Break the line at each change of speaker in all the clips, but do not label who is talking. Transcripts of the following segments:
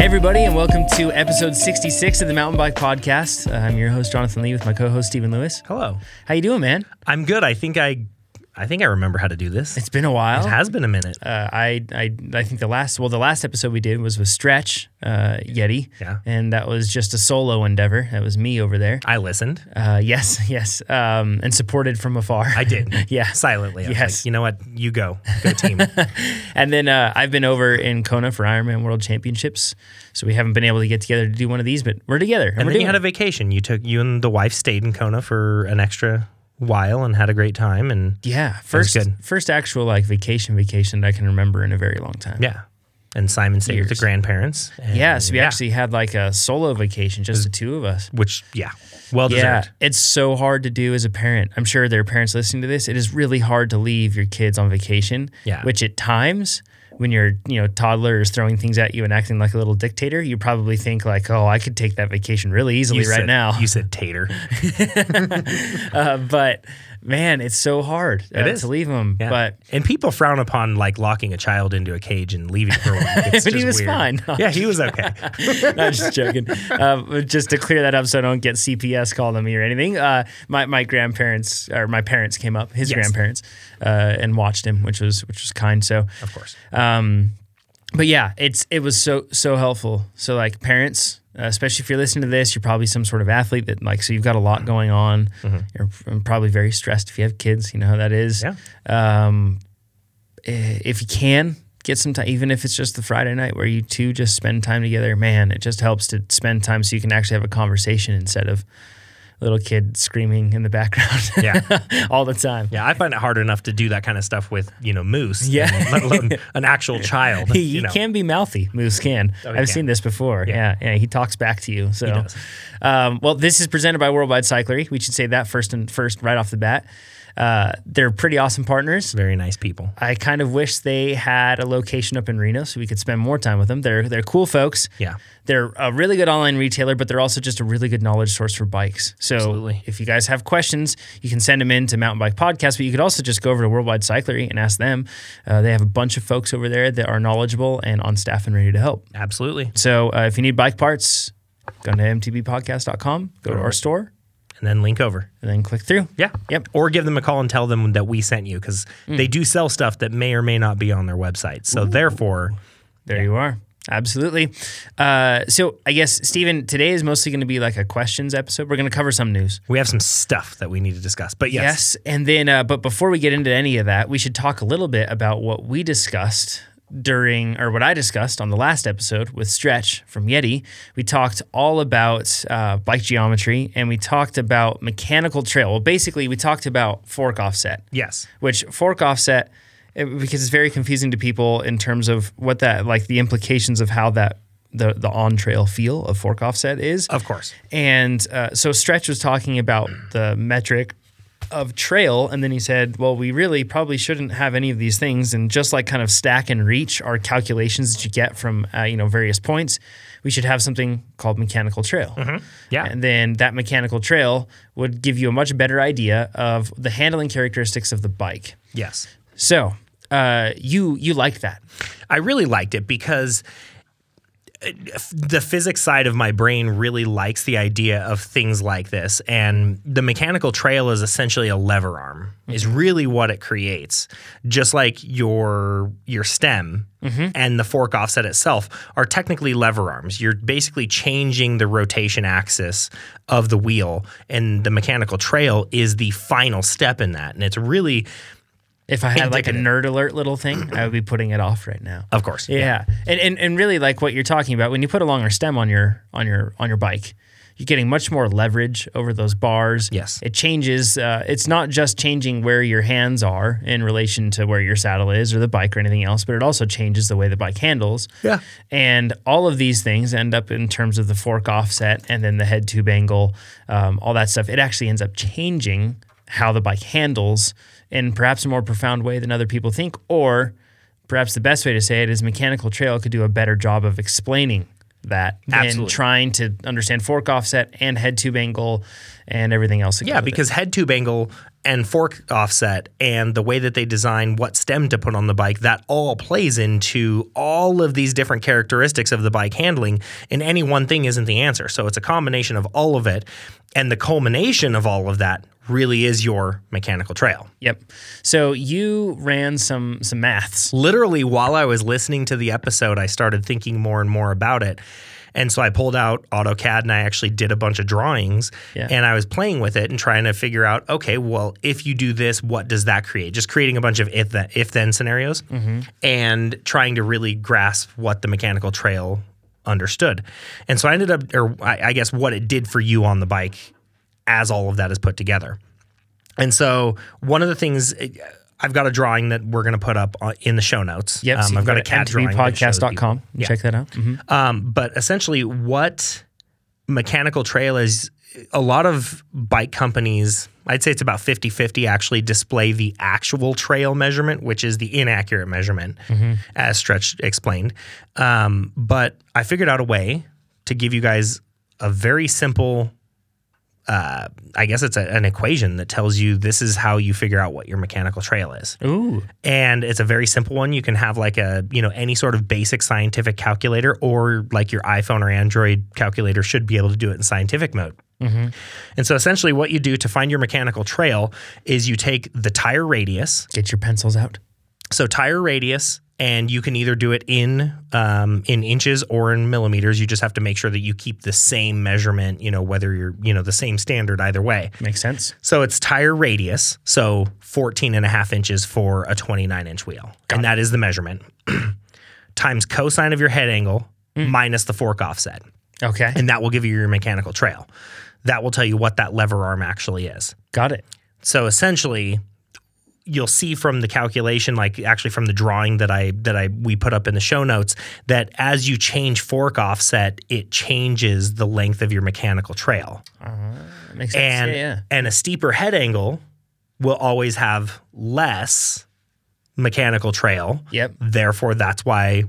everybody, and welcome to episode 66 of the Mountain Bike Podcast. Uh, I'm your host, Jonathan Lee, with my co-host, Stephen Lewis.
Hello.
How you doing, man?
I'm good. I think I I think I remember how to do this.
It's been a while.
It has been a minute.
Uh, I, I I think the last well the last episode we did was with Stretch uh, Yeti,
Yeah.
and that was just a solo endeavor. That was me over there.
I listened.
Uh, yes, yes, um, and supported from afar.
I did.
yeah.
Silently. I was
Yes.
like, you know what? You go. Go team.
And then uh, I've been over in Kona for Ironman World Championships, so we haven't been able to get together to do one of these, but we're together.
and
we're
then
doing
you had a
it.
vacation. You took you and the wife stayed in Kona for an extra while and had a great time and
yeah first
good.
first actual like vacation vacation that I can remember in a very long time.
yeah. And Simon stayed with
Years.
the grandparents. And
Yeah, so we actually had like a solo vacation, just the two of us.
which yeah. Well
Yeah,
deserved.
it's so hard to do as a parent. I'm sure there are parents listening to this. It is really hard to leave your kids on vacation.
Yeah.
Which at times, when your you know toddler is throwing things at you and acting like a little dictator, you probably think like, oh, I could take that vacation really easily
You
right
said-
now.
You said tater.
Uh, but man, it's so hard uh,
It is.
to leave them.
Yeah.
But
and people frown upon like locking a child into a cage and leaving for one. It's
But he
just
was
weird.
fine.
Yeah, he was okay.
I'm just joking. Um, just to clear that up, so I don't get CPS calling me or anything. Uh, my my grandparents or my parents came up, his
Yes.
grandparents, uh, and watched him, which was which was kind. So,
of course.
um, but yeah, it's it was so so helpful. So like parents. uh, Especially if you're listening to this, you're probably some sort of athlete that like so you've got a lot going on. You're f- probably very stressed if you have kids. You know how that is.
Mm-hmm. Yeah.
Um, eh, if you can get some time, even if it's just the Friday night where you two just spend time together, man, it just helps to spend time so you can actually have a conversation instead of little kid screaming in the background
Yeah.
all the time.
Yeah, I find it hard enough to do that kind of stuff with you know moose.
Yeah.
and let alone an actual child.
He,
you know.
can be mouthy. Moose can.
Oh, he
I've
can.
seen this before. Yeah. yeah, He talks back to you. So, Um, well, this is presented by Worldwide Cyclery. We should say that first and first right off the bat. Uh, they're pretty awesome partners.
Very nice people.
I kind of wish they had a location up in Reno so we could spend more time with them. They're they're cool folks.
Yeah.
They're a really good online retailer, but they're also just a really good knowledge source for bikes. So
Absolutely.
if you guys have questions, you can send them in to Mountain Bike Podcast, but you could also just go over to Worldwide Cyclery and ask them. Uh, they have a bunch of folks over there that are knowledgeable and on staff and ready to help.
Absolutely.
So uh, if you need bike parts, go to mtbpodcast.com, go to our store,
And then link over.
and then click through.
Yeah. Mm.
Yep.
Or give them a call and tell them that we sent you because they do sell stuff that may or may not be on their website. So therefore,
There you are. Absolutely. Uh, so I guess Stephen, today is mostly going to be like a questions episode. We're going to cover some news.
we have some stuff that we need to discuss. But yes,
and then uh, but before we get into any of that, we should talk a little bit about what we discussed during or what I discussed on the last episode with Stretch from Yeti. We talked all about uh, bike geometry and we talked about mechanical trail. Well, basically, we talked about fork offset
yes,
which fork offset eh, because it's very confusing to people in terms of what that like the implications of how that the the on trail feel of fork offset is.
of course.
And uh, so Stretch was talking about the metric of trail, and then he said, "Well, we really probably shouldn't have any of these things." And just like kind of stack and reach are calculations that you get from uh, you know various points, we should have something called mechanical trail.
Yeah.
And then that mechanical trail would give you a much better idea of the handling characteristics of the bike.
Yes.
So uh, you you like that?
I really liked it because uh, the physics side of my brain really likes the idea of things like this and the mechanical trail is essentially a lever arm is really what it creates just like your your stem and the fork offset itself are technically lever arms you're basically changing the rotation axis of the wheel and the mechanical trail is the final step in that and it's really
If I had like a
Indicative.
nerd alert little thing, I would be putting it off right now.
of course
Yeah. And, and and really like what you're talking about when you put a longer stem on your on your on your bike, you're getting much more leverage over those bars.
Yes.
It changes uh, it's not just changing where your hands are in relation to where your saddle is or the bike or anything else, but it also changes the way the bike handles.
Yeah.
And all of these things end up in terms of the fork offset and then the head tube angle, um, all that stuff. It actually ends up changing how the bike handles in perhaps a more profound way than other people think. Or perhaps the best way to say it is Mechanical Trail could do a better job of explaining that than
Absolutely.
trying to understand fork offset and head tube angle and everything else. that
Yeah,
goes with it.
because head tube angle and fork offset and the way that they design what stem to put on the bike, that all plays into all of these different characteristics of the bike handling. And any one thing isn't the answer. So it's a combination of all of it. And the culmination of all of that really is your mechanical trail.
Yep. So you ran some some maths.
Literally, while I was listening to the episode, I started thinking more and more about it. And so I pulled out AutoCAD and I actually did a bunch of drawings
Yeah.
and I was playing with it and trying to figure out okay, well, if you do this, what does that create? Just creating a bunch of if that if then scenarios and trying to really grasp what the mechanical trail understood. And so I ended up, or I, I guess what it did for you on the bike as all of that is put together. And so one of the things. I've got a drawing that we're going to put up uh, in the show notes.
Yep. so
Um,
you
I've
can
got a
go to
cat drawing. that shows people-
mtbpodcast.com.
Yeah.
Check that out. Mhm.
Um, but essentially, what mechanical trail is a lot of bike companies, I'd say it's about 50 50 actually display the actual trail measurement, which is the inaccurate measurement, as Stretch explained. Um, but I figured out a way to give you guys a very simple. Uh, I guess it's a, an equation that tells you this is how you figure out what your mechanical trail is
Ooh.
and it's a very simple one. You can have like a you know any sort of basic scientific calculator, or like your iPhone or Android calculator should be able to do it in scientific mode. And so essentially, what you do to find your mechanical trail is you take the tire radius.
Get your pencils out.
So tire radius. And you can either do it in um, in inches or in millimeters. You just have to make sure that you keep the same measurement. You know whether you're you know the same standard either way.
Makes sense.
So it's tire radius, so 14 and a half inches for a 29 inch wheel. and that is the measurement. Times cosine of your head angle minus the fork offset.
Okay.
And that will give you your mechanical trail. That will tell you what that lever arm actually is.
Got it.
So essentially, you'll see from the calculation, like actually from the drawing that I that I we put up in the show notes, that as you change fork offset, it changes the length of your mechanical trail
Makes sense.
and
yeah, yeah.
and a steeper head angle will always have less mechanical trail.
Yep.
Therefore, that's why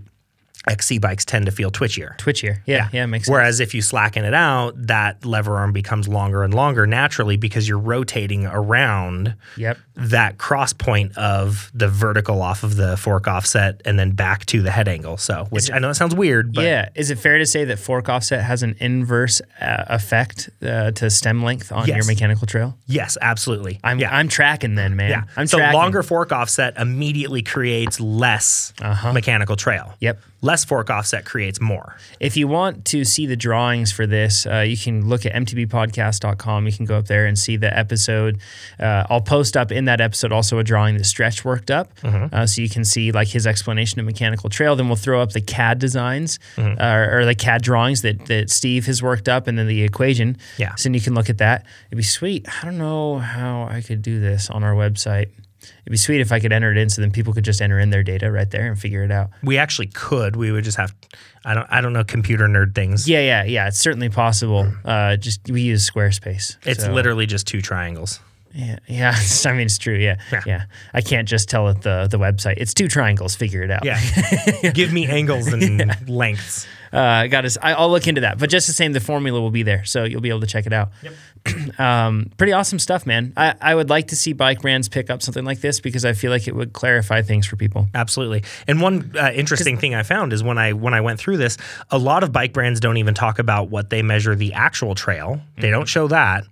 XC bikes tend to feel twitchier.
Twitchier. Yeah. Yeah. makes sense.
Whereas if you slacken it out, that lever arm becomes longer and longer naturally because you're rotating around
Yep.
that cross point of the vertical off of the fork offset and then back to the head angle. So, which I know that sounds weird, but
yeah. Is it fair to say that fork offset has an inverse uh, effect uh, to stem length on your
Yes.
mechanical trail?
yes, absolutely.
I'm
yeah.
I'm tracking then, man.
Yeah.
Mm-hmm. I'm
so
tracking.
longer fork offset immediately creates less
Uh-huh.
mechanical trail.
Yep.
Less fork offset creates more.
If you want to see the drawings for this, uh, you can look at mtbpodcast.com. You can go up there and see the episode. Uh, I'll post up in that episode also a drawing that Stretch worked up, uh, so you can see like his explanation of mechanical trail. Then we'll throw up the CAD designs uh, or, or the CAD drawings that that Steve has worked up, and then the equation.
Yeah.
So then you can look at that. It'd be sweet. I don't know how I could do this on our website. It'd be sweet if I could enter it in, so then people could just enter in their data right there and figure it out.
We actually could. We would just have I don't I don't know computer nerd things.
Yeah, yeah, yeah. It's certainly possible. Uh, just we use Squarespace.
It's
so-
literally just two triangles.
yeah, yeah. I mean, it's true. Yeah, yeah, I can't just tell it the the website. It's two triangles. Figure it out.
Yeah. Give me angles and lengths.
uh, I got to. I'll look into that. But just the same, the formula will be there, so you'll be able to check it out. Yep. um, pretty awesome stuff, man. I, I would like to see bike brands pick up something like this because I feel like it would clarify things for people.
Absolutely. And one uh, interesting thing I found is when I when I went through this, a lot of bike brands don't even talk about what they measure the actual trail. They don't
Mm-hmm.
show that.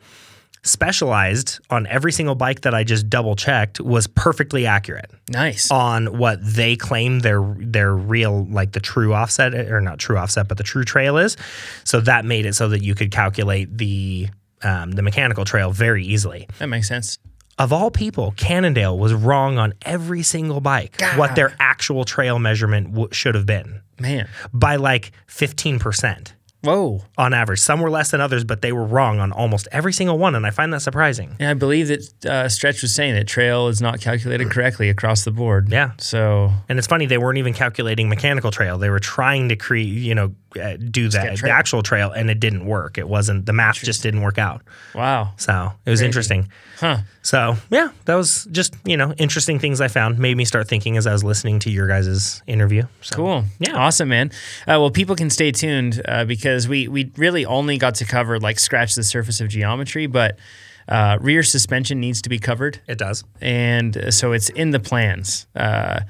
Specialized on every single bike that I just double checked was perfectly accurate
Nice.
on what they claim their their real like the true offset eh, or not true offset but the true trail is. So that made it so that you could calculate the um, the mechanical trail very easily.
That makes sense.
Of all people, Cannondale was wrong on every single bike what their actual trail measurement w- should have been
Man.
by like 15%
Whoa.
on average. Some were less than others, but they were wrong on almost every single one. And I find that surprising.
And I believe that uh, Stretch was saying that trail is not calculated correctly across the board.
Yeah.
So
And it's funny, they weren't even calculating mechanical trail. They were trying to create, you know, uh, do that, the
trail.
actual trail, and it didn't work. It wasn't, the math just didn't work out.
wow.
So it was interesting.
Huh.
So yeah, that was just, you know, interesting things I found. Made me start thinking as I was listening to your guys' interview. So.
Cool.
Yeah.
Awesome, man. Uh, well, people can stay tuned uh, because because we we really only got to cover like scratch the surface of geometry, but uh, rear suspension needs to be covered,
It does.
and uh, so it's in the plans uh,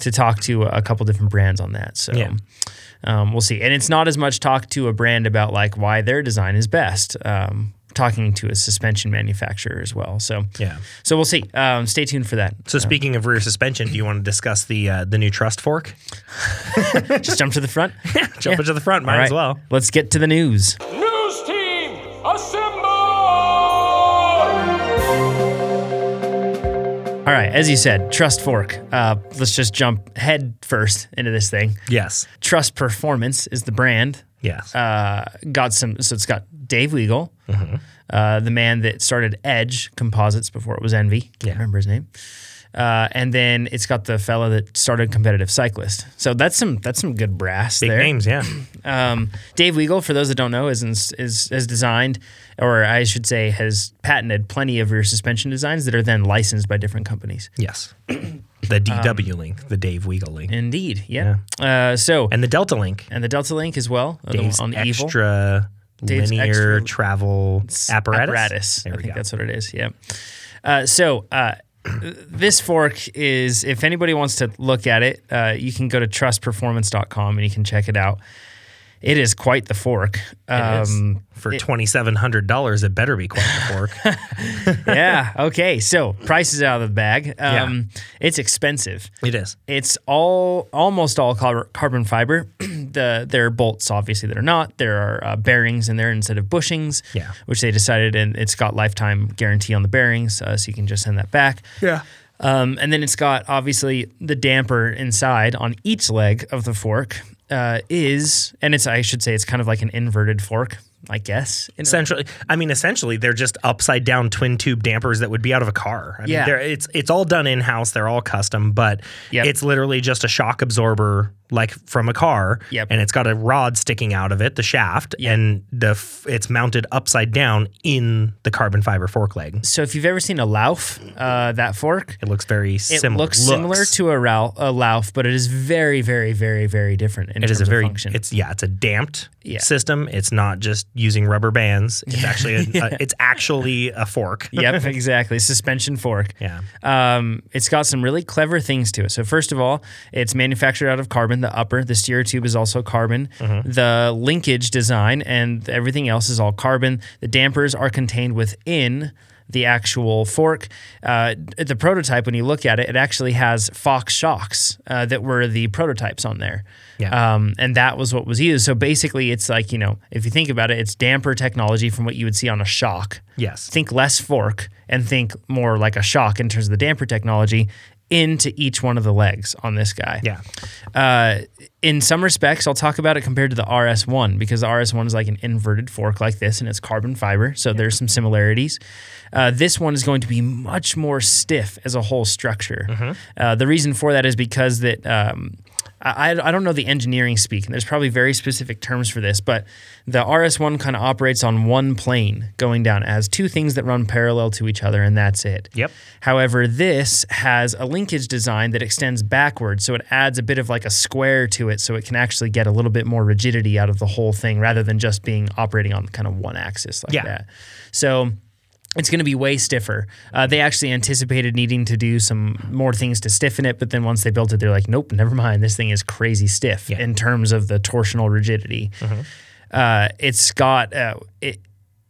to talk to a couple different brands on that. So.
Yeah.
Um, we'll see, and it's not as much talk to a brand about like why their design is best. Um, talking to a suspension manufacturer as well, so
Yeah.
So we'll see. Um, stay tuned for that.
So speaking of rear suspension, do you want to discuss the uh, the new trust fork?
Just jump to the front.
Jump into the front, might
All right.
as well.
Let's get to the news.
News team, assemble!
All right, as you said, Trust Fork. Uh, let's just jump head first into this thing.
Yes.
Trust Performance is the brand.
Yes.
Uh, got some, so it's got Dave Weigel, uh, the man that started Edge Composites before it was Envy. Can't remember his name. Uh, and then it's got the fella that started Competitive Cyclist. So that's some that's some good brass
Big
there.
names, yeah.
Um, Dave Weigel, for those that don't know, is, is has designed, or I should say, has patented plenty of rear suspension designs that are then licensed by different companies.
Yes. The DW link, the Dave Weigel link,
Indeed, Um, yeah. Uh, so and,
and the Delta link.
the Delta Link as well uh, the one
Dave's
on the Evil
extra
Dave's
linear
extra-
travel apparatus. There
I
we
think
go.
that's what it is. Yeah. Uh, so. Uh, this fork is, if anybody wants to look at it, uh, you can go to trustperformance.com and you can check it out. It is quite the fork. Um,
For twenty seven hundred dollars, it better be quite the fork.
yeah. Okay. So price is out of the bag. Um, It's expensive.
it is.
It's all almost all car- carbon fiber. the there are bolts obviously that are not. There are uh, bearings in there instead of bushings.
Yeah.
Which they decided, and it's got lifetime guarantee on the bearings, uh, so you can just send that back.
Yeah.
Um, and then it's got obviously the damper inside on each leg of the fork uh, is, and it's I should say it's kind of like an inverted fork, I guess. in a-
Essentially, I mean, essentially, they're just upside down twin tube dampers that would be out of a car. I mean,
Yeah.
they're- it's it's all done in house. They're all custom, but
Yep.
it's literally just a shock absorber like from a car.
Yep.
and it's got a rod sticking out of it, the shaft, and the f- it's mounted upside down in the carbon fiber fork leg.
so if you've ever seen a Lauf, uh, that fork,
It looks very
It
similar.
looks similar to a, Ralph, a Lauf, but it is very, very, very, very different in
It
terms
is a
of
very
function.
it's yeah it's a damped
Yeah.
system. It's not just using rubber bands. It's actually a, a- it's actually a fork.
yep, exactly. Suspension fork.
Yeah.
Um, it's got some really clever things to it. So first of all, it's manufactured out of carbon. The upper, the steer tube is also carbon. The linkage design and everything else is all carbon. The dampers are contained within the actual fork. Uh, the prototype, when you look at it, it actually has Fox shocks uh, that were the prototypes on there.
Yeah.
Um, and that was what was used. So basically, it's like you know, if you think about it, it's damper technology from what you would see on a shock
Yes.
think less fork and think more like a shock in terms of the damper technology into each one of the legs on this guy.
Yeah.
Uh, in some respects, I'll talk about it compared to the RS1 because the RS1 is like an inverted fork like this and it's carbon fiber. So there's some similarities. Uh, this one is going to be much more stiff as a whole structure. Uh, the reason for that is because that. Um, I, I I don't know the engineering speak, and there's probably very specific terms for this, but the RS1 kind of operates on one plane going down. It has two things that run parallel to each other, and that's it.
Yep.
However, this has a linkage design that extends backward, so it adds a bit of like a square to it, so it can actually get a little bit more rigidity out of the whole thing rather than just being operating on kind of one axis like
Yeah.
that. So it's going to be way stiffer. Uh, they actually anticipated needing to do some more things to stiffen it, but then once they built it, they're like, nope, never mind. This thing is crazy stiff in terms of the torsional rigidity. Uh, it's got uh, it.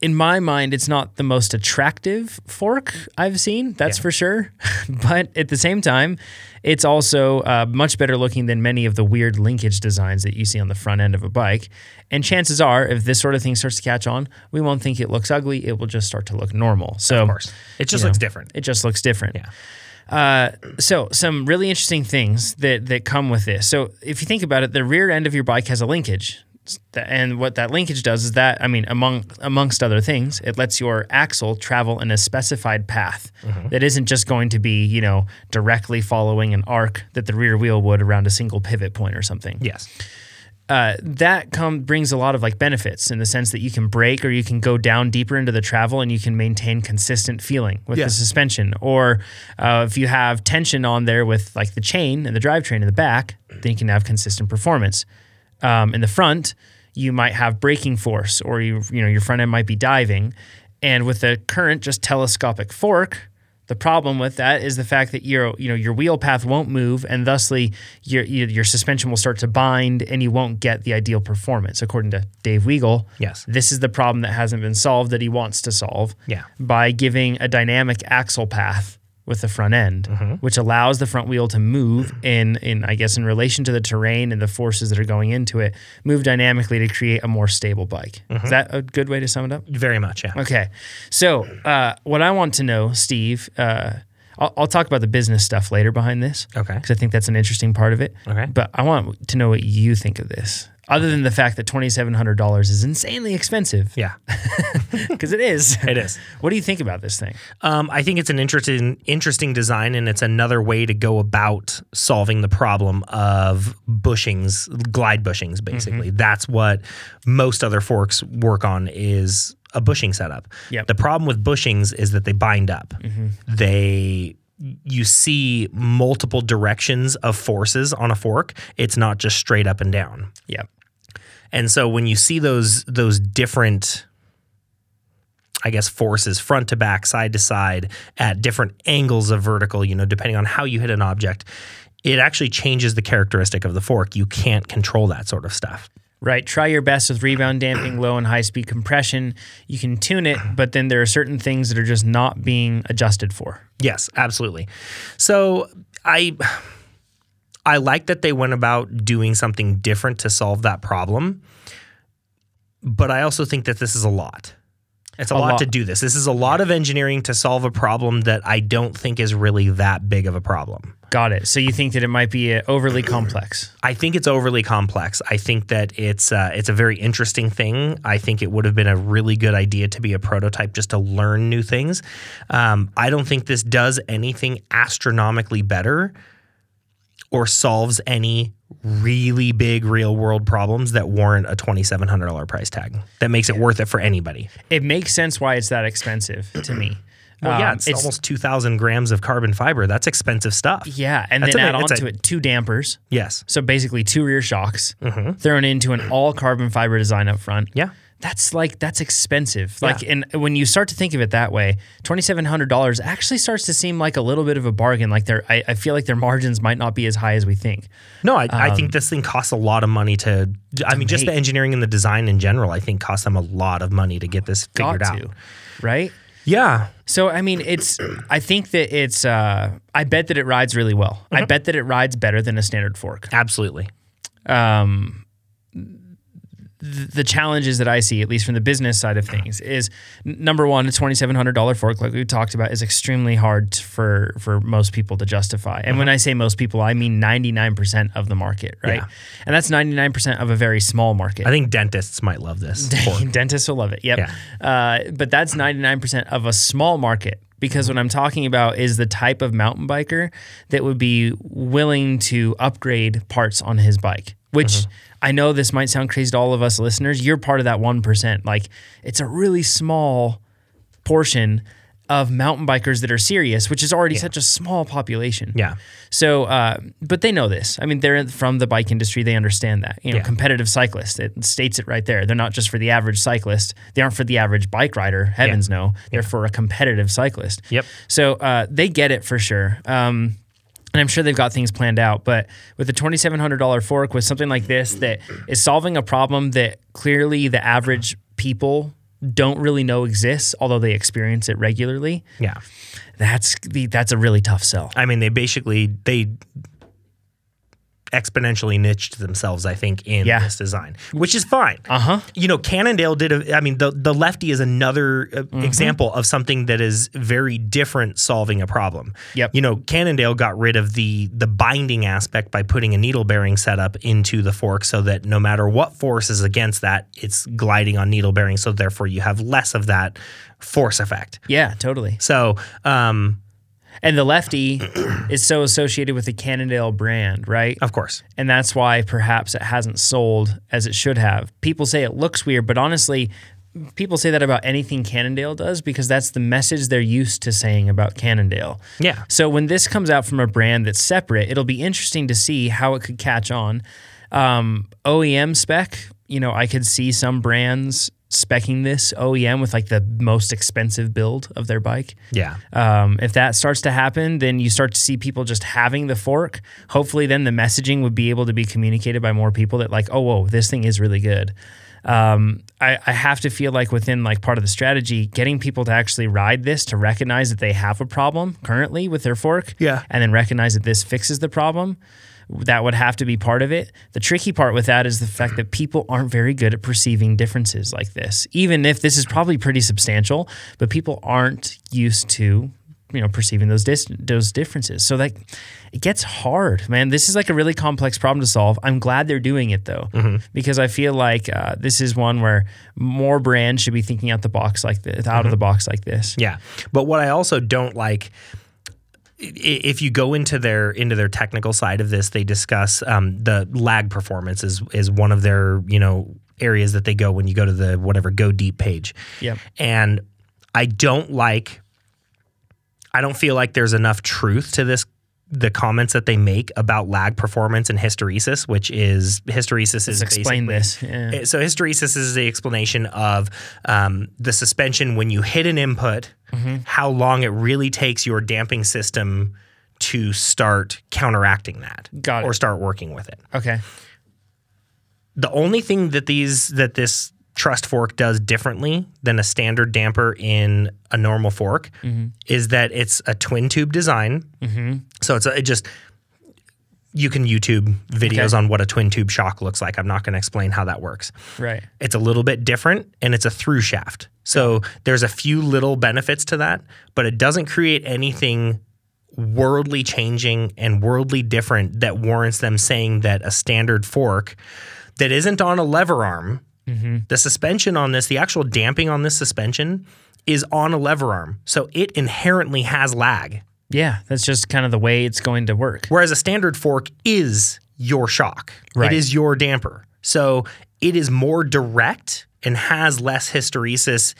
In my mind, it's not the most attractive fork I've seen, that's for sure. but at the same time, it's also uh, much better looking than many of the weird linkage designs that you see on the front end of a bike. And chances are, if this sort of thing starts to catch on, we won't think it looks ugly. It will just start to look normal. So,
Of course. It just looks different.
it just looks different.
Yeah.
Uh, so some really interesting things that that come with this. So if you think about it, the rear end of your bike has a linkage. S- th- And what that linkage does is that, I mean, among amongst other things, it lets your axle travel in a specified path that isn't just going to be, you know, directly following an arc that the rear wheel would around a single pivot point or something
Yes.
uh, that come brings a lot of like benefits in the sense that you can brake or you can go down deeper into the travel and you can maintain consistent feeling with the suspension. Or uh, if you have tension on there with like the chain and the drivetrain in the back, then you can have consistent performance. Um, in the front, you might have braking force or you you know your front end might be diving and with the current just telescopic fork the problem with that is the fact that your you know your wheel path won't move and thusly your your, your suspension will start to bind and you won't get the ideal performance according to Dave Weigel.
Yes.
This is the problem that hasn't been solved that he wants to solve
Yeah.
by giving a dynamic axle path with the front end,
Mm-hmm.
which allows the front wheel to move in, in I guess, in relation to the terrain and the forces that are going into it, move dynamically to create a more stable bike.
Mm-hmm.
Is that a good way to sum it up?
Very much, yeah.
Okay. So, uh, what I want to know, Steve, uh, I'll, I'll talk about the business stuff later behind this.
Okay.
Because I think that's an interesting part of it.
Okay.
But I want to know what you think of this, other than the fact that $2,700 is insanely expensive,
Yeah,
because it is.
it is.
What do you think about this thing?
Um, I think it's an interesting, interesting design, and it's another way to go about solving the problem of bushings, glide bushings. Basically, that's what most other forks work on is a bushing setup.
Yep.
The problem with bushings is that they bind up. They you see multiple directions of forces on a fork. It's not just straight up and down.
Yeah.
And so when you see those those different I guess forces front to back, side to side at different angles of vertical, you know, depending on how you hit an object, it actually changes the characteristic of the fork. You can't control that sort of stuff.
Right. Try your best with rebound damping, low and high speed compression. You can tune it, but then there are certain things that are just not being adjusted for.
Yes, absolutely. So I I like that they went about doing something different to solve that problem. But I also think that this is a lot. It's a, lot,
lot.
to do this. This is a lot of engineering to solve a problem that I don't think is really that big of a problem.
Got it. So you think that it might be uh, overly complex.
I think it's overly complex. I think that it's uh, it's a very interesting thing. I think it would have been a really good idea to be a prototype just to learn new things. Um, I don't think this does anything astronomically better or solves any really big real world problems that warrant a twenty seven hundred dollar price tag. That makes it worth it for anybody.
It makes sense why it's that expensive to me.
Well, yeah,
Um,
it's, almost two thousand grams of carbon fiber. That's expensive stuff.
yeah, and
That's
then
an-
add on
it's a-
to it two dampers.
Yes.
So basically two rear shocks
Mm-hmm.
thrown into an all carbon fiber design up front.
Yeah.
That's like that's expensive. Like and when you start to think of it that way, twenty seven hundred dollars actually starts to seem like a little bit of a bargain. Like their I, I feel like their margins might not be as high as we think.
No, I, I
Um,
think this thing costs a lot of money to. I mean, just the engineering and the design in general, I think costs them a lot of money to get this
Got
figured out.
to. Right?
Yeah,
So I mean, it's. I think that it's. Uh, I bet that it rides really well. I bet that it rides better than a standard fork.
absolutely.
Th- The challenges that I see, at least from the business side of things, is n- number one, a twenty seven hundred dollar fork, like we talked about, is extremely hard t- for for most people to justify. And when I say most people, I mean ninety nine percent of the market, right?
Yeah.
And that's ninety nine percent of a very small market.
I think dentists might love this. fork.
Dentists will love it. Yep.
Yeah.
Uh, but that's 99% of a small market because what I'm talking about is the type of mountain biker that would be willing to upgrade parts on his bike, which
Mm-hmm.
I know this might sound crazy to all of us listeners. You're part of that 1%. Like, it's a really small portion of mountain bikers that are serious, which is already such a small population.
Yeah.
So, uh, but they know this. I mean, they're from the bike industry. They understand that. You know,
Yeah.
competitive cyclists. It states it right there. They're not just for the average cyclist. They aren't for the average bike rider. Heavens no. They're for a competitive cyclist.
Yep.
So uh, they get it for sure. Um, and I'm sure they've got things planned out. But with a $2,700 fork with something like this that is solving a problem that clearly the average people don't really know exists, although they experience it regularly.
Yeah.
That's the that's a really tough sell.
I mean, they basically they exponentially niched themselves. I think in
Yeah.
this design, which is fine. Uh
Uh-huh.
You know, Cannondale did. A, I mean, the the lefty is another uh,
Mm-hmm.
example of something that is very different solving a problem.
Yep.
You know, Cannondale got rid of the the binding aspect by putting a needle bearing setup into the fork, so that no matter what force is against that, it's gliding on needle bearing. So therefore, you have less of that force effect.
Yeah, totally.
So, um,
And the lefty is so associated with the Cannondale brand, right?
of course,
And that's why perhaps it hasn't sold as it should have. People say it looks weird, but honestly, people say that about anything Cannondale does because that's the message they're used to saying about Cannondale.
Yeah.
So when this comes out from a brand that's separate, it'll be interesting to see how it could catch on. Um, OEM spec, you know, I could see some brands specing this OEM with like the most expensive build of their bike.
Yeah.
Um, if that starts to happen, then you start to see people just having the fork. Hopefully, then the messaging would be able to be communicated by more people that like, oh, whoa, this thing is really good. Um, I, I have to feel like within like part of the strategy, getting people to actually ride this to recognize that they have a problem currently with their fork,
Yeah.
and then recognize that this fixes the problem. That would have to be part of it. The tricky part with that is the fact that people aren't very good at perceiving differences like this, even if this is probably pretty substantial, but people aren't used to. You know, perceiving those dis- those differences, so like it gets hard, man. This is like a really complex problem to solve. I'm glad they're doing it though, because I feel like uh, this is one where more brands should be thinking out the box like this, out of the box like this.
Yeah. But what I also don't like i- if you go into their into their technical side of this, they discuss um, the lag performance is is one of their, you know, areas that they go when you go to the whatever go deep page.
Yep.
And I don't like I don't feel like there's enough truth to this the comments that they make about lag performance and hysteresis, which is hysteresis is
Explain
basically-
this. Yeah.
uh, So hysteresis is the explanation of um, the suspension when you hit an input,
Mm-hmm.
how long it really takes your damping system to start counteracting that
Got it.
or start working with it.
okay.
The only thing that these that this trust fork does differently than a standard damper in a normal fork
Mm-hmm.
is that it's a twin tube design. So it's a, it just you can YouTube videos
Okay.
on what a twin tube shock looks like. I'm not going to explain how that works.
Right.
It's a little bit different and it's a through shaft. So there's a few little benefits to that, but it doesn't create anything worldly changing and worldly different that warrants them saying that a standard fork that isn't on a lever arm, the suspension on this, the actual damping on this suspension is on a lever arm. So it inherently has lag,
Yeah, that's just kind of the way it's going to work.
whereas a standard fork is your shock,
Right.
it is your damper. So it is more direct and has less hysteresis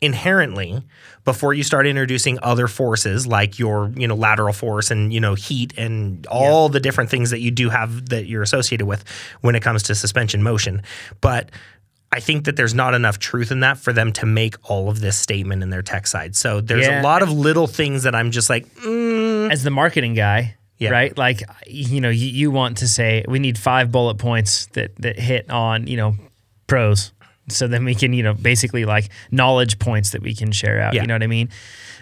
inherently before you start introducing other forces like your you know lateral force and you know heat and all the different things that you do have that you're associated with when it comes to suspension motion but i think that there's not enough truth in that for them to make all of this statement in their tech side so there's
Yeah.
a lot of little things that i'm just like mm,
As the marketing guy,
Yeah.
right? Like, you know, you, you want to say we need five bullet points that that hit on you know pros, so then we can you know basically like knowledge points that we can share out.
Yeah.
You know what I mean?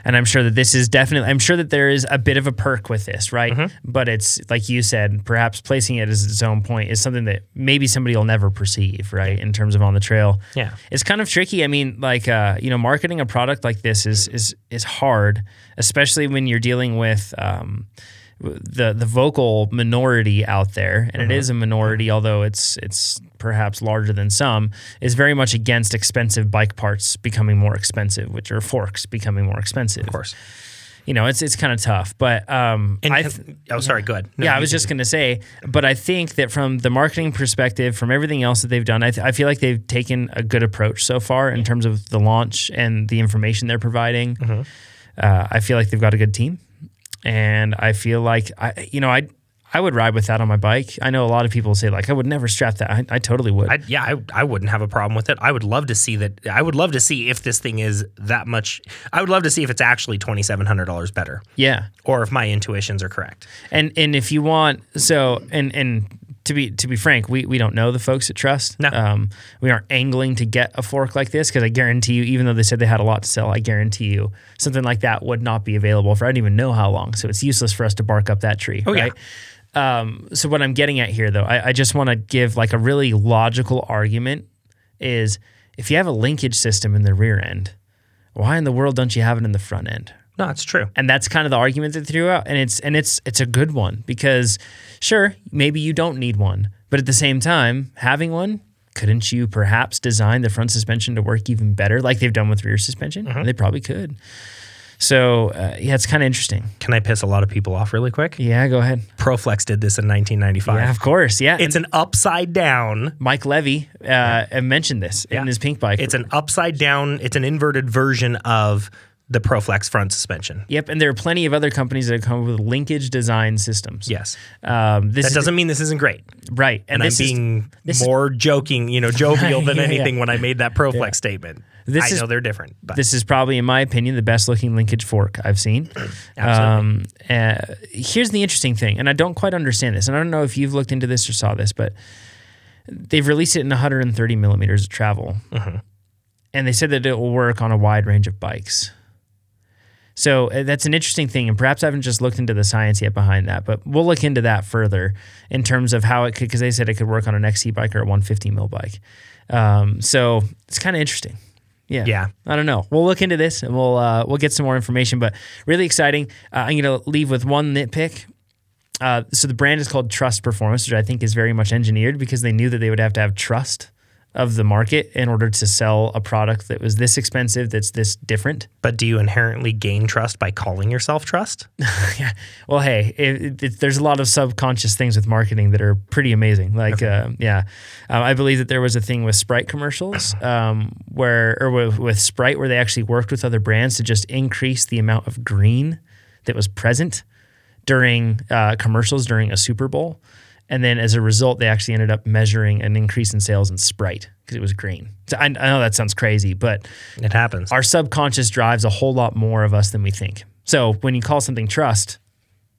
And I'm sure that this is definitely. I'm sure that there is a bit of a perk with this, right?
Mm-hmm.
But it's like you said, perhaps placing it as its own point is something that maybe somebody will never perceive, right? In terms of on the trail,
Yeah.
it's kind of tricky. I mean, like uh, you know, marketing a product like this is is is hard, especially when you're dealing with um, w- the the vocal minority out there, and it
Uh-huh.
is a minority, although it's it's perhaps larger than some. Is very much against expensive bike parts becoming more expensive, which are forks becoming more expensive. Of
course.
you know, it's it's kind of tough, but um,
and
I.
can-
th-
oh sorry go ahead No,
yeah, I
you
was
can-
just going to say, but I think that from the marketing perspective, from everything else that they've done, I, th- I feel like they've taken a good approach so far in terms of the launch and the information they're providing.
Mm-hmm.
Uh, I feel like they've got a good team, and I feel like I, you know, I, I would ride with that on my bike. I know a lot of people say like I would never strap that. I, I totally would.
I, yeah, I, I wouldn't have a problem with it. I would love to see that. I would love to see if this thing is that much. I would love to see if it's actually twenty seven hundred dollars better,
yeah,
or if my intuitions are correct.
and and if you want, so and and. To be, to be frank, we, we don't know the folks at Trust.
No.
Um, we aren't angling to get a fork like this because I guarantee you, even though they said they had a lot to sell, I guarantee you something like that would not be available for I don't even know how long. So it's useless for us to bark up that tree.
Oh, yeah.
right? Um, so what I'm getting at here, though, I, I just want to give like a really logical argument is if you have a linkage system in the rear end, why in the world don't you have it in the front end?
No, it's true.
and that's kind of the argument that they threw out and it's and it's it's a good one because sure maybe you don't need one but at the same time having one couldn't you perhaps design the front suspension to work even better like they've done with rear suspension
Mm-hmm.
they probably could so uh, yeah it's kind of interesting
Can I piss a lot of people off really quick?
yeah go ahead
Proflex did this in nineteen ninety
yeah
five.
of course yeah
It's
And
an upside down.
mike levy uh, mentioned this
Yeah.
in his pink bike
It's an upside down. It's an inverted version of the ProFlex front suspension.
Yep, and there are plenty of other companies that have come up with linkage design systems.
Yes.
um, this
That
is-
doesn't mean this isn't great.
right,
And,
this
I'm
is-
being
this is-
more joking, you know, jovial than
Yeah, yeah.
anything when I made that ProFlex statement.
This
I
is-
know they're different, but
This is probably, in my opinion, the best looking linkage fork I've seen. Um, uh, here's the interesting thing, and I don't quite understand this, and I don't know if you've looked into this or saw this, but they've released it in 130 millimeters of travel, and they said that it will work on a wide range of bikes. So uh, that's an interesting thing, and perhaps I haven't just looked into the science yet behind that, but we'll look into that further in terms of how it could, because they said it could work on an XC bike or a 150 mil bike. Um, so it's kind of interesting. Yeah.
Yeah.
I don't know. We'll look into this and we'll uh, we'll get some more information. But really exciting. Uh, I'm going to leave with one nitpick. Uh, so the brand is called Trust Performance, which I think is very much engineered because they knew that they would have to have trust of the market in order to sell a product that was this expensive, that's this different.
but do you inherently gain trust by calling yourself trust?
yeah. Well, hey, it, it, it- there's a lot of subconscious things with marketing that are pretty amazing. Like, uh, yeah, um, I believe that there was a thing with Sprite commercials um, where, or with, with Sprite, where they actually worked with other brands to just increase the amount of green that was present during uh, commercials during a Super Bowl. And then as a result, they actually ended up measuring an increase in sales in Sprite because it was green. So I, I know that sounds crazy, but
It happens.
our subconscious drives a whole lot more of us than we think. So when you call something trust,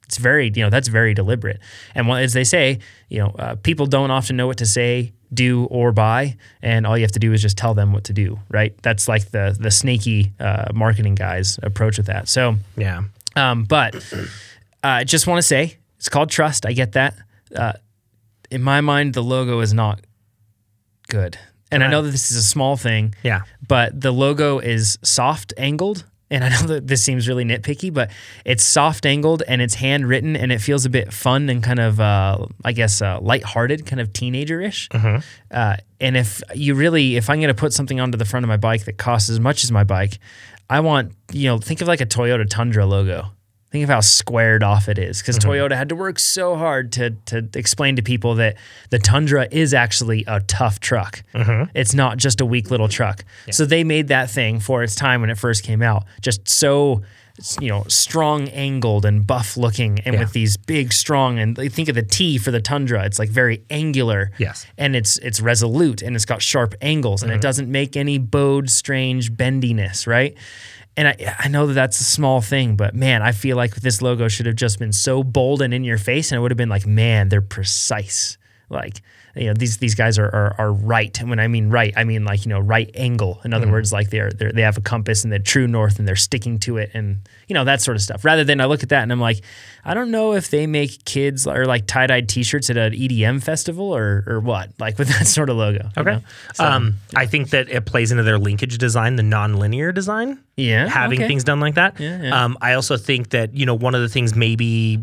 it's very, you know, that's very deliberate. And what- as they say, you know, uh, people don't often know what to say, do, or buy, and all you have to do is just tell them what to do, right? That's like the the snaky uh, marketing guys approach with that. So
yeah.
um, but I uh, just want to say it's called Trust. I get that. Uh, in my mind, the logo is not good. And I know that this is a small thing.
Yeah.
But the logo is soft angled. And I know that this seems really nitpicky, but it's soft angled and it's handwritten and it feels a bit fun and kind of, uh, I guess, uh, lighthearted, kind of teenager ish. Uh, and if you really, if I'm going to put something onto the front of my bike that costs as much as my bike, I want, you know, think of like a Toyota Tundra logo. Think of how squared off it is because Toyota had to work so hard to, to explain to people that the Tundra is actually a tough truck. It's not just a weak little truck. So they made that thing for its time when it first came out, just so you know, strong angled and buff looking, and with these big, strong and like, think of the T for the Tundra. It's like very angular.
Yes.
and it's it's resolute and it's got sharp angles and it doesn't make any bowed, strange bendiness, right? And I, I know that that's a small thing, but man, I feel like this logo should have just been so bold and in your face, and it would have been like, man, they're precise. Like, you know, these these guys are are, are right. And when I mean right, I mean like you know right angle. In
Mm-hmm.
other words, like they're, they're they have a compass and they're true north and they're sticking to it, and you know that sort of stuff. Rather than I look at that and I'm like, I don't know if they make kids or like tie dyed T-shirts at an EDM festival or or what, like with that sort of logo. you know?
um, I think that it plays into their linkage design, the nonlinear design.
Yeah,
Having
okay.
things done like that.
Yeah, yeah.
Um, I also think that, you know, one of the things maybe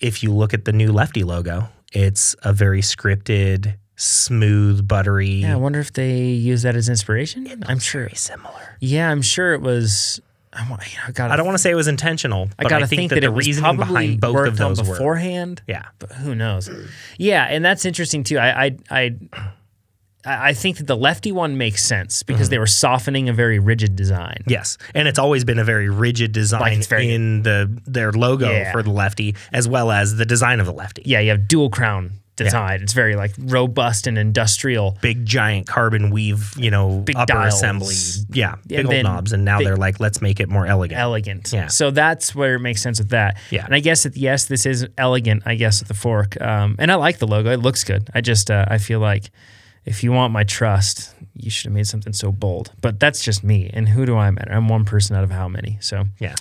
if you look at the new Lefty logo, it's a very scripted, smooth, buttery,
Yeah, I wonder if they use that as inspiration. I'm sure.
very similar.
Yeah, I'm sure it was. I, want, I, gotta,
I don't want to say it was intentional,
I
but
gotta
I think, that,
it
the
was
reasoning
probably
behind both
worked
of
on
those were.
beforehand.
Yeah.
but who knows? Yeah, and that's interesting too. I I I, I think that the lefty one makes sense
Mm-hmm.
because they were softening a very rigid design.
Yes, and it's always been a very rigid design
Like, it's very-
in the their logo
Yeah.
for the lefty, as well as the design of the lefty.
Yeah, you have dual crown design. It's very like robust and industrial.
Big giant carbon weave, you know, upper
dials.
assembly, yeah, big old
then
knobs, and now
big-
they're like, let's make it more elegant.
elegant.
Yeah.
So that's where it makes sense with that.
Yeah.
And I guess that yes, this is elegant. I guess with the fork. Um, and I like the logo. It looks good. I just uh, I feel like if you want my trust, you should have made something so bold. But that's just me. And who do I matter? I'm one person out of how many. So
yeah,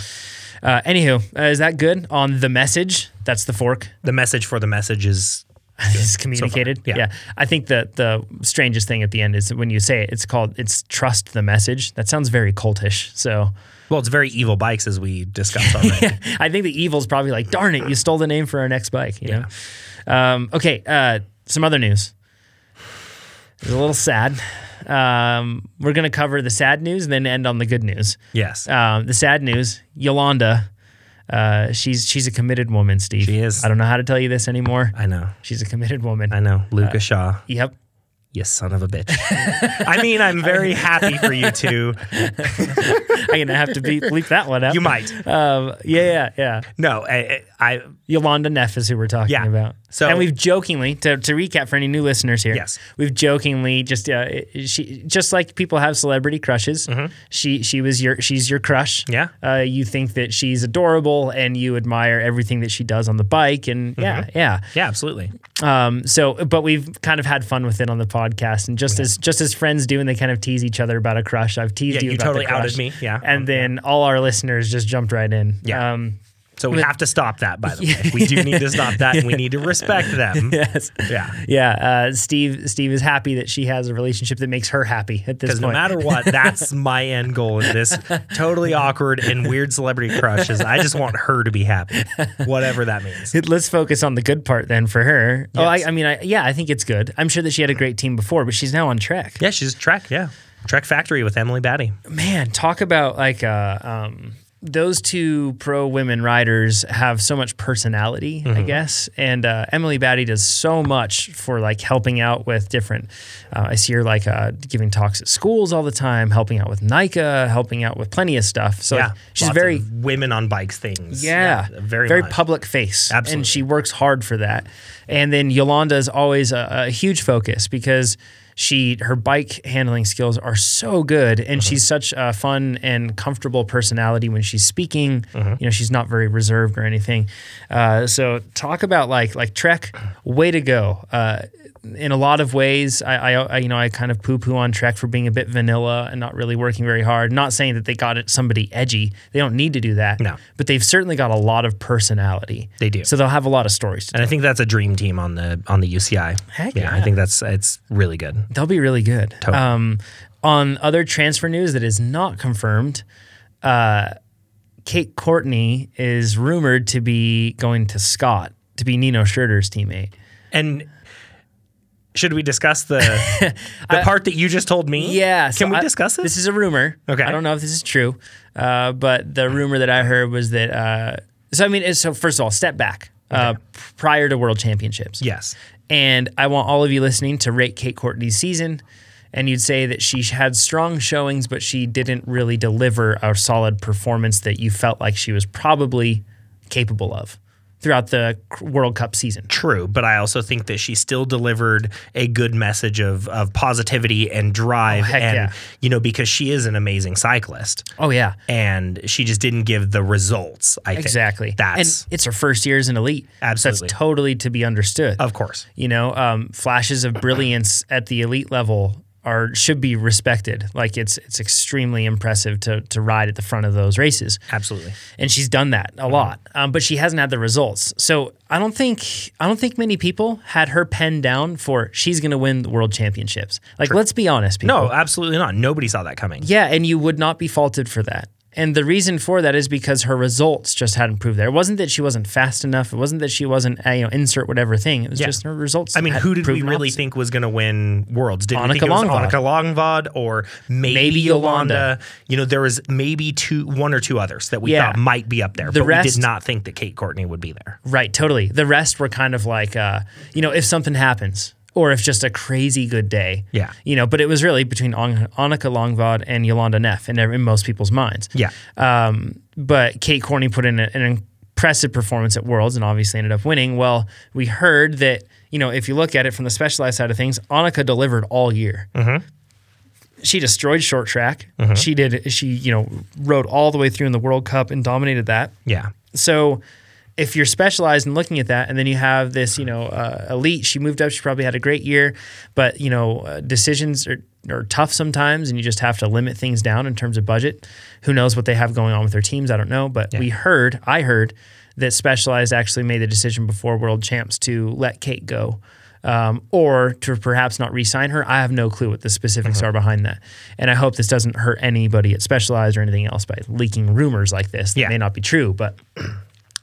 uh, anywho, uh, is that good on the message? That's the fork.
the message for the message is
It's communicated.
yeah.
I think that the strangest thing at the end is when you say it, it's called it's trust the message. That sounds very cultish. So
well, it's very evil bikes as we discussed already.
I think the evil's probably like, darn it, you stole the name for our next bike. You know? Um, okay, uh, some other news. It's a little sad. Um, we're going to cover the sad news and then end on the good news.
Yes,
Um, the sad news, Yolanda. Uh, she's she's a committed woman, Steve.
She is.
I don't know how to tell you this anymore.
I know,
She's a committed woman.
I know, Luca Shaw.
Yep.
You son of a bitch. I mean, I'm very happy for you two.
I'm gonna have to beep, bleep that one out.
You might.
Um, yeah, yeah, yeah.
No, I, I
Yolanda Neff is who we're talking
Yeah.
about.
So-
and we've jokingly to, to recap for any new listeners here.
Yes.
we've jokingly just uh, she just like people have celebrity crushes. She she was your she's your crush.
Mm-hmm. Yeah.
uh, you think that she's adorable and you admire everything that she does on the bike and yeah
Mm-hmm.
yeah
yeah, absolutely.
um, so, but we've kind of had fun with it on the podcast, and just as just as friends do, and they kind of tease each other about a crush. I've teased
Yeah,
you,
you
about the
totally outed
crush.
me, yeah.
and then all our listeners just jumped right in.
Yeah.
Um,
So we have to stop that, by the way. We do need to stop that and we need to respect them.
yes.
Yeah.
Yeah. Uh, Steve. Steve is happy that she has a relationship that makes her happy at this
Because
point.
no matter what, that's my end goal in this totally awkward and weird celebrity crush is I just want her to be happy, whatever that means.
Let's focus on the good part then for her. Oh, I,
Yes. Mm.
I mean, I, yeah, I think it's good. I'm sure that she had a great team before, but she's now on Trek.
Yeah, she's Trek. Yeah. Trek Factory with Emily Batty.
man, talk about like uh, um, those two pro women riders have so much personality,
Mm-hmm.
I guess. And uh, Emily Batty does so much for like helping out with different. Uh, I see her like uh, giving talks at schools all the time, helping out with Nika, helping out with plenty of stuff. So like,
yeah.
she's
lots
very
of women on bikes things.
yeah,
very
very
much.
public face,
Absolutely.
and she works hard for that. And then Yolanda is always a, a huge focus because she her bike handling skills are so good,
Mm-hmm.
and she's such a fun and comfortable personality when she's speaking.
Mm-hmm.
You know, she's not very reserved or anything. Uh, so talk about like like Trek, way to go. Uh, in a lot of ways, I, I, I you know I kind of poo poo on Trek for being a bit vanilla and not really working very hard. Not saying that they got it somebody edgy. They don't need to do that
No.
but they've certainly got a lot of personality.
They do.
So they'll have a lot of stories to
And
tell.
I think that's a dream team on the on the UCI.
Heck
yeah, I
yeah.
think that's it's really good.
They'll be really good.
Totally.
Um, on other transfer news that is not confirmed, uh, Kate Courtney is rumored to be going to Scott to be Nino Schurter's teammate.
And should we discuss the the part that you just told me?
Yeah. so
Can we
I-
discuss this?
This is a rumor.
Okay.
I don't know if this is true, uh, but the rumor that I heard was that. Uh, so I mean, it's- so first of all, step back uh, prior to World Championships.
yes.
And I want all of you listening to rate Kate Courtney's season. And you'd say that she had strong showings, but she didn't really deliver a solid performance that you felt like she was probably capable of throughout the World Cup season.
True, but I also think that she still delivered a good message of of positivity and drive
Oh, heck
and
yeah.
you know because she is an amazing cyclist
Oh, yeah.
and she just didn't give the results, I think.
Exactly.
That's
and it's her first year as an elite.
Absolutely.
That's totally to be understood.
of course.
you know um, flashes of brilliance at the elite level are should be respected like it's it's extremely impressive to to ride at the front of those races
Absolutely.
and she's done that
Mm-hmm.
a lot um, but she hasn't had the results so i don't think i don't think many people had her pen down for she's going to win the world championships like let's be honest people
No, absolutely not. Nobody saw that coming.
yeah, and you would not be faulted for that. And the reason for that is because her results just hadn't proved there. It wasn't that she wasn't fast enough. It wasn't that she wasn't uh, you know insert whatever thing. It was
Yeah.
just her results.
I mean,
had
who did we
proven
really
opposite.
think was going to win Worlds? Did
Annika
we think it was
Longvod.
Annika Longvod or maybe,
Maybe Yolanda.
Yolanda. You know, there was maybe two, one or two others that we
Yeah.
thought might be up there,
The
but we
rest-
did not think that Kate Courtney would be there.
Right, totally. The rest were kind of like, uh, you know, if something happens or if just a crazy good day.
Yeah.
You know, but it was really between An- Annika Longvod and Yolanda Neff in, in most people's minds.
Yeah,
Um, but Kate Corney put in a- an impressive performance at Worlds and obviously ended up winning. Well, we heard that, you know, if you look at it from the specialized side of things, Annika delivered all year.
Mm-hmm.
She destroyed short track. She did, she, you know, rode all the way through in the World Cup and dominated that.
yeah,
So if you're specialized in looking at that, and then you have this, you know, uh, elite, she moved up, she probably had a great year, but you know, uh, decisions are, are tough sometimes, and you just have to limit things down in terms of budget. Who knows what they have going on with their teams? I don't know, but we heard, I heard that specialized actually made the decision before World Champs to let Kate go. Um, or to perhaps not re-sign her. I have no clue what the specifics are behind that, and I hope this doesn't hurt anybody at Specialized or anything else by leaking rumors like this. That
Yeah.
may not be true, but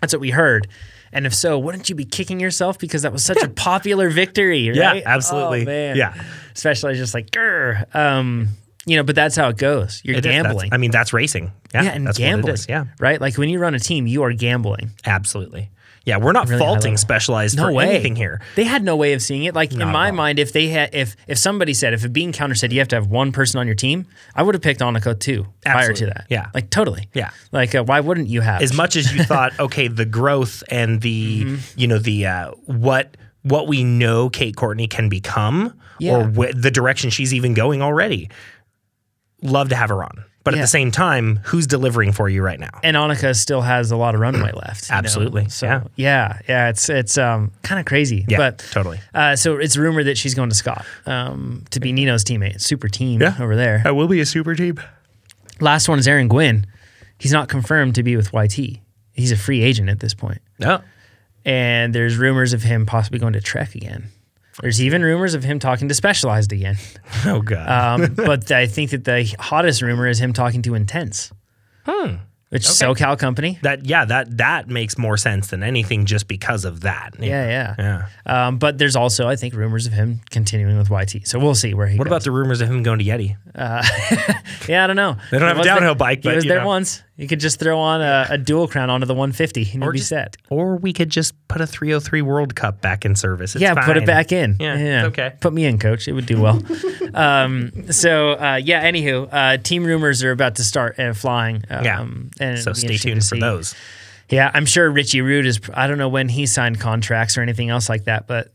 that's what we heard. And if so, wouldn't you be kicking yourself because that was such a popular victory, right?
yeah, absolutely.
Oh, man.
Yeah,
Especially just like, grr. Um, you know, but that's how it goes. You're
It is. That's-
gambling.
I mean, that's racing. Yeah,
yeah, and
that's what it
gambling.
is. Yeah,
Right? Like when you run a team, you are gambling.
absolutely. Yeah, we're not
Really high
faulting
level.
specialized
no
for
way.
anything here.
They had no way of seeing it. Like
Not
in
at
my
all.
mind, if they had, if if somebody said, if a bean counter said you have to have one person on your team, I would have picked Annika too. Prior to
Absolutely.
that,
Yeah.
like totally,
Yeah.
Like uh, why wouldn't you have
as much as you thought okay the growth and the
Mm-hmm.
you know the uh, what what we know kate courtney can become or
Yeah.
wh- the direction she's even going already love to have her on but at
Yeah.
the same time who's delivering for you right now
and Annika still has a lot of runway left. you know?
Absolutely,
So
yeah.
yeah. yeah, it's it's um kind of crazy.
Yeah,
but
totally.
Uh, so it's rumored that she's going to Scott um, to be Nino's teammate, super team
Yeah.
over there.
will be a super team
Last one is Aaron Gwynn. He's not confirmed to be with YT. He's a free agent at this point.
no
And there's rumors of him possibly going to Trek again. There's even rumors of him talking to Specialized again.
oh god
Um, but I think that the hottest rumor is him talking to Intense, hmm. which is SoCal company.
that yeah that that makes more sense than anything just because of that
Yeah, yeah.
yeah
Um, but there's also, I think, rumors of him continuing with YT. So we'll see where he
what about
goes.
the rumors of him going to yeti
yeah, I don't know.
They don't have a
He was
downhill
there-
bike,
he
but,
was
you
there
know.
once. You could just throw on a, a dual crown onto the 150 and you'd be
just-
set.
or we could just put a 303 world cup back in service It's
yeah, put
fine.
it back in.
Yeah, it's okay.
Put me in, coach. It would do well. um, so uh, yeah. Anywho, uh, team rumors are about to start uh, flying.
Yeah.
Um, and
so
it'll be interesting
stay tuned
to
for
see.
those
Yeah, I'm sure Richie Root is. I don't know when he signed contracts or anything else like that, but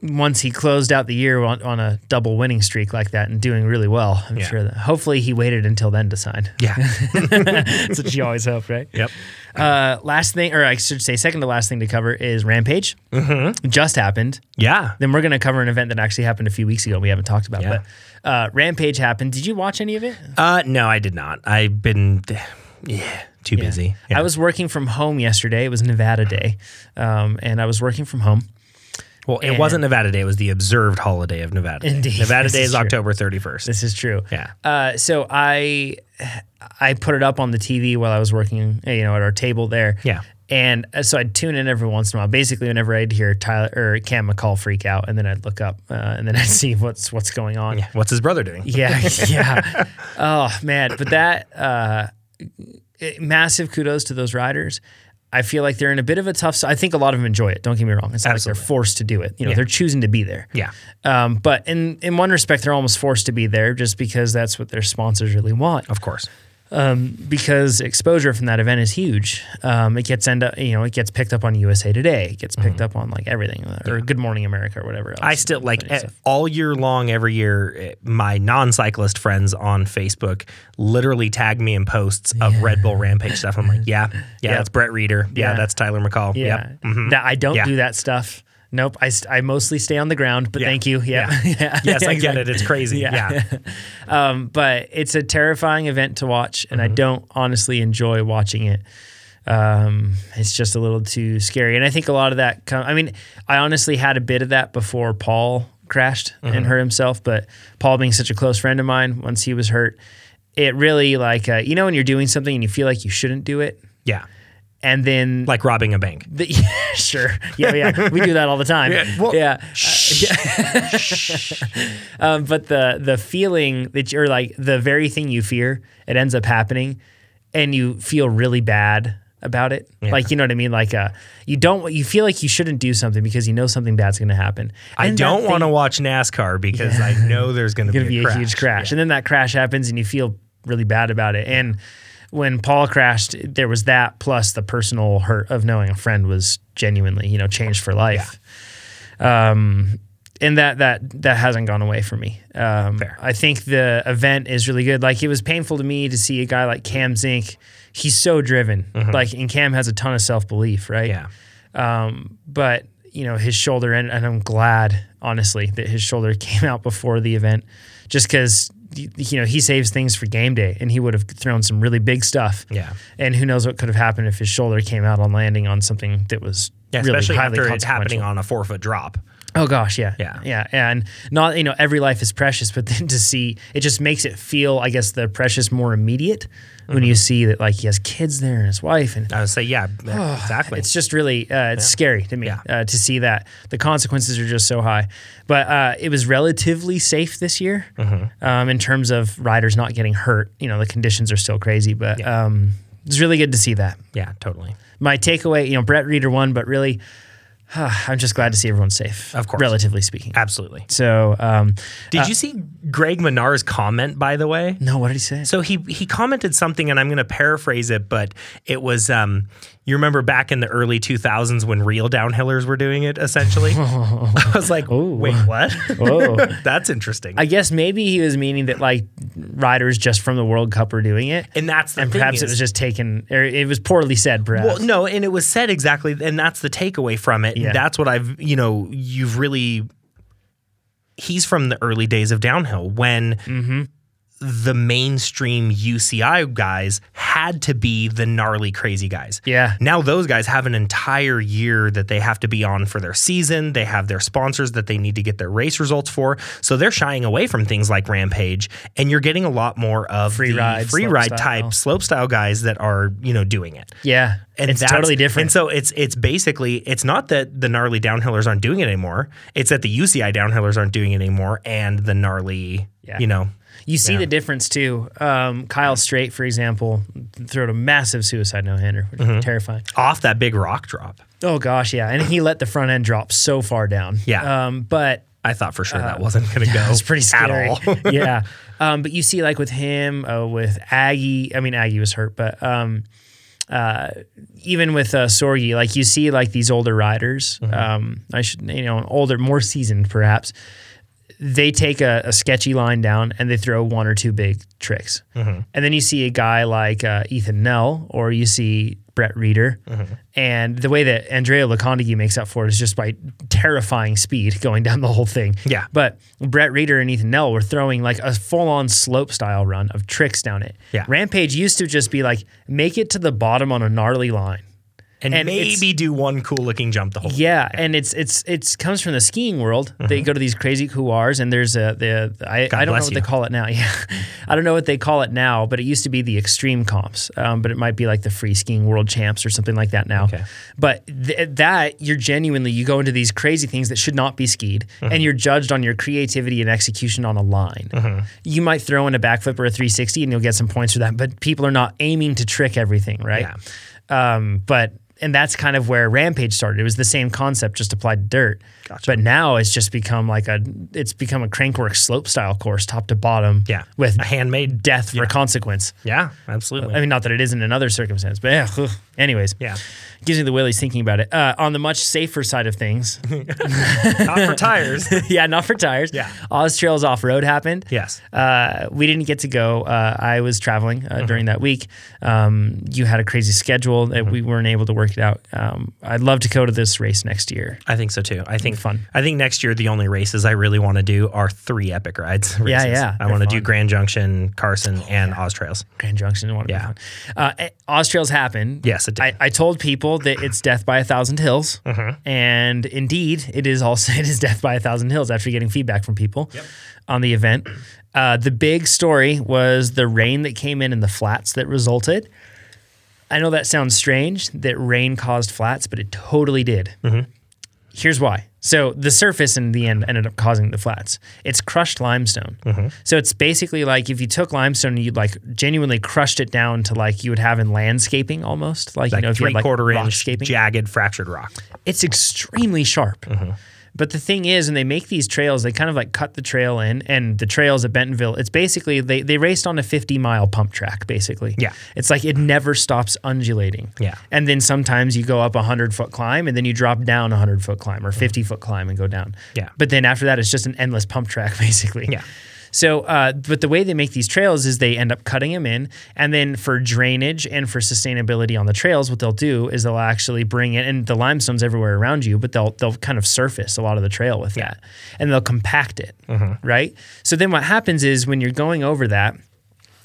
once he closed out the year on, on a double winning streak like that and doing really well, I'm
Yeah.
sure that. Hopefully, he waited until then to sign.
yeah
That's what you always hope, right?
Yep.
Uh, last thing, or I should say, second to last thing to cover is Rampage. Mm-hmm. Just happened.
Yeah.
then we're going to cover an event that actually happened a few weeks ago. We haven't talked about,
Yeah.
but uh, Rampage happened. Did you watch any of it?
Uh, no, I did not. I've been yeah, too busy. Yeah.
I was working from home yesterday. It was Nevada Day, um, and I was working from home.
well, it wasn't Nevada Day. It was the observed holiday of Nevada. Day.
Indeed.
Nevada
This
Day
is
is
true.
October 31st.
This is true.
Yeah.
Uh, so I, I put it up on the TV while I was working. You know, at our table there.
Yeah.
And uh, so I'd tune in every once in a while. Basically, whenever I'd hear Tyler or Cam McCall freak out, and then I'd look up, uh, and then I'd see what's what's going on.
Yeah. What's his brother doing?
Yeah, yeah. oh man, but that uh, it- massive kudos to those riders. I feel like they're in a bit of a tough. s- I think a lot of them enjoy it. Don't get me wrong. It's not like
Absolutely.
they're forced to do it. You know, they're choosing to be there.
Yeah.
Um, but in in one respect, they're almost forced to be there just because that's what their sponsors really want
Of course.
because exposure from that event is huge. Um, it gets end up, you know, it gets picked up on USA Today. It gets picked up on like everything, or Good Morning America, or whatever. Else.
Mm-hmm. I still like
Funny
eh,
stuff.
all year long, every year, eh, my non cyclist friends on Facebook literally tag me in posts of Red Bull Rampage stuff. I'm like, yeah, yeah, that's Brett Reeder. Yeah,
Yeah.
that's Tyler McCall.
Yeah,
Yep. Mm-hmm.
that I don't
Yeah.
do that stuff. Nope, I, st- I mostly stay on the ground. But
Yeah.
thank you. Yeah,
Yeah.
yeah.
Yes, I get
Exactly.
it. It's crazy.
Yeah.
yeah.
Um, but it's a terrifying event to watch, and
Mm-hmm.
I don't honestly enjoy watching it. Um, it's just a little too scary, and I think a lot of that. Com- I mean, I honestly had a bit of that before Paul crashed
Mm-hmm.
and hurt himself, but Paul being such a close friend of mine, once he was hurt, it really like uh, you know when you're doing something and you feel like you shouldn't do it,
Yeah.
and then
Like robbing a bank.
the, yeah, sure. Yeah, yeah. We do that all the time. Yeah.
well-
um, but the the feeling that you're like the very thing you fear, it ends up happening, and you feel really bad about it. Like you know what I mean? Like uh, you don't you feel like you shouldn't do something because you know something bad's going to happen.
I
And that
don't want to
thing-
watch NASCAR because I know there's going to be,
gonna be a, huge crash. And then that crash happens and you feel really bad about it. And when Paul crashed, there was that plus the personal hurt of knowing a friend was genuinely, you know, changed for life. Um and that that that hasn't gone away for me. Um,
Fair.
I think the event is really good. Like it was painful to me to see a guy like Cam Zink. He's so driven. Like and Cam has a ton of self belief, right?
Yeah.
but you know his shoulder and, and i'm glad honestly that his shoulder came out before the event just because you know he saves things for game day and he would have thrown some really big stuff
Yeah.
and who knows what could have happened if his shoulder came out on landing on something that was
Yeah,
really
especially
highly
after it's happening
consequential.
on a four foot drop.
Oh gosh, yeah,
Yeah.
yeah, and not you know every life is precious, but then to see it just makes it feel, I guess, the precious more immediate
Mm-hmm.
when you see that like he has kids there and his wife and
I would say, yeah, exactly.
it's just really uh, it's scary to me
Yeah.
uh, to see that the consequences are just so high. But uh, it was relatively safe this year
Mm-hmm.
um, in terms of riders not getting hurt. You know, the conditions are still crazy, but um, it's really good to see that.
yeah, totally.
my takeaway, you know, Brett Reader won, but really, I'm just glad to see everyone safe.
Of course.
relatively speaking.
Absolutely.
So, um,
Did you see Greg Minar's comment, by the way?
no, what did he say?
So he he commented something, and I'm going to paraphrase it, but it was um, you remember back in the early 2000s when real downhillers were doing it. Essentially, I was like, wait, what?
Whoa.
That's interesting.
I guess maybe he was meaning that like riders just from the World Cup were doing it,
and that's the
and
thing
perhaps
is-
it was just taken, or it was poorly said, perhaps.
Well, no, and it was said exactly, and that's the takeaway from it.
Yeah.
That's what I've, you know, you've really. He's from the early days of downhill when
Mm-hmm.
the mainstream UCI guys had to be the gnarly, crazy guys.
Yeah.
Now those guys have an entire year that they have to be on for their season. They have their sponsors that they need to get their race results for. So they're shying away from things like Rampage, and you're getting a lot more of
Free
the
ride,
free
slope
ride
style.
type slope style guys that are you know doing it
Yeah,
and
it's
that's-
totally
And
different.
so it's it's basically it's not that the gnarly downhillers aren't doing it anymore. It's that the UCI downhillers aren't doing it anymore, and the gnarly,
Yeah.
you know,
you see the difference too. Um, Kyle
Mm.
Straight, for example, throwed a massive suicide no hander, which
Mm-hmm.
was terrifying.
off that big rock drop.
Oh gosh, yeah, and he let the front end drop so far down.
Yeah.
um, but
I thought for sure that wasn't going to go.
Uh, It's pretty scary.
At all.
yeah. Um, but you see, like with him, uh, with Aggie. I mean, Aggie was hurt, but um, uh, even with uh, Sorgi, like you see, like these older riders.
Mm-hmm.
Um, I should, you know, older, more seasoned, perhaps. They take a, a sketchy line down and they throw one or two big tricks,
Mm-hmm.
and then you see a guy like uh, Ethan Nell, or you see. Brett Reeder,
Mm-hmm.
and the way that Andrea Lacondegui makes up for it is just by terrifying speed going down the whole thing.
Yeah.
But Brett Reeder and Ethan Nell were throwing like a full on slope style run of tricks down it.
Yeah.
Rampage used to just be like, make it to the bottom on a gnarly line.
and,
And it's-
maybe do one cool looking jump the whole.
Yeah, and it's it's it's comes from the skiing world. They go to these crazy couloirs, and there's a the I, I don't know
Mm-hmm. bless
what
you.
they call it now. Yeah, I don't know what they call it now, but it used to be the extreme comps, um, but it might be like the free skiing world champs or something like that now.
Okay.
But th- that you're genuinely you go into these crazy things that should not be skied,
Mm-hmm.
and you're judged on your creativity and execution on a line.
Mm-hmm.
You might throw in a backflip or a 360, and you'll get some points for that. But people are not aiming to trick everything, right?
Yeah.
Um, but and that's kind of where Rampage started. It was the same concept, just applied to dirt. But now it's just become like a it's become a crankwork slope style course, top to bottom.
Yeah.
with Uh,
a handmade
death for consequence.
Yeah, absolutely.
I mean, not that it isn't in another circumstance, but yeah. ugh. Anyways,
Yeah.
gives me the willies thinking about it. Uh, on the much safer side of things,
Not for tires.
yeah, not for tires.
Yeah.
Oz Trails off road happened.
yes.
Uh, we didn't get to go. Uh, I was traveling uh, during
Uh-huh.
that week. Um, you had a crazy schedule that
Mm-hmm.
we weren't able to work it out. Um, I'd love to go to this race next year.
I think so too. I think
fun.
I think next year the only races I really want to do are three epic rides.
Yeah,
races.
yeah,
I
they're
want to do
fun. Oh,
Grand Junction, Carson, and Oz Trails.
Grand Junction, one
Yeah.
yeah. Uh, eh, Oz Trails happened.
Yes, it did. Uh-huh.
I, I told people that it's death by a thousand hills, and indeed, it is also it is death by a thousand hills. After getting feedback from people on the event, uh, the big story was the rain that came in and the flats that resulted. I know that sounds strange that rain caused flats, but it totally did.
Mm-hmm.
Here's why. So the surface in the end ended up causing the flats. It's crushed limestone.
Mm-hmm.
So it's basically like if you took limestone and you'd like genuinely crushed it down to like you would have in landscaping almost. Like,
Like
you know, if you
three
had like
quarter inch
rockscaping
jagged fractured rock.
it's extremely sharp.
Mm-hmm.
But the thing is, when they make these trails, they kind of like cut the trail in, and the trails at Bentonville, it's basically they, they raced on a 50 mile pump track, basically.
Yeah.
It's like it never stops undulating.
Yeah.
And then sometimes you go up a 100 foot climb, and then you drop down a 100 foot climb or 50 foot climb and go down.
Yeah.
But then after that, it's just an endless pump track, basically.
Yeah.
So, uh, but the way they make these trails is they end up cutting them in, and then for drainage and for sustainability on the trails, what they'll do is they'll actually bring in and the limestone's everywhere around you, but they'll they'll kind of surface a lot of the trail with that, and they'll compact it,
Mm-hmm.
right? So then what happens is when you're going over that,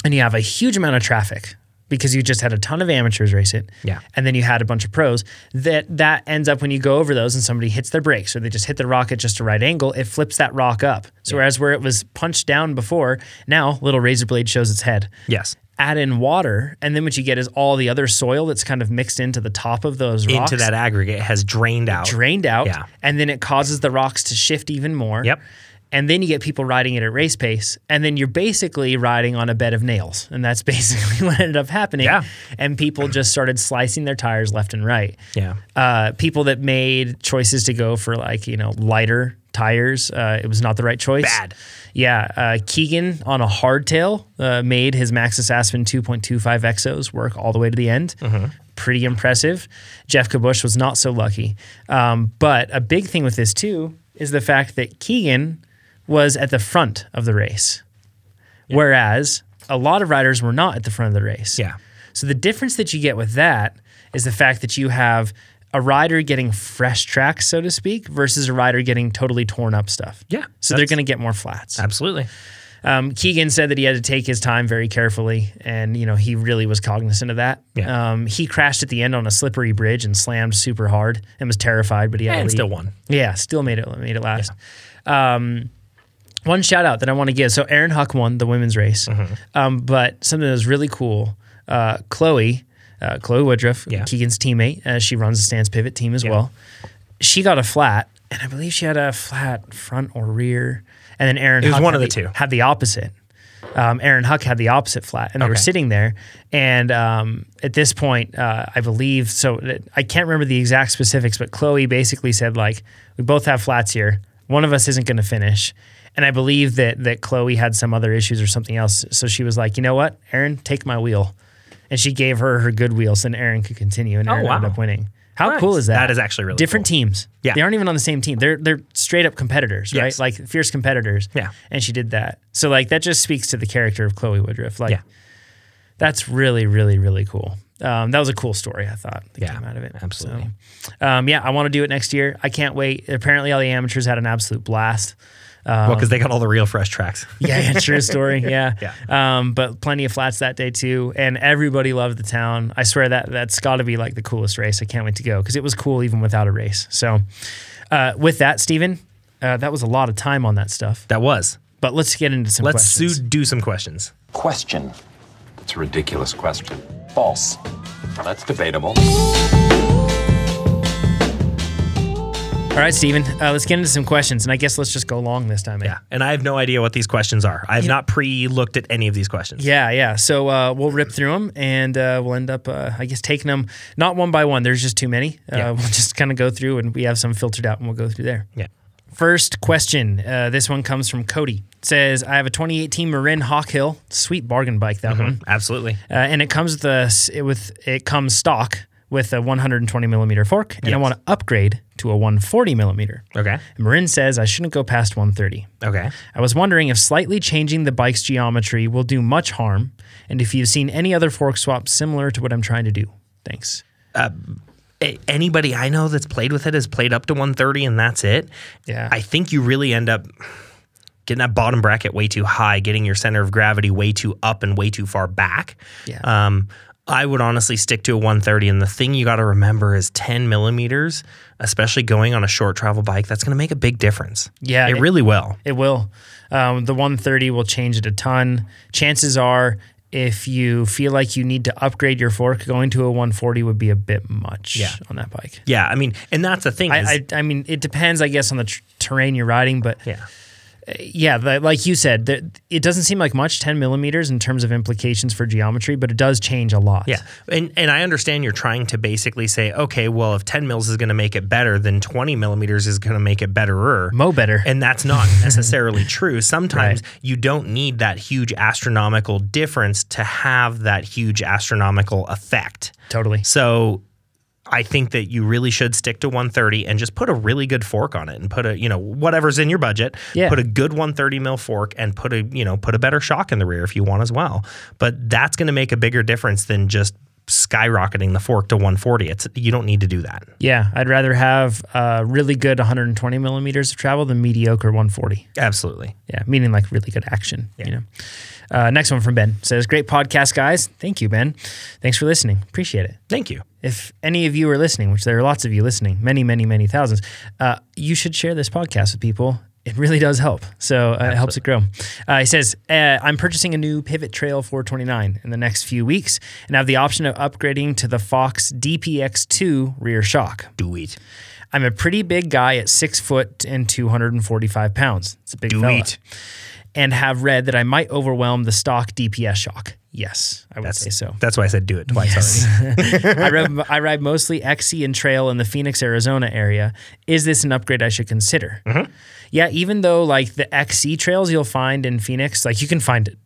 and you have a huge amount of traffic because you just had a ton of amateurs race it,
Yeah.
and then you had a bunch of pros that that ends up when you go over those and somebody hits their brakes or they just hit the rock at just a right angle it flips that rock up so whereas where it was punched down before now little razor blade shows its head
Yes.
add in water and then what you get is all the other soil that's kind of mixed into the top of those rocks
Into that aggregate has drained out.
drained out
Yeah.
and then it causes the rocks to shift even more
Yep.
and then you get people riding it at race pace, and then you're basically riding on a bed of nails, and that's basically what ended up happening.
Yeah.
and people just started slicing their tires left and right
Yeah.
uh, people that made choices to go for like you know lighter tires. Uh, it was not the right choice.
Bad.
Yeah, uh, Keegan on a hardtail uh, made his Maxis Aspen 2.25 Exos work all the way to the end. Pretty impressive. Jeff Kabush was not so lucky. Um, but a big thing with this too is the fact that Keegan was at the front of the race, whereas a lot of riders were not at the front of the race.
Yeah.
So the difference that you get with that is the fact that you have a rider getting fresh tracks, so to speak, versus a rider getting totally torn up stuff.
Yeah,
So they're
that's-
going to get more flats.
Absolutely.
Um, Keegan said that he had to take his time very carefully, and you know he really was cognizant of that.
Yeah.
Um, he crashed at the end on a slippery bridge and slammed super hard and was terrified, but he had to
And
leave.
still won.
Yeah, still made it made it last. Um, one shout out that I want to give. So Aaron Huck won the women's race,
Mm-hmm.
um, but something that was really cool. Uh, Chloe, uh, Chloe Woodruff,
Yeah.
Keegan's teammate, uh, she runs the Stance Pivot team as well. She got a flat, and I believe she had a flat front or rear. And then Aaron
It was
Huck
one of
had
the two.
had the opposite. Um, Aaron Huck had the opposite flat, and they were
Okay.
sitting there. And um, at this point, uh, I believe so. that- I can't remember the exact specifics, but Chloe basically said like, "We both have flats here. One of us isn't going to finish." And I believe that that Chloe had some other issues or something else, so she was like, "You know what, Aaron, take my wheel," and she gave her her good wheel, so then Aaron could continue, and Aaron ended
Oh, wow.
up winning. How
Nice.
cool is that?
That is actually really
different
cool.
teams.
Yeah.
they aren't even on the same team. They're they're straight up competitors, right?
Yes.
Like fierce competitors
Yeah.
and she did that. So like that just speaks to the character of Chloe Woodruff. Like
Yeah.
that's really, really, really cool. Um, that was a cool story. I thought that
Yeah,
came out of it.
absolutely.
So, um, yeah, I want to do it next year. I can't wait. Apparently, all the amateurs had an absolute blast.
well, because they got all the real fresh tracks.
Yeah, yeah true story. Yeah. Um, but plenty of flats that day too, and everybody loved the town. I swear that that's got to be like the coolest race. I can't wait to go because it was cool even without a race. So, uh, with that, Steven, uh, that was a lot of time on that stuff.
That was.
But let's get into some.
Let's
questions.
su- do some questions.
Question.
It's a ridiculous question.
False.
That's debatable.
All right, Steven, uh, let's get into some questions. And I guess let's just go long this time. eh?
Yeah. And I have no idea what these questions are. I have not pre looked at any of these questions.
Yeah, yeah. So uh, we'll rip through them and uh, we'll end up, uh, I guess, taking them not one by one. There's just too many. Uh,
Yeah.
We'll just kind of go through and we have some filtered out and we'll go through there.
Yeah.
First question. Uh, this one comes from Cody. It says, I have a 2018 Marin Hawk Hill. Sweet bargain bike, that
Mm-hmm.
one.
Absolutely.
Uh, and it comes with a, s- it with it comes stock with a 120 millimeter fork. And I
Yes.
want to upgrade to a 140 millimeter.
Okay.
Marin says I shouldn't go past 130.
Okay.
I was wondering if slightly changing the bike's geometry will do much harm, and if you've seen any other fork swaps similar to what I'm trying to do. Thanks.
A- Anybody I know that's played with it has played up to 130 and that's it.
Yeah.
I think you really end up getting that bottom bracket way too high, getting your center of gravity way too up and way too far back.
Yeah.
Um, I would honestly stick to a 130. And the thing you got to remember is 10 millimeters, especially going on a short travel bike, that's going to make a big difference.
Yeah,
It
it-
really will.
It will. Um, the 130 will change it a ton. Chances are, if you feel like you need to upgrade your fork, going to a 140 would be a bit much
Yeah.
on that bike.
Yeah. I mean, and that's the thing. is-
I, I, I mean, it depends, I guess, on the tr- terrain you're riding, but
yeah.
yeah, the, like you said, the, it doesn't seem like much 10 millimeters in terms of implications for geometry, but it does change a lot.
Yeah, and and I understand you're trying to basically say, okay, well, if 10 mils is going to make it better, then 20 millimeters is going to make it betterer.
Mo better.
and that's not necessarily true. Sometimes you don't need that huge astronomical difference to have that huge astronomical effect.
totally.
So I think that you really should stick to 130 and just put a really good fork on it and put a, you know, whatever's in your budget,
Yeah.
put a good 130 mil fork and put a, you know, put a better shock in the rear if you want as well. But that's going to make a bigger difference than just skyrocketing the fork to 140. It's you don't need to do that.
Yeah, I'd rather have uh, really good 120 millimeters of travel than mediocre 140.
Absolutely.
Yeah, meaning like really good action. You know. Uh, next one from Ben says, "Great podcast, guys. Thank you, Ben. Thanks for listening. Appreciate it.
Thank you.
If any of you are listening, which there are lots of you listening, many, many, many thousands, uh, you should share this podcast with people." It really does help. So uh, it helps it grow. Uh, he says, uh, I'm purchasing a new Pivot Trail 429 in the next few weeks and have the option of upgrading to the Fox DPX2 rear shock.
Do it.
I'm a pretty big guy at six foot and 245 pounds. It's a big
Do
fella.
it.
And have read that I might overwhelm the stock DPS shock. Yes, I would
That's
say so.
That's why I said do it twice already.
I, ride, I ride mostly XC and trail in the Phoenix, Arizona area. Is this an upgrade I should consider?
Mm-hmm.
Yeah, even though like the XC trails you'll find in Phoenix, like you can find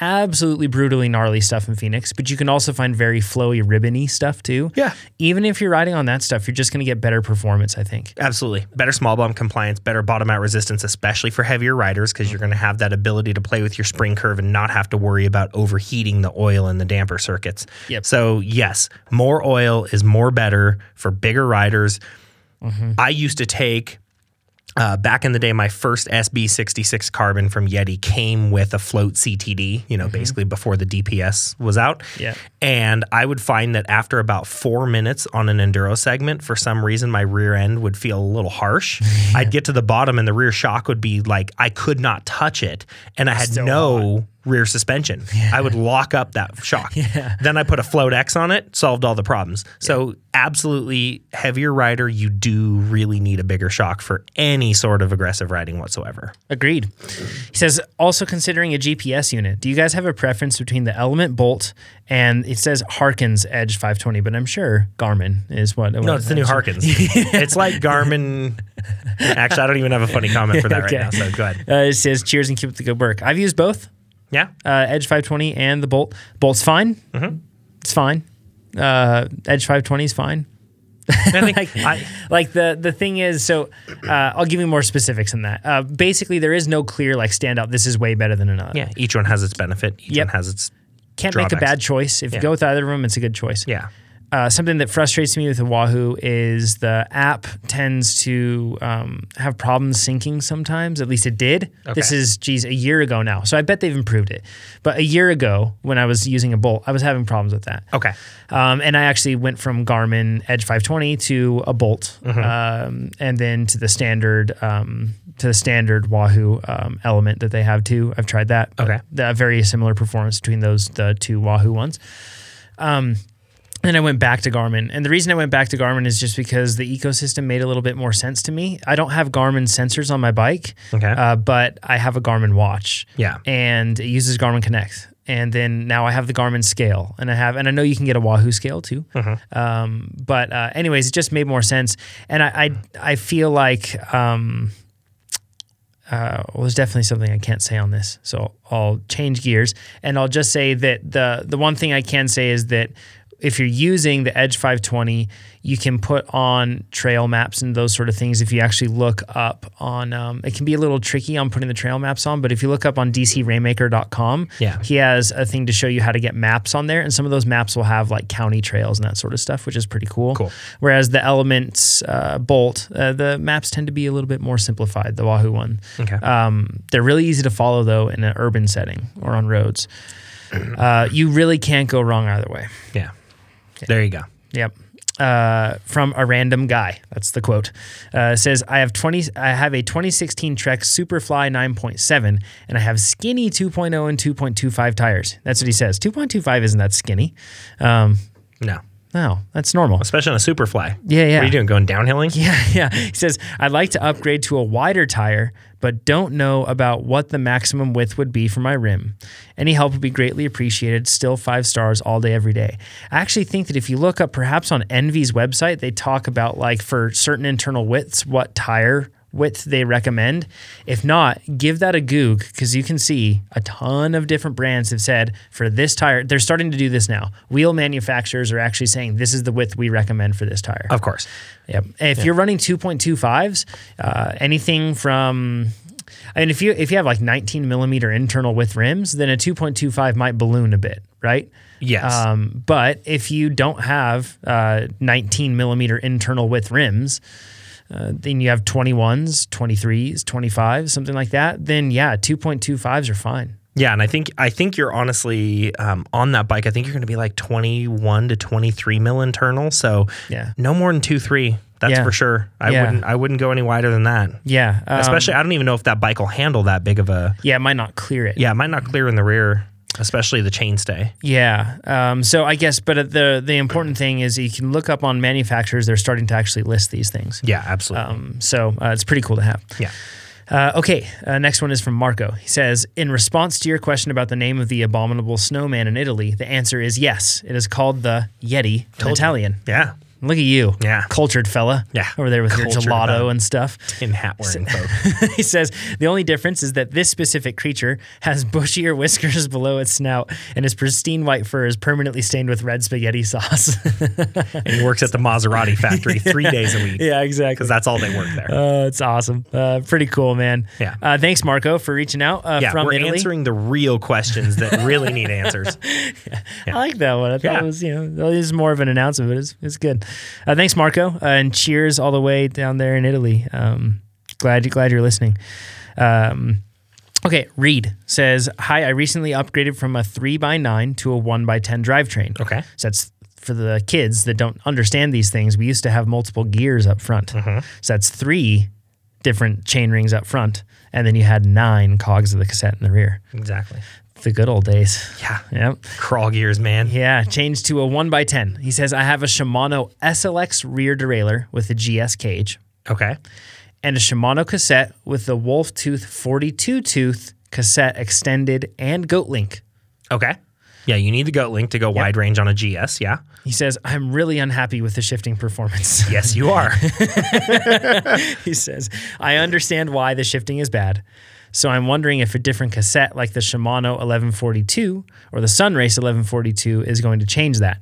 absolutely brutally gnarly stuff in Phoenix, but you can also find very flowy, ribbony stuff too.
Yeah.
Even if you're riding on that stuff, you're just going to get better performance, I think.
Absolutely. Better small bump compliance, better bottom out resistance, especially for heavier riders, because you're going to have that ability to play with your spring curve and not have to worry about overheating the oil in the damper circuits.
Yep.
So, yes, more oil is more better for bigger riders.
Mm-hmm.
I used to take. Uh, back in the day, my first SB66 carbon from Yeti came with a float CTD, you know, basically before the DPS was out.
Mm-hmm. Yeah.
And I would find that after about four minutes on an enduro segment, for some reason, my rear end would feel a little harsh. I'd get to the bottom and the rear shock would be like, I could not touch it. And I had no rear suspension. I would lock up that shock. Then I put a float X on it, solved all the problems. So, absolutely, heavier rider, you do really need a bigger shock for any sort of aggressive riding whatsoever.
Agreed. He says also considering a GPS unit. Do you guys have a preference between the Element Bolt and it says Harkins Edge 520, but I'm sure Garmin is what.
No, it's the new Harkins. it's like Garmin. Actually, I don't even have a funny comment for that
Okay.
right now. So go ahead.
Uh, it says cheers and keep up the good work. I've used both
Yeah.
uh, Edge 520 and the Bolt. Bolt's fine.
Mm-hmm.
It's fine. Uh, Edge 520 is fine.
I think I,
like the the thing is so uh, i'll give you more specifics on that uh, basically there is no clear like standout this is way better than another
yeah, each one has its benefit. Each
Yep.
one has its.
can't make a
Drawbacks.
bad choice if
Yeah.
you go with either of them it's a good choice
Yeah.
uh, something that frustrates me with Wahoo is the app tends to um, have problems syncing sometimes. At least it did. This
Okay.
is, geez, a year ago now. So I bet they've improved it. But a year ago, when I was using a Bolt, I was having problems with that.
Okay.
Um, and I actually went from Garmin Edge 520 to a Bolt,
Mm-hmm.
um, and then to the standard um, to the standard Wahoo um, Element that they have too. I've tried that. but
Okay.
the very similar performance between those the two Wahoo ones. Um, And I went back to Garmin. And the reason I went back to Garmin is just because the ecosystem made a little bit more sense to me. I don't have Garmin sensors on my bike,
Okay.
uh, but I have a Garmin watch.
Yeah.
And it uses Garmin Connect. And then now I have the Garmin scale. And I have, and I know you can get a Wahoo scale too. Um, but, uh, anyways, it just made more sense. And I, I, I feel like, um, well, there's definitely something I can't say on this, so I'll change gears and I'll just say that the the one thing I can say is that if you're using the Edge 520, you can put on trail maps and those sort of things. If you actually look up on, um, it can be a little tricky on putting the trail maps on, but if you look up on dcrainmaker.com,
Yeah.
he has a thing to show you how to get maps on there, and some of those maps will have like county trails and that sort of stuff, which is pretty cool.
Cool.
Whereas the Elements uh, Bolt, uh, the maps tend to be a little bit more simplified. The Wahoo one.
Okay.
Um, they're really easy to follow though in an urban setting or on roads. Uh, you really can't go wrong either way.
yeah. There you go.
Yep. Uh, from a random guy. That's the quote. Uh, it says I have twenty. I have a 2016 Trek Superfly 9.7, and I have skinny 2.0 and 2.25 tires. That's what he says. 2.25 isn't that skinny. Um,
No.
no, that's normal.
Especially on a superfly.
Yeah, yeah.
What are you doing? Going downhilling?
Yeah, yeah. He says, I'd like to upgrade to a wider tire, but don't know about what the maximum width would be for my rim. Any help would be greatly appreciated. Still five stars all day, every day. I actually think that if you look up perhaps on Envy's website, they talk about like for certain internal widths, what tire width they recommend. If not, give that a goog because you can see a ton of different brands have said for this tire, they're starting to do this now. Wheel manufacturers are actually saying this is the width we recommend for this tire.
Of course.
Yep. And if you're running 2.25s, uh, anything from I mean, if you if you have like 19 millimeter internal width rims, then a 2.25 might balloon a bit, right?
Yes.
Um, but if you don't have uh, 19 millimeter internal width rims, uh, then you have 21s, 23s, 25s, something like that. Then yeah, 2.25s are fine.
Yeah, and I think I think you're honestly um, on that bike. I think you're going to be like 21 to 23 mil internal. So
Yeah.
no more than two three. That's
Yeah.
for sure. I
Yeah.
wouldn't I wouldn't go any wider than that.
Yeah. um,
Especially I don't even know if that bike will handle that big of a.
yeah, it might not clear it.
Yeah, it might not clear in the rear. especially the chainstay.
Yeah. Um, so I guess, but the the important thing is you can look up on manufacturers. They're starting to actually list these things.
Yeah, absolutely.
Um, so uh, it's pretty cool to have.
yeah.
Uh, okay, uh, next one is from Marco. He says, In response to your question about the name of the abominable snowman in Italy, the answer is yes. It is called the Yeti in Italian.
Yeah.
Look at you.
Yeah.
Cultured fella.
Yeah.
Over there with your
Cultured
gelato
fella.
and stuff.
In hat wearing folk.
he says, The only difference is that this specific creature has bushier whiskers below its snout, and his pristine white fur is permanently stained with red spaghetti sauce.
And he works at the Maserati factory three days a week.
yeah, exactly.
Because that's all they work there.
Uh, it's awesome. Uh, pretty cool, man.
Yeah.
Uh, thanks, Marco, for reaching out uh,
yeah,
from
we're
Italy.
answering the real questions that really need answers.
I like that one. I thought
Yeah.
it was, you know, it was more of an announcement, but it's, it's good. Uh, thanks, Marco, uh, and cheers all the way down there in Italy. Um, glad you glad you're listening. Um, okay, Reed says, "Hi, I recently upgraded from a three x nine to a one x ten drivetrain.
Okay.
so that's." For the kids that don't understand these things, we used to have multiple gears up front.
Mm-hmm.
So that's three different chain rings up front. And then you had nine cogs of the cassette in the rear.
Exactly.
The good old days.
Yeah.
Yep.
Crawl gears, man.
Yeah, changed to a 1x10. He says, I have a Shimano SLX rear derailleur with a GS cage
Okay.
and a Shimano cassette with the Wolf Tooth 42 tooth cassette extended and goat link.
Okay. Yeah, you need the goat link to go wide range on a GS. Yeah.
He says, I'm really unhappy with the shifting performance.
Yes, you are.
he says, I understand why the shifting is bad. So I'm wondering if a different cassette like the Shimano 1142 or the Sunrace 1142 is going to change that.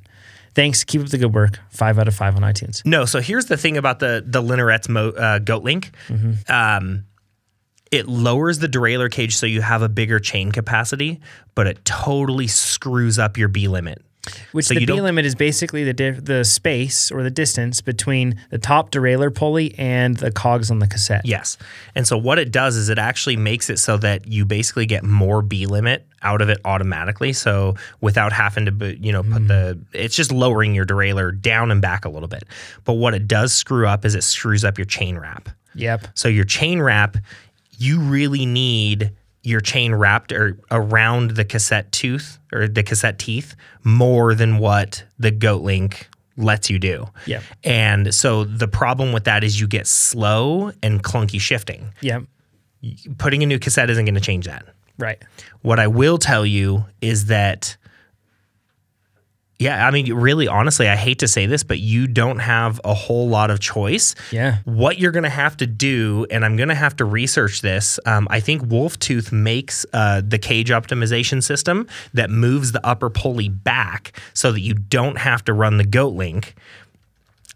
Thanks. Keep up the good work. Five out of five on iTunes.
No, so here's the thing about the the Linerets mo- uh, Goat Link.
Mm-hmm.
Um, it lowers the derailleur cage so you have a bigger chain capacity, but it totally screws up your B limit.
Which
So
the
you
B
don't-
limit is basically the diff- the space or the distance between the top derailleur pulley and the cogs on the cassette.
Yes. And so what it does is it actually makes it so that you basically get more B limit out of it automatically. So without having to, bu- you know, put the, it's just lowering your derailleur down and back a little bit. But what it does screw up is it screws up your chain wrap.
Yep.
So your chain wrap, you really need your chain wrapped or around the cassette tooth or the cassette teeth more than what the goat link lets you do.
Yep.
And so the problem with that is you get slow and clunky shifting.
Yep.
Putting a new cassette isn't going to change that.
Right.
What I will tell you is that yeah, I mean really honestly, I hate to say this, but you don't have a whole lot of choice
Yeah.
what you're going to have to do, and I'm going to have to research this. Um, I think Wolftooth makes uh, the cage optimization system that moves the upper pulley back so that you don't have to run the goat link.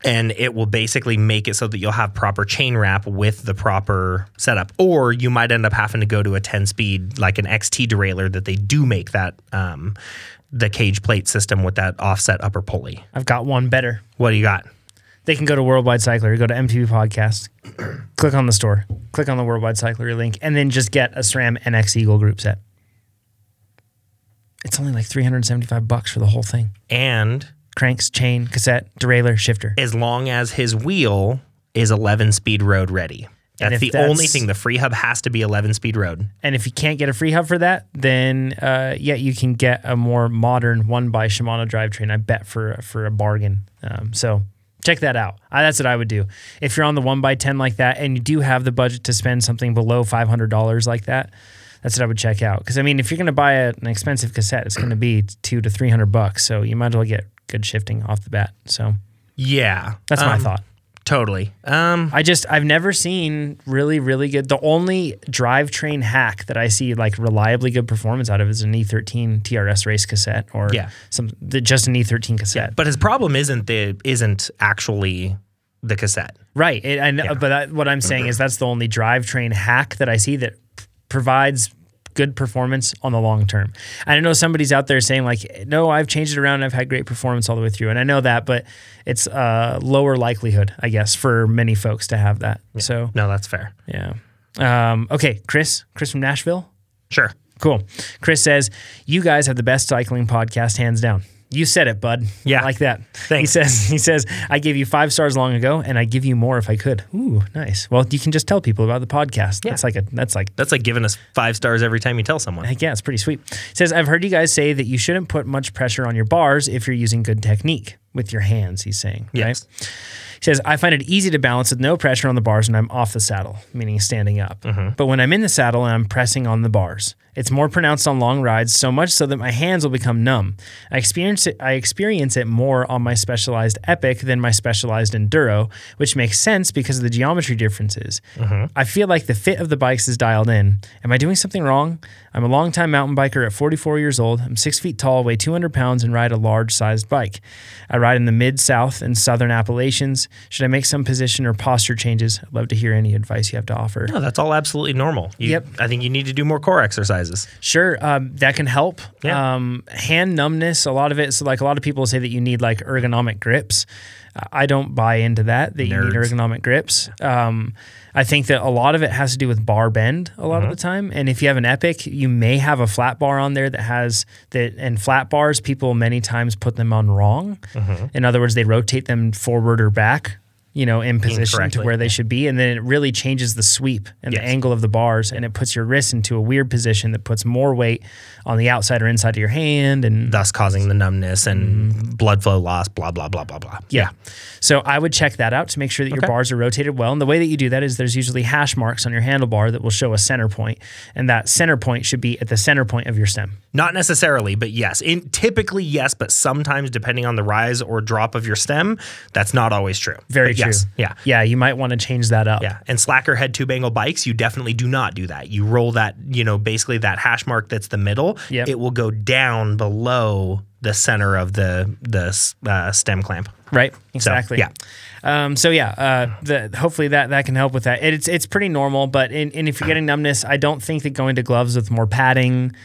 And it will basically make it so that you'll have proper chain wrap with the proper setup. Or you might end up having to go to a 10 speed, like an XT derailleur, that they do make that um, the cage plate system with that offset upper pulley.
I've got one better.
What do you got?
They can go to Worldwide Cycler, go to MTV Podcast, click on the store, click on the Worldwide Cycler link, and then just get a SRAM NX Eagle group set. It's only like 375 bucks for the whole thing.
And
Cranks, chain, cassette, derailleur, shifter.
as long as his wheel is 11 speed road ready.
And
That's
if
the
that's-
only thing. The free hub has to be 11 speed road.
And if you can't get a free hub for that, then uh, yeah, you can get a more modern one by Shimano drivetrain. I bet for for a bargain. Um, so check that out. I, that's what I would do if you're on the one by ten like that, and you do have the budget to spend something below five hundred dollars like that. That's what I would check out. Because I mean, if you're going to buy a, an expensive cassette, it's going to be two to three hundred bucks. So you might as well get good shifting off the bat. So
Yeah.
that's my
Um,
thought.
Totally. Um,
I just I've never seen really really good. The only drivetrain hack that I see like reliably good performance out of is an E E13 TRS race cassette or
Yeah.
some the, just an E13 cassette.
but his problem isn't the isn't actually the cassette.
right. It, and but I, what I'm saying is that's the only drivetrain hack that I see that p- provides good performance on the long term. And I know somebody's out there saying like no, I've changed it around and I've had great performance all the way through and I know that, but it's uh lower likelihood, I guess, for many folks to have that. So
No, that's fair.
Yeah. Um, okay, Chris, Chris from Nashville.
Sure.
Cool. Chris says, "You guys have the best cycling podcast, hands down." You said it, bud.
Yeah.
like that. He
Thanks.
says, "He says I gave you five stars long ago, and I give you more if I could." Ooh, nice. Well, you can just tell people about the podcast. That's like a. That's like
That's like giving us five stars every time you tell someone.
Heck yeah, it's pretty sweet. says, I've heard you guys say that you shouldn't put much pressure on your bars if you're using good technique with your hands, he's saying.
Yes.
Right? He says, I find it easy to balance with no pressure on the bars when I'm off the saddle, meaning standing up. But when I'm in the saddle and I'm pressing on the bars, it's more pronounced on long rides, so much so that my hands will become numb. I experience it, I experience it more on my specialized epic than my specialized enduro, which makes sense because of the geometry differences. I feel like the fit of the bikes is dialed in. Am I doing something wrong? I'm a longtime mountain biker at 44 years old. I'm six feet tall, weigh 200 pounds, and ride a large sized bike. I ride in the mid south and southern Appalachians. Should I make some position or posture changes? I'd love to hear any advice you have to offer.
No, that's all absolutely normal. You-
Yep.
I think you need to do more core exercises.
Sure, um, that can help.
Yeah.
Um, hand numbness, a lot of it. So, like a lot of people say that you need like ergonomic grips. Uh, I don't buy into that. That you need
Nerds.
ergonomic grips. Um, I think that a lot of it has to do with bar bend a
Mm-hmm.
lot of the time. And if you have an Epic, you may have a flat bar on there that has that. And flat bars, people many times put them on wrong.
Mm-hmm.
In other words, they rotate them forward or back. You know, in position to
Incorrectly.
where they should be, and then it really changes the sweep and the
Yes.
angle of the bars, and it puts your wrist into a weird position that puts more weight on the outside or inside of your hand, and
thus causing the numbness and blood flow loss, blah, blah, blah, blah, blah.
Mm-hmm. yeah. So I would check that out to make sure that your
Okay.
bars are rotated well. And the way that you do that is there's usually hash marks on your handlebar that will show a center point, and that center point should be at the center point of your stem.
Not necessarily, but yes. In, typically, yes, but sometimes, depending on the rise or drop of your stem, that's not always true.
Very
But
true.
Yes, yeah.
Yeah. You might want to change that up.
Yeah, and slacker head tube angle bikes, you definitely do not do that. You roll that, you know, basically that hash mark that's the middle.
Yep.
It will go down below the center of the the uh, stem clamp.
Right. Exactly.
yeah.
Um, so yeah. Uh, the, hopefully that that can help with that. It, it's it's pretty normal, but in, and if you're getting numbness, I don't think that going to gloves with more padding,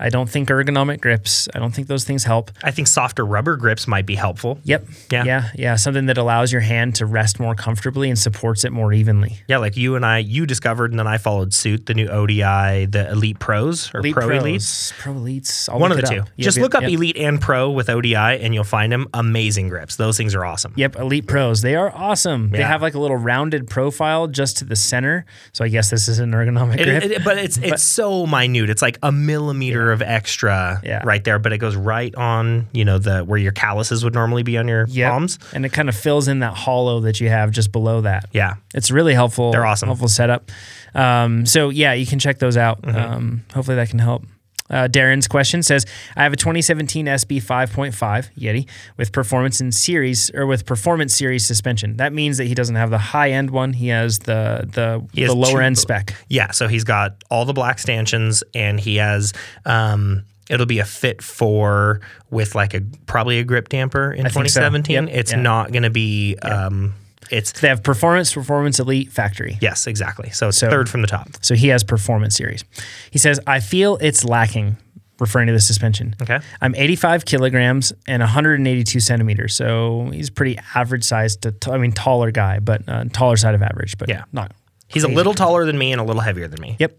I don't think ergonomic grips, I don't think those things help.
I think softer rubber grips might be helpful.
Yep.
Yeah.
Yeah. Yeah. Something that allows your hand to rest more comfortably and supports it more evenly.
Yeah, like you and I, you discovered, and then I followed suit. The new ODI, the Elite Pros or Pro
Pros,
Elites.
Pro Elites. I'll
One of
look
the two.
it up. Yep,
Just
yep,
look up
yep.
Elite and Pro with ODI, and you'll find them amazing grips. Those things are awesome.
Yep, Elite Pros. They are awesome. They
Yeah.
have like a little rounded profile just to the center. So I guess this is an ergonomic grip.
It, it- but it's it's so minute. It's like a millimeter of extra
Yeah.
right there, but it goes right on you know the where your calluses would normally be on your
Yep.
palms.
And it kind of fills in that hollow that you have just below that.
Yeah,
It's really helpful.
They're awesome.
Helpful setup. Um, so yeah, you can check those out.
Mm-hmm.
Um, hopefully that can help. Uh, Darren's question says, "I have a 2017 SB 5.5 Yeti with performance in series or with performance series suspension. That means that he doesn't have the high end one. He has the the,
has
the lower
two-
end spec.
yeah. So he's got all the black stanchions, and he has um, it'll be a fit four with like a probably a grip damper in
think so.
2017.
Yep.
It's
Yeah.
not going to be. Um, it's
They have performance, performance elite, factory.
yes, exactly. So it's
So-
third from the top.
So he has performance series. He says, I feel it's lacking, referring to the suspension.
Okay.
I'm 85 kilograms and 182 centimeters. So he's pretty average sized to, t- I mean, taller guy, but uh, taller side of average, but
Yeah.
not.
He's a little taller than me and a little heavier than me.
Yep.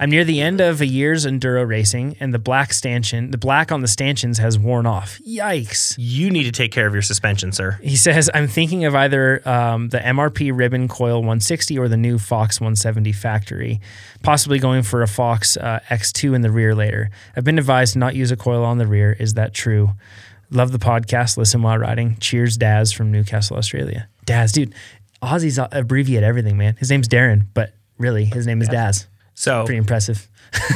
I'm near the end of a year's enduro racing and the black stanchion, the black on the stanchions has worn off. Yikes.
You need to take care of your suspension, sir.
He says, I'm thinking of either um, the MRP Ribbon Coil 160 or the new Fox 170 factory, possibly going for a Fox uh, X2 in the rear later. I've been advised to not use a coil on the rear. Is that true? Love the podcast. Listen while riding. Cheers, Daz from Newcastle, Australia. Daz, dude, Aussies abbreviate everything, man. His name's Darren, but really, his name is Daz.
So
Pretty impressive.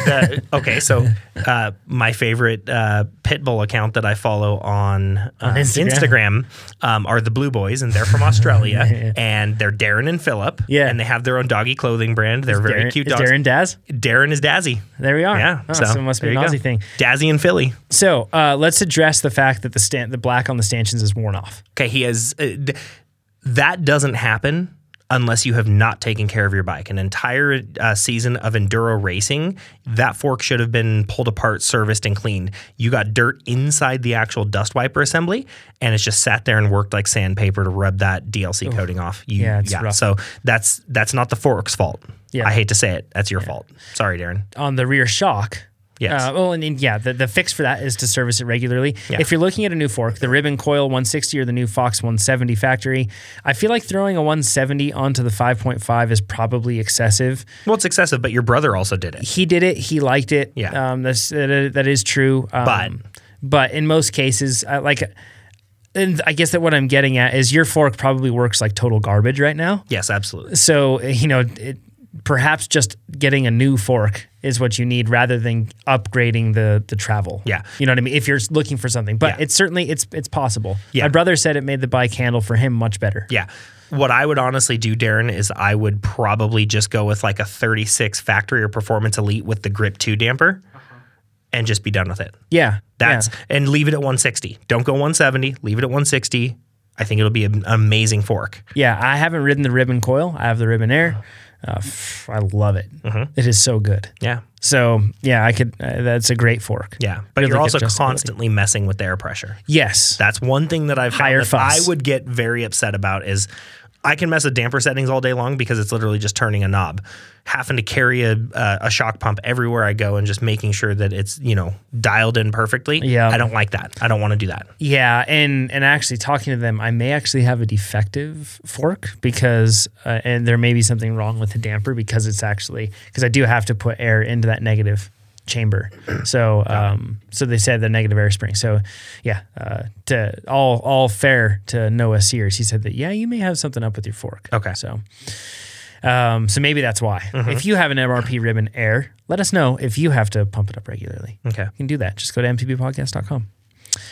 Uh, okay, so uh, my favorite uh, Pitbull account that I follow on, uh,
Instagram.
Instagram, um, are the Blue Boys, and they're from Australia, and they're Darren and Philip,
Yeah.
and they have their own doggy clothing brand. They're very
Darren,
cute
is
dogs.
Darren Daz?
Darren is Dazzy.
There we are.
Yeah,
Oh, so, it must be an
there you go.
Aussie thing.
Dazzy and Philly.
So uh, let's address the fact that the stan- the black on the stanchions is worn off.
Okay, he has. Uh, d- that doesn't happen unless you have not taken care of your bike. An entire uh, season of enduro racing, that fork should have been pulled apart, serviced, and cleaned. You got dirt inside the actual dust wiper assembly, and it's just sat there and worked like sandpaper to rub that DLC coating off. You-
Yeah, it's rough.
So that's that's not the fork's fault.
Yeah.
I hate to say it. That's your fault. Sorry, Darren.
on the rear shock,
Yes.
Uh, well, and, and yeah, the, the fix for that is to service it regularly.
Yeah.
If you're looking at a new fork, the Ribbon Coil 160 or the new Fox 170 factory, I feel like throwing a 170 onto the 5.5 is probably excessive.
well, it's excessive, but your brother also did it.
He did it. He liked it.
Yeah.
Um, that's, that, that is true. Um,
But-
but in most cases, I, like, and I guess that what I'm getting at is your fork probably works like total garbage right now.
Yes, absolutely.
So you know, it, perhaps just getting a new fork is what you need rather than upgrading the the travel.
Yeah.
you know what I mean. If you're looking for something, but
Yeah.
it's certainly it's it's possible.
Yeah.
My brother said it made the bike handle for him much better.
Yeah. What I would honestly do, Darren, is I would probably just go with like a 36 factory or performance elite with the grip 2 damper and just be done with it.
Yeah,
That's
Uh-huh. yeah.
and leave it at 160. Don't go 170, leave it at 160. I think it'll be an amazing fork.
yeah. I haven't ridden the ribbon coil. I have the ribbon
Uh-huh.
air. Uh, pff, I love it.
Mm-hmm.
It is so good.
Yeah.
So yeah, I could. Uh, that's a great fork.
Yeah. But
Really
you're
good
also
adjustability.
constantly messing with the air pressure.
Yes.
That's one thing that I've found
Higher
that
fuss.
I would get very upset about is I can mess with damper settings all day long because it's literally just turning a knob. Having to carry a uh, a shock pump everywhere I go and just making sure that it's you know dialed in perfectly.
Yeah.
I don't like that. I don't want to do that.
Yeah, and and actually talking to them, I may actually have a defective fork because, uh, and there may be something wrong with the damper because it's actually because I do have to put air into that negative chamber. So, um, so they said the negative air spring. So, yeah, uh, to all all fair to Noah Sears, he said that yeah, you may have something up with your fork.
Okay.
so. Um, so maybe that's why. If you have an MRP ribbon air, let us know if you have to pump it up regularly.
Okay.
You can do that. Just go to mtbpodcast.com.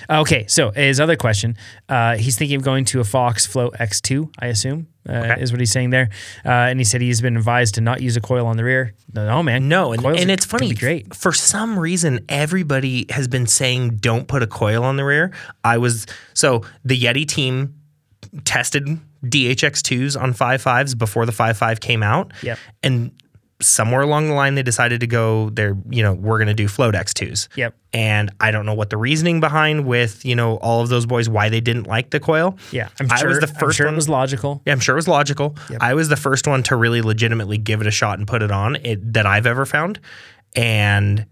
Uh, Okay, so his other question, uh, he's thinking of going to a Fox Flow X2, I assume, uh,
Okay.
is what he's saying there. Uh, and he said he's been advised to not use a coil on the rear. No, no, man,
No, and,
Coils
and
are-
it's
can
funny.
be great.
For some reason, everybody has been saying don't put a coil on the rear. I was so the Yeti team tested DHX2s on 5.5s before the 5.5 came out.
Yep.
And somewhere along the line, they decided to go, they're, you know, we're going to do Float X2s.
Yep.
And I don't know what the reasoning behind with, you know, all of those boys, why they didn't like the coil.
Yeah, I'm
I
sure,
was the
I'm
1st
sure
one.
it was logical.
Yeah, I'm sure it was logical. I was the first one to really legitimately give it a shot and put it on it, that I've ever found. And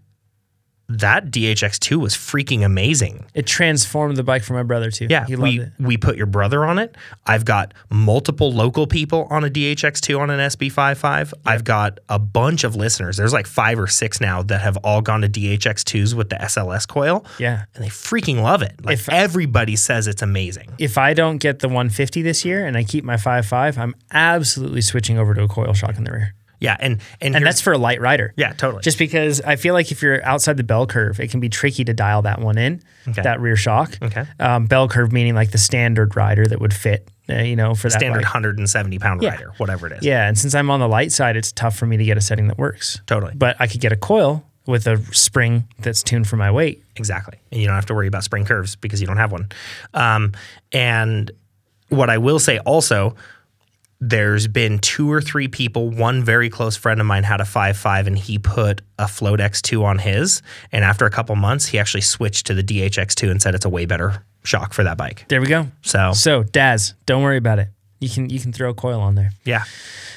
that DHX2 was freaking amazing.
It transformed the bike for my brother, too.
Yeah,
He loved
we,
it.
we put your brother on it. I've got multiple local people on a DHX2 on an SB55. I've got a bunch of listeners. There's like five or six now that have all gone to DHX2s with the SLS coil.
Yeah.
And they freaking love it. Like
If-
everybody says it's amazing.
If I don't get the 150 this year and I keep my 5.5, I'm absolutely switching over to a coil shock in the rear.
Yeah. And
And
and, here's-
that's for a light rider.
yeah, totally.
Just because I feel like if you're outside the bell curve, it can be tricky to dial that one in,
Okay.
that rear shock.
Okay.
Um, bell curve meaning like the standard rider that would fit, uh, you know, for that
standard
bike.
170 pound
Yeah.
rider, whatever it is.
Yeah, and since I'm on the light side, it's tough for me to get a setting that works.
Totally.
But I could get a coil with a spring that's tuned for my weight.
Exactly. And you don't have to worry about spring curves because you don't have one. Um, and what I will say also, there's been two or three people. One very close friend of mine had a 5.5 and he put a Float X2 on his. And after a couple months, he actually switched to the DHX2 and said it's a way better shock for that bike.
There we go.
So,
So, Daz, don't worry about it. You can you can throw a coil on there.
yeah.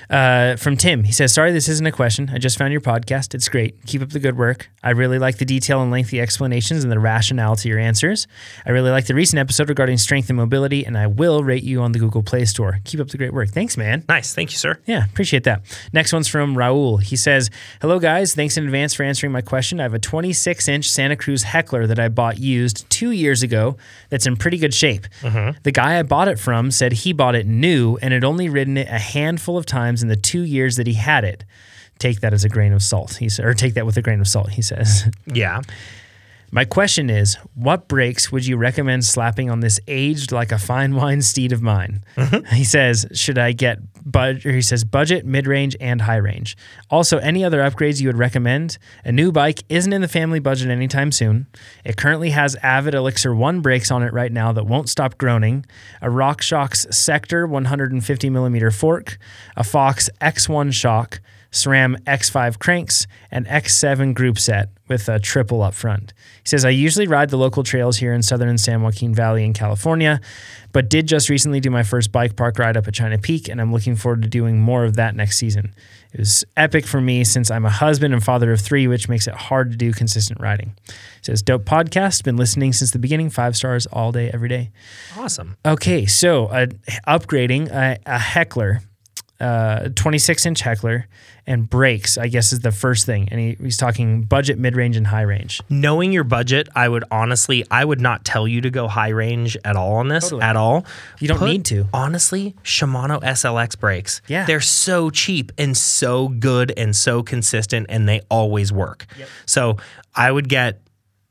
Uh, from Tim. He says, Sorry, this isn't a question. I just found your podcast. It's great. Keep up the good work. I really like the detail and lengthy explanations and the rationale to your answers. I really like the recent episode regarding strength and mobility, and I will rate you on the Google Play Store. Keep up the great work. Thanks, man.
Nice. Thank you, sir.
Yeah, appreciate that. Next one's from Raul. He says, Hello, guys. Thanks in advance for answering my question. I have a 26 inch Santa Cruz Heckler that I bought used two years ago that's in pretty good shape. The guy I bought it from said he bought it new and had only ridden it a handful of times in the two years that he had it. Take that as a grain of salt, he said, or take that with a grain of salt, he says.
Yeah.
My question is, what brakes would you recommend slapping on this aged like a fine wine steed of mine? He says, should I get bud? Or he says, budget, mid range, and high range. Also, any other upgrades you would recommend? A new bike isn't in the family budget anytime soon. It currently has Avid Elixir One brakes on it right now that won't stop groaning. A RockShox Sector 150 millimeter fork, a Fox X1 shock. SRAM X5 cranks, and X7 group set with a triple up front. He says, I usually ride the local trails here in southern San Joaquin Valley in California, but did just recently do my first bike park ride up at China Peak, and I'm looking forward to doing more of that next season. It was epic for me since I'm a husband and father of three, which makes it hard to do consistent riding. He says, Dope podcast, been listening since the beginning, five stars all day, every day.
Awesome.
Okay, so uh, upgrading a, a heckler, uh, 26 inch heckler, and brakes, I guess, is the first thing. And he, he's talking budget, mid range, and high range.
knowing your budget, I would honestly, I would not tell you to go high range at all on this
Totally.
at all.
You don't need to.
Honestly, Shimano SLX brakes.
Yeah.
They're so cheap and so good and so consistent and they always work. So I would get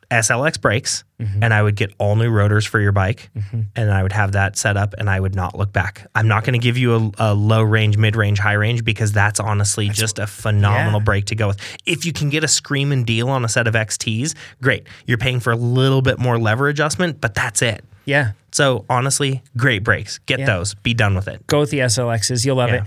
SLX brakes
Mm-hmm.
and I would get all new rotors for your bike and I would have that set up and I would not look back. I'm not going to give you a, a low range, mid range, high range because that's honestly just a phenomenal
Yeah.
break to go with. If you can get a screaming deal on a set of XTs, great. You're paying for a little bit more lever adjustment, but that's it.
Yeah,
So honestly, great breaks. Get
Yeah.
those. Be done with it.
go with the SLXs. You'll love
Yeah.
it.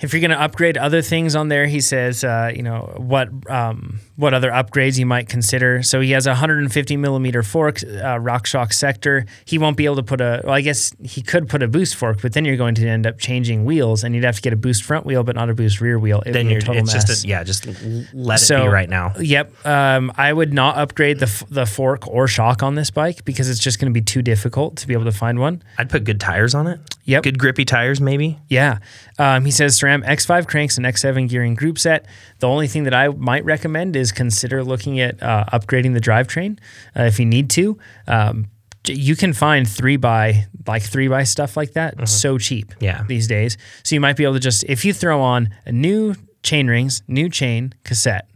If you're going to upgrade other things on there, he says, uh, you know what um, what other upgrades you might consider. So he has a 150 millimeter fork, uh, RockShox sector. He won't be able to put a. Well, I guess he could put a boost fork, but then you're going to end up changing wheels, and you'd have to get a boost front wheel, but not a boost rear wheel. It would
Then
be a
you're
total
it's
mess.
just a, yeah, just l- let it be right now.
Yep. Um, I would not upgrade the, f- the fork or shock on this bike because it's just going to be too difficult to be able to find one.
I'd put good tires on it.
Yep.
Good grippy tires maybe.
Yeah. Um, he says SRAM X5 cranks and X7 gearing group set. The only thing that I might recommend is consider looking at uh, upgrading the drivetrain uh, if you need to. Um, j- you can find three by like three by stuff like that so cheap
Mm-hmm. Yeah.
these days. So you might be able to just if you throw on a new chain rings, new chain cassette,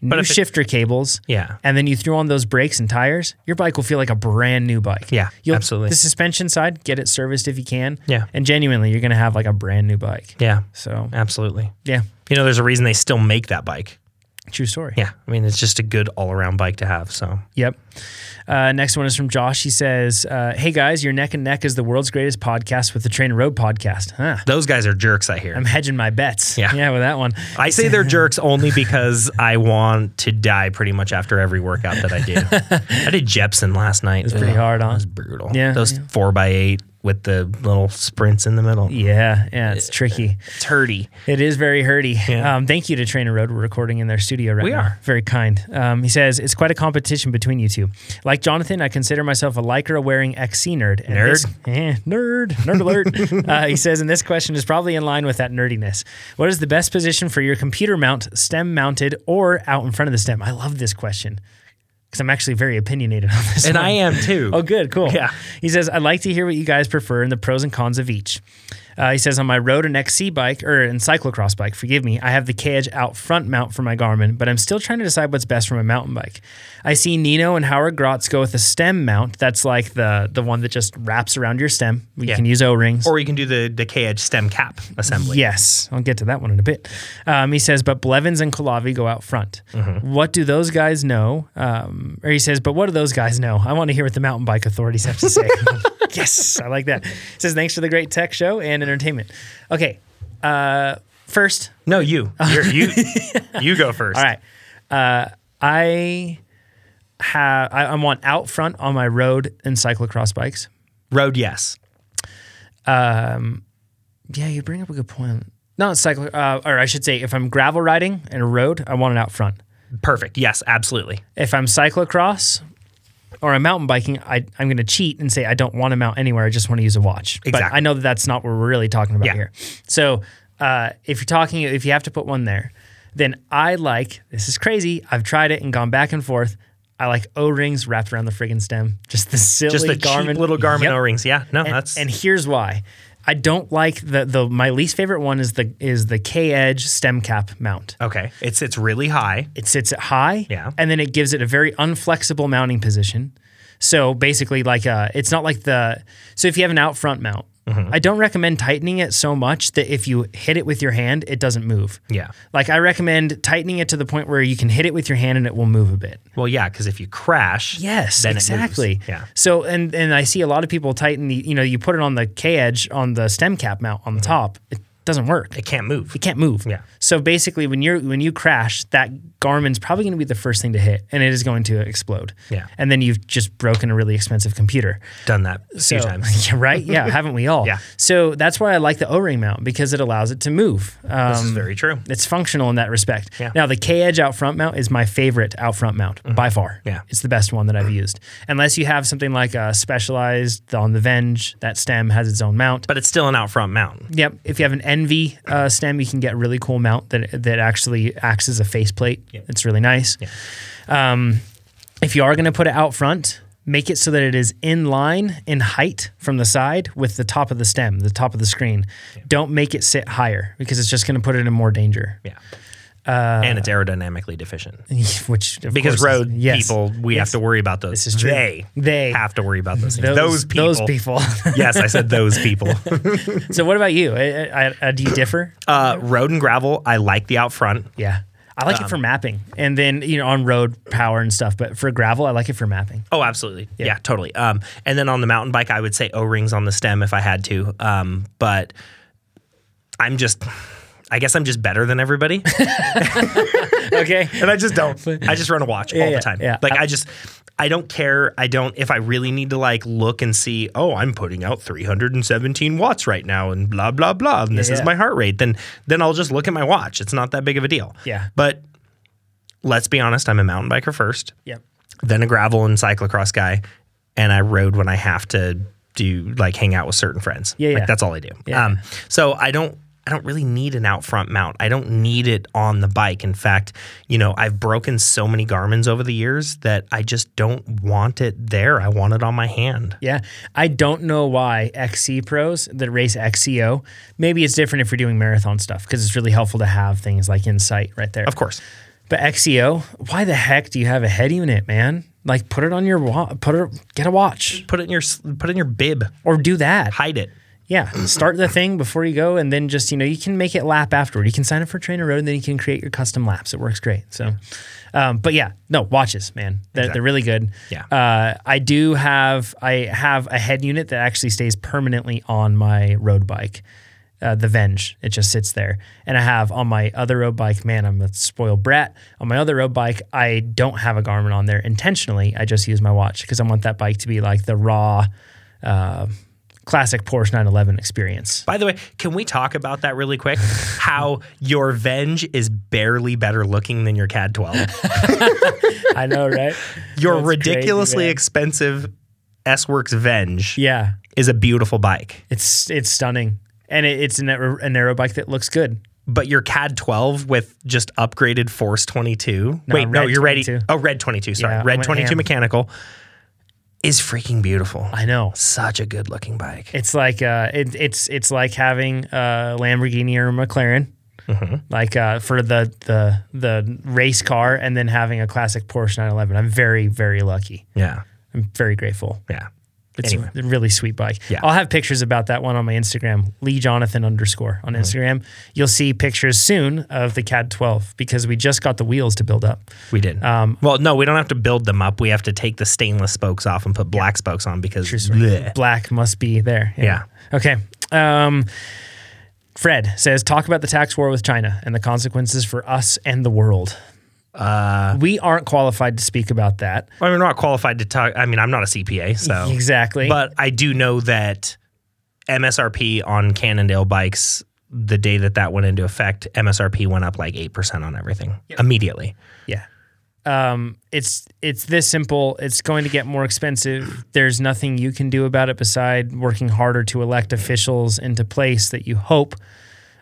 new
if it-
shifter cables,
Yeah.
and then you throw on those brakes and tires, your bike will feel like a brand new bike.
Yeah, absolutely.
The suspension side, get it serviced if you can.
Yeah.
And genuinely, you're going to have like a brand new bike.
Yeah.
So,
Absolutely.
yeah,
You know, there's a reason they still make that bike.
true story.
Yeah. I mean, it's just a good all around bike to have. So
Yep. Uh, next one is from Josh. He says, uh, Hey guys, your neck and neck is the world's greatest podcast with the Train and Road podcast. Huh.
those guys are jerks, I hear.
I'm hedging my bets.
Yeah. Uh,
Yeah, with that one.
I say they're jerks only because I want to die pretty much after every workout that I do. I did Jepsen last night. It was
pretty hard, huh?
It was brutal.
Yeah,
Those
yeah.
four by eight with the little sprints in the middle.
Yeah, yeah,
uh,
it's tricky.
It's hurty.
It is very hurdy.
Yeah.
Um, thank you to Trainer Road. We're recording in their studio right
We
now.
are.
Very kind. Um, he says, It's quite a competition between you two. Like Jonathan, I consider myself a Lycra wearing XC nerd. And
Nerd.
this- eh, nerd. Nerd alert. uh, he says, And this question is probably in line with that nerdiness. What is the best position for your computer mount, stem mounted, or out in front of the stem? I love this question because I'm actually very opinionated on this.
And
one.
I am too.
Oh, good, cool.
Yeah.
He says, I'd like to hear what you guys prefer and the pros and cons of each. Uh, he says, on my road and XC bike, or in cyclocross bike, forgive me, I have the K Edge out front mount for my Garmin, but I'm still trying to decide what's best for my mountain bike. I see Nino and Howard Grotz go with a stem mount. That's like the the one that just wraps around your stem. You
Yeah.
can use O rings.
Or you can do the, the K Edge stem cap assembly.
Yes, I'll get to that one in a bit. Um, he says, but Blevins and Kalavi go out front. What do those guys know? Um, or he says, but what do those guys know? I want to hear what the mountain bike authorities have to say. yes, I like that. He says, thanks for the great tech show and entertainment. Okay, uh, first,
No, you. You're, you you go first.
all right. Uh, I have I, I want out front on my road and cyclocross bikes.
Road, yes.
Yeah, you bring up a good point. Not cycle, uh, or I should say, if I'm gravel riding and a road, I want it out front.
Perfect. Yes, absolutely.
if I'm cyclocross or I'm mountain biking, I, I'm going to cheat and say I don't want to mount anywhere. I just want to use a watch. But
Exactly.
I know that that's not what we're really talking about
Yeah.
here. So uh, if you're talking, if you have to put one there, then I like this is crazy. I've tried it and gone back and forth. I like O rings wrapped around the friggin' stem. Just the silly
Just the
Garmin
cheap little Garmin
Yep.
O rings. Yeah. No,
And,
that's
and here's why. I don't like the the my least favorite one is the is the K Edge stem cap mount
okay. It's it's really high.
it sits it high
Yeah.
and then it gives it a very unflexible mounting position so basically like uh it's not like the so if you have an out front mount
Mm-hmm.
i don't recommend tightening it so much that if you hit it with your hand it doesn't move
Yeah.
like i recommend tightening it to the point where you can hit it with your hand and it will move a bit
Well, yeah, because if you crash,
Yes,
then it moves.
exactly.
Yeah.
So and
Mm-hmm.
and I see a lot of people tighten the you know you put it on the K edge on the stem cap mount on the top. It doesn't work.
It can't move.
It can't move.
Yeah.
So basically, when you're when you crash, that Garmin's probably going to be the first thing to hit, and it is going to explode.
Yeah.
And then you've just broken a really expensive computer.
Done that a few
So-
times.
Yeah, right? Yeah, haven't we all?
Yeah.
So that's why I like the O-ring mount because it allows it to move. Um,
This is very true.
it's functional in that respect.
Yeah. Mm-hmm.
Now the K Edge out front mount is my favorite out front mount by far.
Yeah. Mm-hmm.
It's the best one that I've used. Unless you have something like a specialized on the Venge, that stem has its own mount.
But it's still an out front mount.
Yep. If you have an Envy uh, stem, you can get a really cool mount that that actually acts as a faceplate. It's really nice. Um, if you are going to put it out front, make it so that it is in line in height from the side with the top of the stem, the top of the screen. Don't make it sit higher because it's just going to put it in more danger.
Yeah. and it's aerodynamically deficient.
Which Uh, of
Because
course is-
road
yes.
people, we have to worry about those.
This is true.
They,
They.
have to worry about those things.
Those,
Those, people.
those people.
yes, I said those people.
so, what about you? I, I, I, do you differ?
Uh, road and gravel, I like the out front.
Yeah. I like
Um,
it for mapping and then, you know, on road power and stuff. But for gravel, I like it for mapping.
Oh, absolutely. Yeah, totally. Um, and then on the mountain bike, I would say O rings on the stem if I had to. Um, but I'm just, I guess I'm just better than everybody.
Okay.
and I just don't. I just run a watch all
yeah,
the time.
yeah.
Like I just, I don't care. I don't. If I really need to like look and see, oh, I'm putting out 317 watts right now, and blah blah blah, and this
yeah.
is my heart rate. Then then I'll just look at my watch. It's not that big of a deal.
Yeah.
But let's be honest. I'm a mountain biker first,
Yep.
then a gravel and cyclocross guy, and I rode when I have to do like hang out with certain friends.
Yeah,
Like,
yeah.
that's all I do.
Yeah.
Um, so I don't. I don't really need an out front mount. I don't need it on the bike. In fact, you know, I've broken so many Garmin's over the years that I just don't want it there. I want it on my hand.
Yeah. I don't know why XC pros that race XCO, maybe it's different if you're doing marathon stuff because it's really helpful to have things like Insight right there.
Of course.
But XCO, why the heck do you have a head unit, man? Like put it on your wa- put it get a watch
Put it in your s- put it in your bib.
or do that.
Hide it.
Yeah, start the thing before you go and then just, you know, you can make it lap afterward. You can sign up for Trainer Road and then you can create your custom laps. It works great. So, um, but yeah, no, watches, man. They're, they're really good.
Yeah.
Uh, I do have, I have a head unit that actually stays permanently on my road bike. Uh, the Venge, it just sits there. And I have on my other road bike, man, I'm a spoiled brat. On my other road bike, I don't have a Garmin on there intentionally. I just use my watch because I want that bike to be like the raw, uh, classic Porsche 911 experience.
By the way, can we talk about that really quick? How your Venge is barely better looking than your CAD 12.
I know, right?
Your
That's crazy,
ridiculously
man.
expensive S Works Venge
yeah,
is a beautiful bike,
it's it's stunning, and it, it's an, an aero bike that looks good.
but your CAD 12 with just upgraded Force 22. Wait, no,
Red
you're ready.
22.
Oh, Red 22. Sorry,
Yeah, I
Red
went
22
ham.
mechanical is freaking beautiful.
I know.
Such a good looking bike.
It's like uh, it, it's it's like having a Lamborghini or McLaren, like uh, for the the the race car, and then having a classic Porsche 911. I'm very very lucky.
yeah,
I'm very grateful.
yeah.
It's
Anyway.
a really sweet bike.
Yeah.
I'll have pictures about that one on my Instagram, Lee Jonathan underscore
Mm-hmm.
on Instagram. You'll see pictures soon of the CAD 12 because we just got the wheels to build up.
We did. Um, well, no, we don't have to build them up. We have to take the stainless spokes off and put black spokes on because bleh.
Black must be there.
Yeah.
Okay. Um, Fred says, talk about the tax war with China and the consequences for us and the world. Uh, we aren't qualified to speak about that.
I mean, we're not qualified to talk. I mean, I'm not a CPA, so
Exactly.
Oh. But I do know that MSRP on Cannondale bikes, the day that that went into effect, MSRP went up like 8% on everything immediately.
Yeah. Um, it's it's this simple. It's going to get more expensive. There's nothing you can do about it beside working harder to elect officials into place that you hope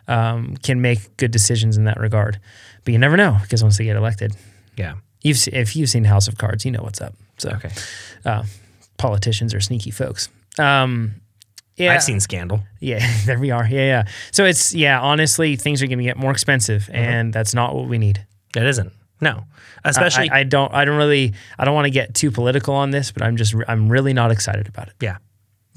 um, can make good decisions in that regard. But you never know because once they get elected,
Yeah.
you've se- if you've seen House of Cards, you know what's up. So
Okay.
uh, politicians are sneaky folks. Um, yeah,
I've seen Scandal.
yeah, there we are. Yeah, yeah. So it's yeah. Honestly, things are going to get more expensive,
Mm-hmm.
and that's not what we need.
It isn't. No. Especially.
I, I don't I don't really I don't want to get too political on this, but I'm just I'm really not excited about it.
yeah.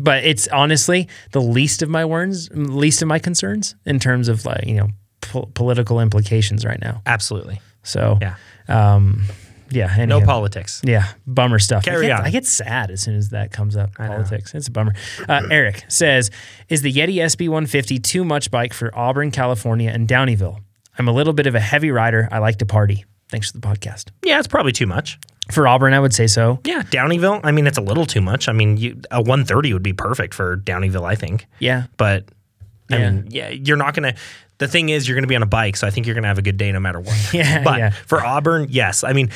But it's honestly the least of my words, least of my concerns in terms of like you know po- political implications right now.
Absolutely.
So
Yeah.
um, Yeah. Anyhow.
No politics.
Yeah, bummer stuff.
Carry
I get,
on.
I get sad as soon as that comes up. Politics. It's a bummer. Uh, Eric says, "Is the Yeti SB 150 too much bike for Auburn, California, and Downeyville? I'm a little bit of a heavy rider. I like to party. Thanks for the podcast.
Yeah, it's probably too much.
For Auburn, I would say so.
Yeah, Downeyville. I mean, it's a little too much. I mean, you, a 130 would be perfect for Downeyville, I think.
Yeah,
But I
Yeah.
mean, yeah, you're not gonna. The thing is, you're gonna be on a bike, so I think you're gonna have a good day no matter what.
Yeah,
But
yeah.
for Auburn, yes. I mean,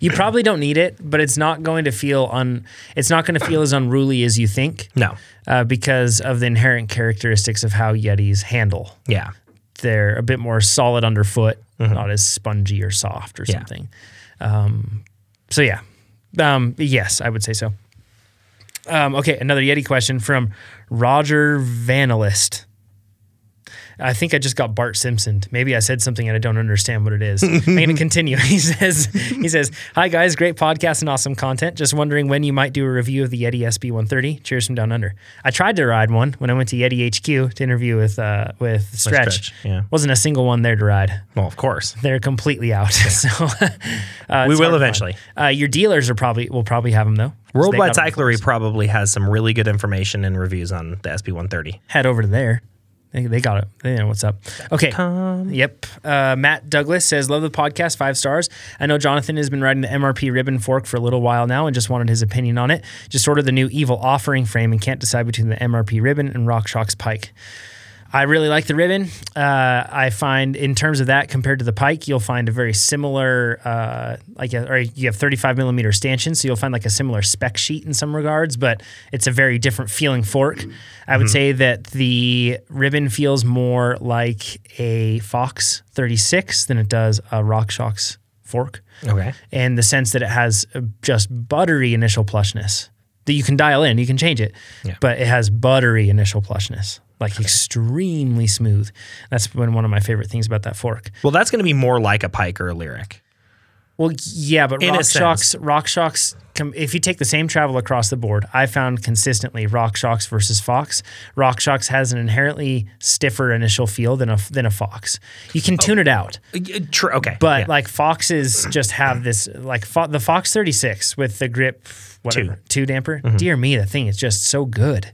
you probably don't need it, but it's not going to feel un. It's not going to feel as unruly as you think.
no.
Uh, because of the inherent characteristics of how Yetis handle.
Yeah.
they're a bit more solid underfoot, not as spongy or soft or
Yeah.
something. Um, so yeah, um, yes, I would say so. Um, okay, another Yeti question from Roger Vanalist. I think I just got Bart Simpsoned. Maybe I said something and I don't understand what it is. I'm going to continue. He says, "He says, hi guys, great podcast and awesome content. Just wondering when you might do a review of the Yeti SB 130. Cheers from down under. I tried to ride one when I went to Yeti HQ to interview with uh, with Stretch.
Stretch, yeah.
wasn't a single one there to ride.
Well, of course.
They're completely out. So uh,
We
it's
will
hard to find.
eventually.
Uh, your dealers are probably will probably have them though. 'cause they
Worldwide
got 'em
Cyclery
before.
probably has some really good information and reviews on the SB 130.
head over to there. They, they got it. They know what's up. Okay. Yep. Uh, Matt Douglas says, Love the podcast, five stars. I know Jonathan has been riding the MRP ribbon fork for a little while now and just wanted his opinion on it. Just ordered the new evil offering frame and can't decide between the MRP ribbon and RockShox Pike. I really like the ribbon. Uh, I find, in terms of that, compared to the Pike, you'll find a very similar, uh, like, a, or you have 35 millimeter stanchion, so you'll find like a similar spec sheet in some regards, but it's a very different feeling fork. I would say that the ribbon feels more like a Fox 36 than it does a RockShox fork
Okay.
and the sense that it has uh, just buttery initial plushness that you can dial in, you can change it, but it has buttery initial plushness, like extremely smooth. That's been one of my favorite things about that fork.
Well, that's going to be more like a Pike or a Lyric.
Well, yeah, but
In a
rock shocks,
sense.
rock shocks. Com- if you take the same travel across the board, I found consistently rock shocks versus fox. Rock shocks has an inherently stiffer initial feel than a than a fox. You can tune it out.
Uh, y- True. Okay.
But
Yeah.
like foxes just have this like fo- the Fox 36 with the grip whatever two, damper.
Mm-hmm.
Dear me, the thing is just so good,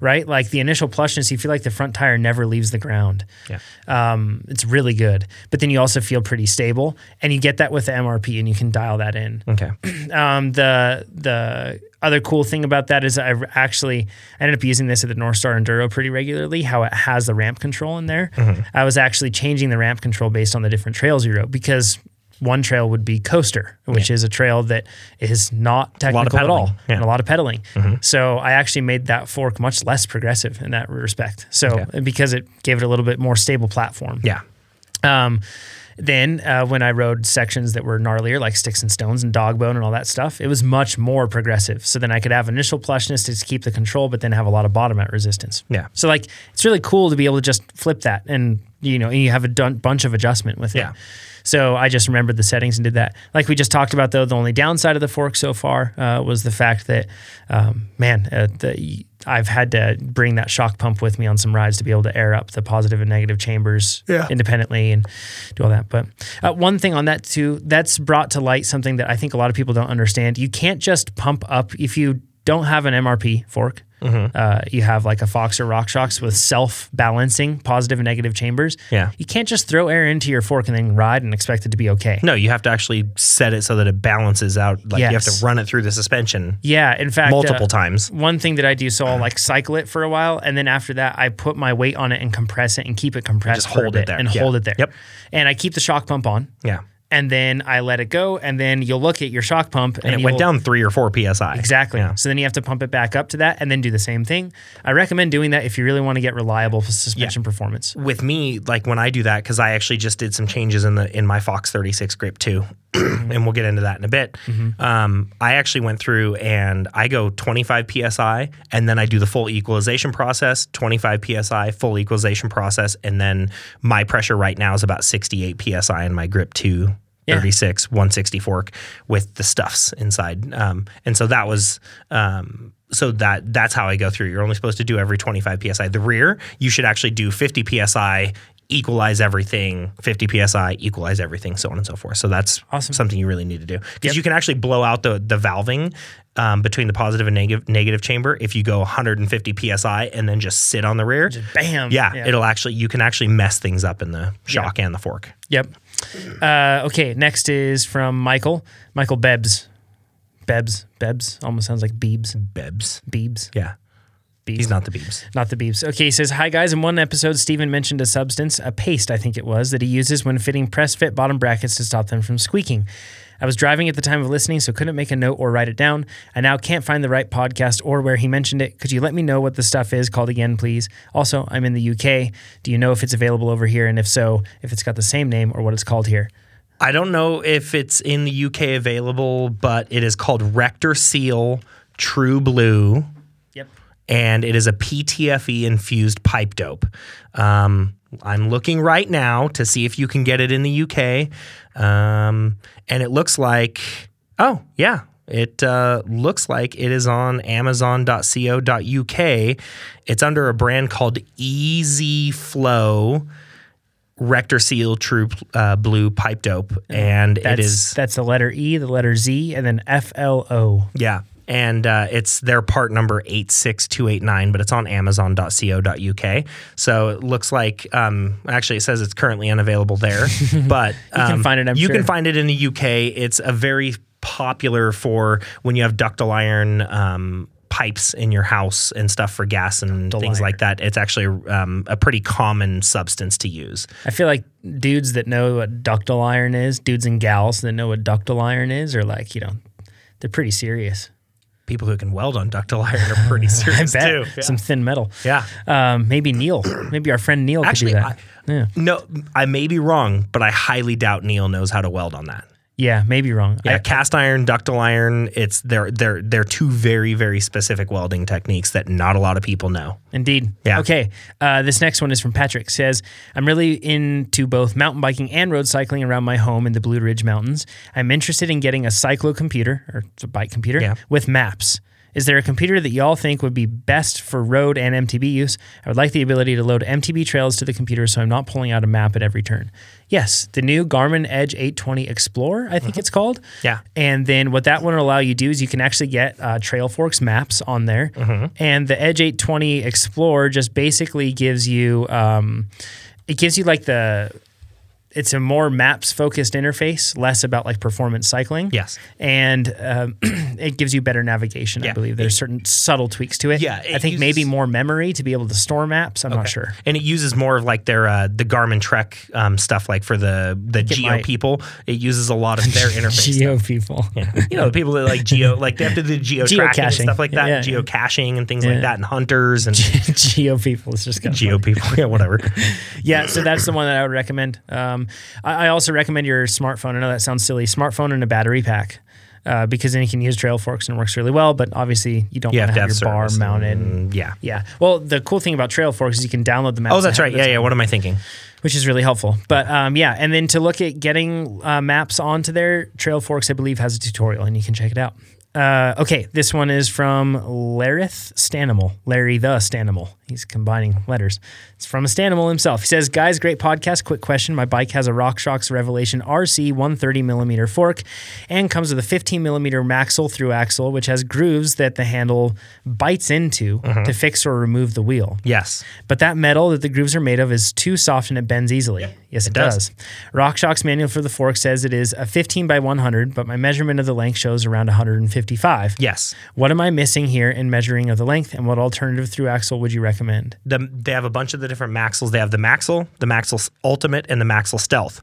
right? Like the initial plushness, you feel like the front tire never leaves the ground.
Yeah.
Um, it's really good, but then you also feel pretty stable, and you get that with the MRP, and you can dial that in
Okay.
um, the the other cool thing about that is I actually I ended up using this at the North Star Enduro pretty regularly. How it has the ramp control in there.
Mm-hmm.
I was actually changing the ramp control based on the different trails you rode because one trail would be coaster, which is a trail that is not
lot of
technical at all
pedaling, yeah. Mm-hmm.
and a lot of pedaling. So I actually made that fork much less progressive in that respect. So
Okay.
because it gave it a little bit more stable platform.
Yeah.
Um, then uh, when I rode sections that were gnarlier, like sticks and stones and dog bone and all that stuff, it was much more progressive. So then I could have initial plushness to keep the control, but then have a lot of bottom out resistance.
Yeah.
So like it's really cool to be able to just flip that, and you know, and you have a dun- bunch of adjustment with
Yeah.
it. So I just remembered the settings and did that. Like we just talked about, though, the only downside of the fork so far uh, was the fact that, um, man, uh, the, I've had to bring that shock pump with me on some rides to be able to air up the positive and negative chambers independently and do all that. But uh, one thing on that too, that's brought to light something that I think a lot of people don't understand. You can't just pump up if you don't have an MRP fork.
Mm-hmm.
Uh, you have like a Fox or RockShox with self balancing positive and negative chambers.
Yeah.
You can't just throw air into your fork and then ride and expect it to be okay.
No, you have to actually set it so that it balances out. Like you have
Yes.
to run it through the suspension
Yeah. In fact,
multiple
uh,
times.
One thing that I do, so I'll like cycle it for a while, and then after that, I put my weight on it and compress it and keep it compressed.
just
for a
hold it
bit
there.
and
Yeah.
hold it there.
Yep.
And I keep the shock pump on.
Yeah.
and then I let it go, and then you'll look at your shock pump, and,
And it went
you'll-
down three or four psi.
Exactly.
Yeah.
So then you have to pump it back up to that, and then do the same thing. I recommend doing that if you really want to get reliable suspension performance.
with me like when i do that because i actually just did some changes in the in my fox 36 grip too and we'll get into that in a bit um, i actually went through and i go 25 psi and then i do the full equalization process 25 psi full equalization process and then my pressure right now is about 68 psi in my grip 2
Yeah.
36 160 fork with the stuffs inside um, and so that was um, so that that's how i go through you're only supposed to do every 25 psi the rear you should actually do 50 psi equalize everything, 50 psi, equalize everything, so on and so forth. So that's
Awesome.
something you really need to do because you can actually blow out the the valving um, between the positive and negative negative chamber if you go 150 psi and then just sit on the rear.
Bam.
yeah, it'll actually you can actually mess things up in the shock and the fork.
Yep. Uh, okay, next is from Michael. Michael Bebs. Bebs. Bebs. Almost sounds like Beebs.
Bebs,
Beebs.
yeah,
Beebs.
he's not the Beebs.
Not the beeps. Okay, he says, Hi guys. In one episode, Steven mentioned a substance, a paste, I think it was, that he uses when fitting press fit bottom brackets to stop them from squeaking. I was driving at the time of listening, so couldn't make a note or write it down. I now can't find the right podcast or where he mentioned it. Could you let me know what the stuff is called again, please? Also, I'm in the UK. Do you know if it's available over here? And if so, if it's got the same name or what it's called here?
I don't know if it's in the UK available, but it is called Rector Seal True Blue.
Yep.
and it is a PTFE E infused pipe dope. Um, I'm looking right now to see if you can get it in the UK, um, and it looks like oh yeah, it uh, looks like it is on Amazon.co.uk. It's under a brand called Easy Flow. Rector Seal True uh, Blue Pipe Dope, and it
That's,
is
that's the letter E, the letter Z, and then F L O.
yeah. And uh, it's their part number 86289, but it's on amazon.co.uk. So it looks like, um, actually, it says it's currently unavailable there, but you
can find it, I'm
you
sure.
can find it in the UK. It's a very popular for when you have ductile iron. Um, Pipes in your house and stuff for gas and things like that. It's actually um, a pretty common substance to use.
I feel like dudes that know what ductile iron is, dudes and gals that know what ductile iron is, are like, you know, they're pretty serious.
People who can weld on ductile iron are pretty serious
Bet
too.
some thin metal.
Yeah.
Um, maybe Neil. Maybe our friend Neil
Actually,
could do
I,
that. yeah.
no, I may be wrong, but I highly doubt Neil knows how to weld on that.
Yeah, maybe wrong.
Yeah,
I-
cast iron, ductile iron. It's they're they're they're two very very specific welding techniques that not a lot of people know.
Indeed.
Yeah.
Okay. Uh, this next one is from Patrick. Says, I'm really into both mountain biking and road cycling around my home in the Blue Ridge Mountains. I'm interested in getting a cyclo computer or it's a bike computer
Yeah.
with maps. Is there a computer that y'all think would be best for road and MTB use? I would like the ability to load MTB trails to the computer so I'm not pulling out a map at every turn. Yes, the new Garmin Edge 820 Explorer, I
Uh-huh.
think it's called.
Yeah.
And then what that one will allow you to do is you can actually get uh, Trail Forks maps on there.
Mm-hmm.
And the Edge 820 Explorer just basically gives you, um, it gives you like the, it's a more maps focused interface, less about like performance cycling.
Yes.
And um, it gives you better navigation, I
Yeah.
believe. There's certain subtle tweaks to it.
Yeah,
I
it
think maybe
uses-
more memory to be able to store maps. I'm not sure.
And it uses more of like their uh, the Garmin Trek um, stuff, like for the the Geo
might.
people. It uses a lot of their interface. stuff.
Geo people.
you know, the people that like geo, like they have to do geo
Geocaching.
tracking and stuff like that,
Yeah, yeah.
geocaching and things
Yeah.
like that, and hunters and
Geo people. It's just kind of
geo people. Yeah, whatever.
yeah, so that's the one that I would recommend. Um, I, I also recommend your smartphone. I know that sounds silly. Smartphone and a battery pack. Uh, because then you can use trail forks and it works really well, but obviously you don't
You
want to
have to
have,
have
your bar
service
mounted.
and- Mm, yeah.
yeah. Well, the cool thing about trail forks is you can download the maps.
Oh, that's
ahead
right.
of
Yeah,
time,
yeah. What am I thinking?
Which is really helpful. But um, yeah, and then to look at getting uh, maps onto there, trail forks I believe has a tutorial and you can check it out. Uh, okay, this one is from Larith Stanimal. Larry the Stanimal. He's combining letters. It's from Stanimal himself. He says, Guys, great podcast. Quick question. My bike has a RockShox Revelation RC 130 millimeter fork and comes with a 15 millimeter maxle through axle, which has grooves that the handle bites into to fix or remove the wheel.
Yes.
But that metal that the grooves are made of is too soft and it bends easily. yes, it, does.
does.
RockShox manual for the fork says it is a 15 by 100, but my measurement of the length shows around 155.
Yes.
What am I missing here in measuring of the length, and what alternative through axle would you recommend?
the, they have a bunch of the different maxles. They have the Maxle, the Maxle Ultimate, and the Maxle Stealth.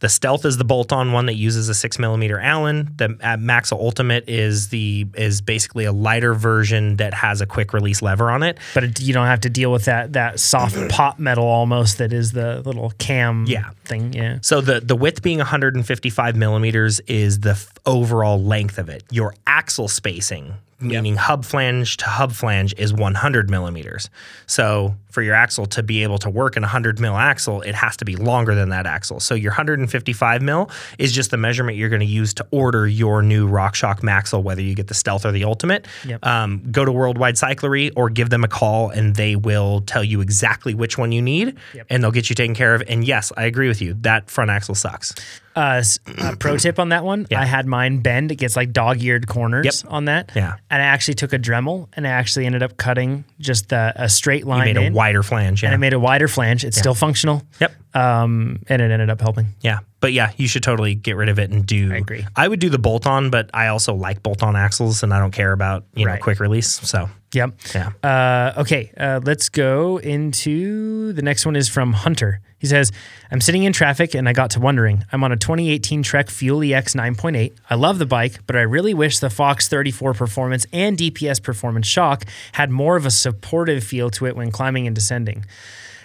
The Stealth is the bolt-on one that uses a six millimeter Allen. The uh, Maxle Ultimate is the is basically a lighter version that has a quick release lever on it.
But it, you don't have to deal with that that soft pop metal almost that is the little cam
Yeah.
thing. Yeah.
So the the width being 155 millimeters is the f- overall length of it. Your axle spacing meaning hub flange to hub flange is 100 millimeters. So for your axle to be able to work in a 100 mil axle, it has to be longer than that axle. So your 155 mil is just the measurement you're going to use to order your new RockShox Maxle, whether you get the Stealth or the Ultimate.
Yep.
Um, go to Worldwide Cyclery or give them a call, and they will tell you exactly which one you need, and they'll get you taken care of. And yes, I agree with you. That front axle sucks.
Uh, s- uh, pro tip on that one. I had mine bend. It gets like dog-eared corners
Yep.
on that.
Yeah.
And I actually took a Dremel and I actually ended up cutting just the, a straight line.
Made a
in,
wider flange. Yeah.
And I made a wider flange. It's still functional.
yep.
Um, and it ended up helping.
Yeah, but yeah, you should totally get rid of it and do. I
agree.
I would do the bolt on, but I also like bolt on axles, and I don't care about you
Right.
know quick release. So
Yep.
yeah,
Uh, okay, uh, let's go into the next one is from Hunter. He says, I'm sitting in traffic and I got to wondering. I'm on a 2018 Trek Fuel E EX 9.8. I love the bike, but I really wish the Fox 34 performance and DPS performance shock had more of a supportive feel to it when climbing and descending.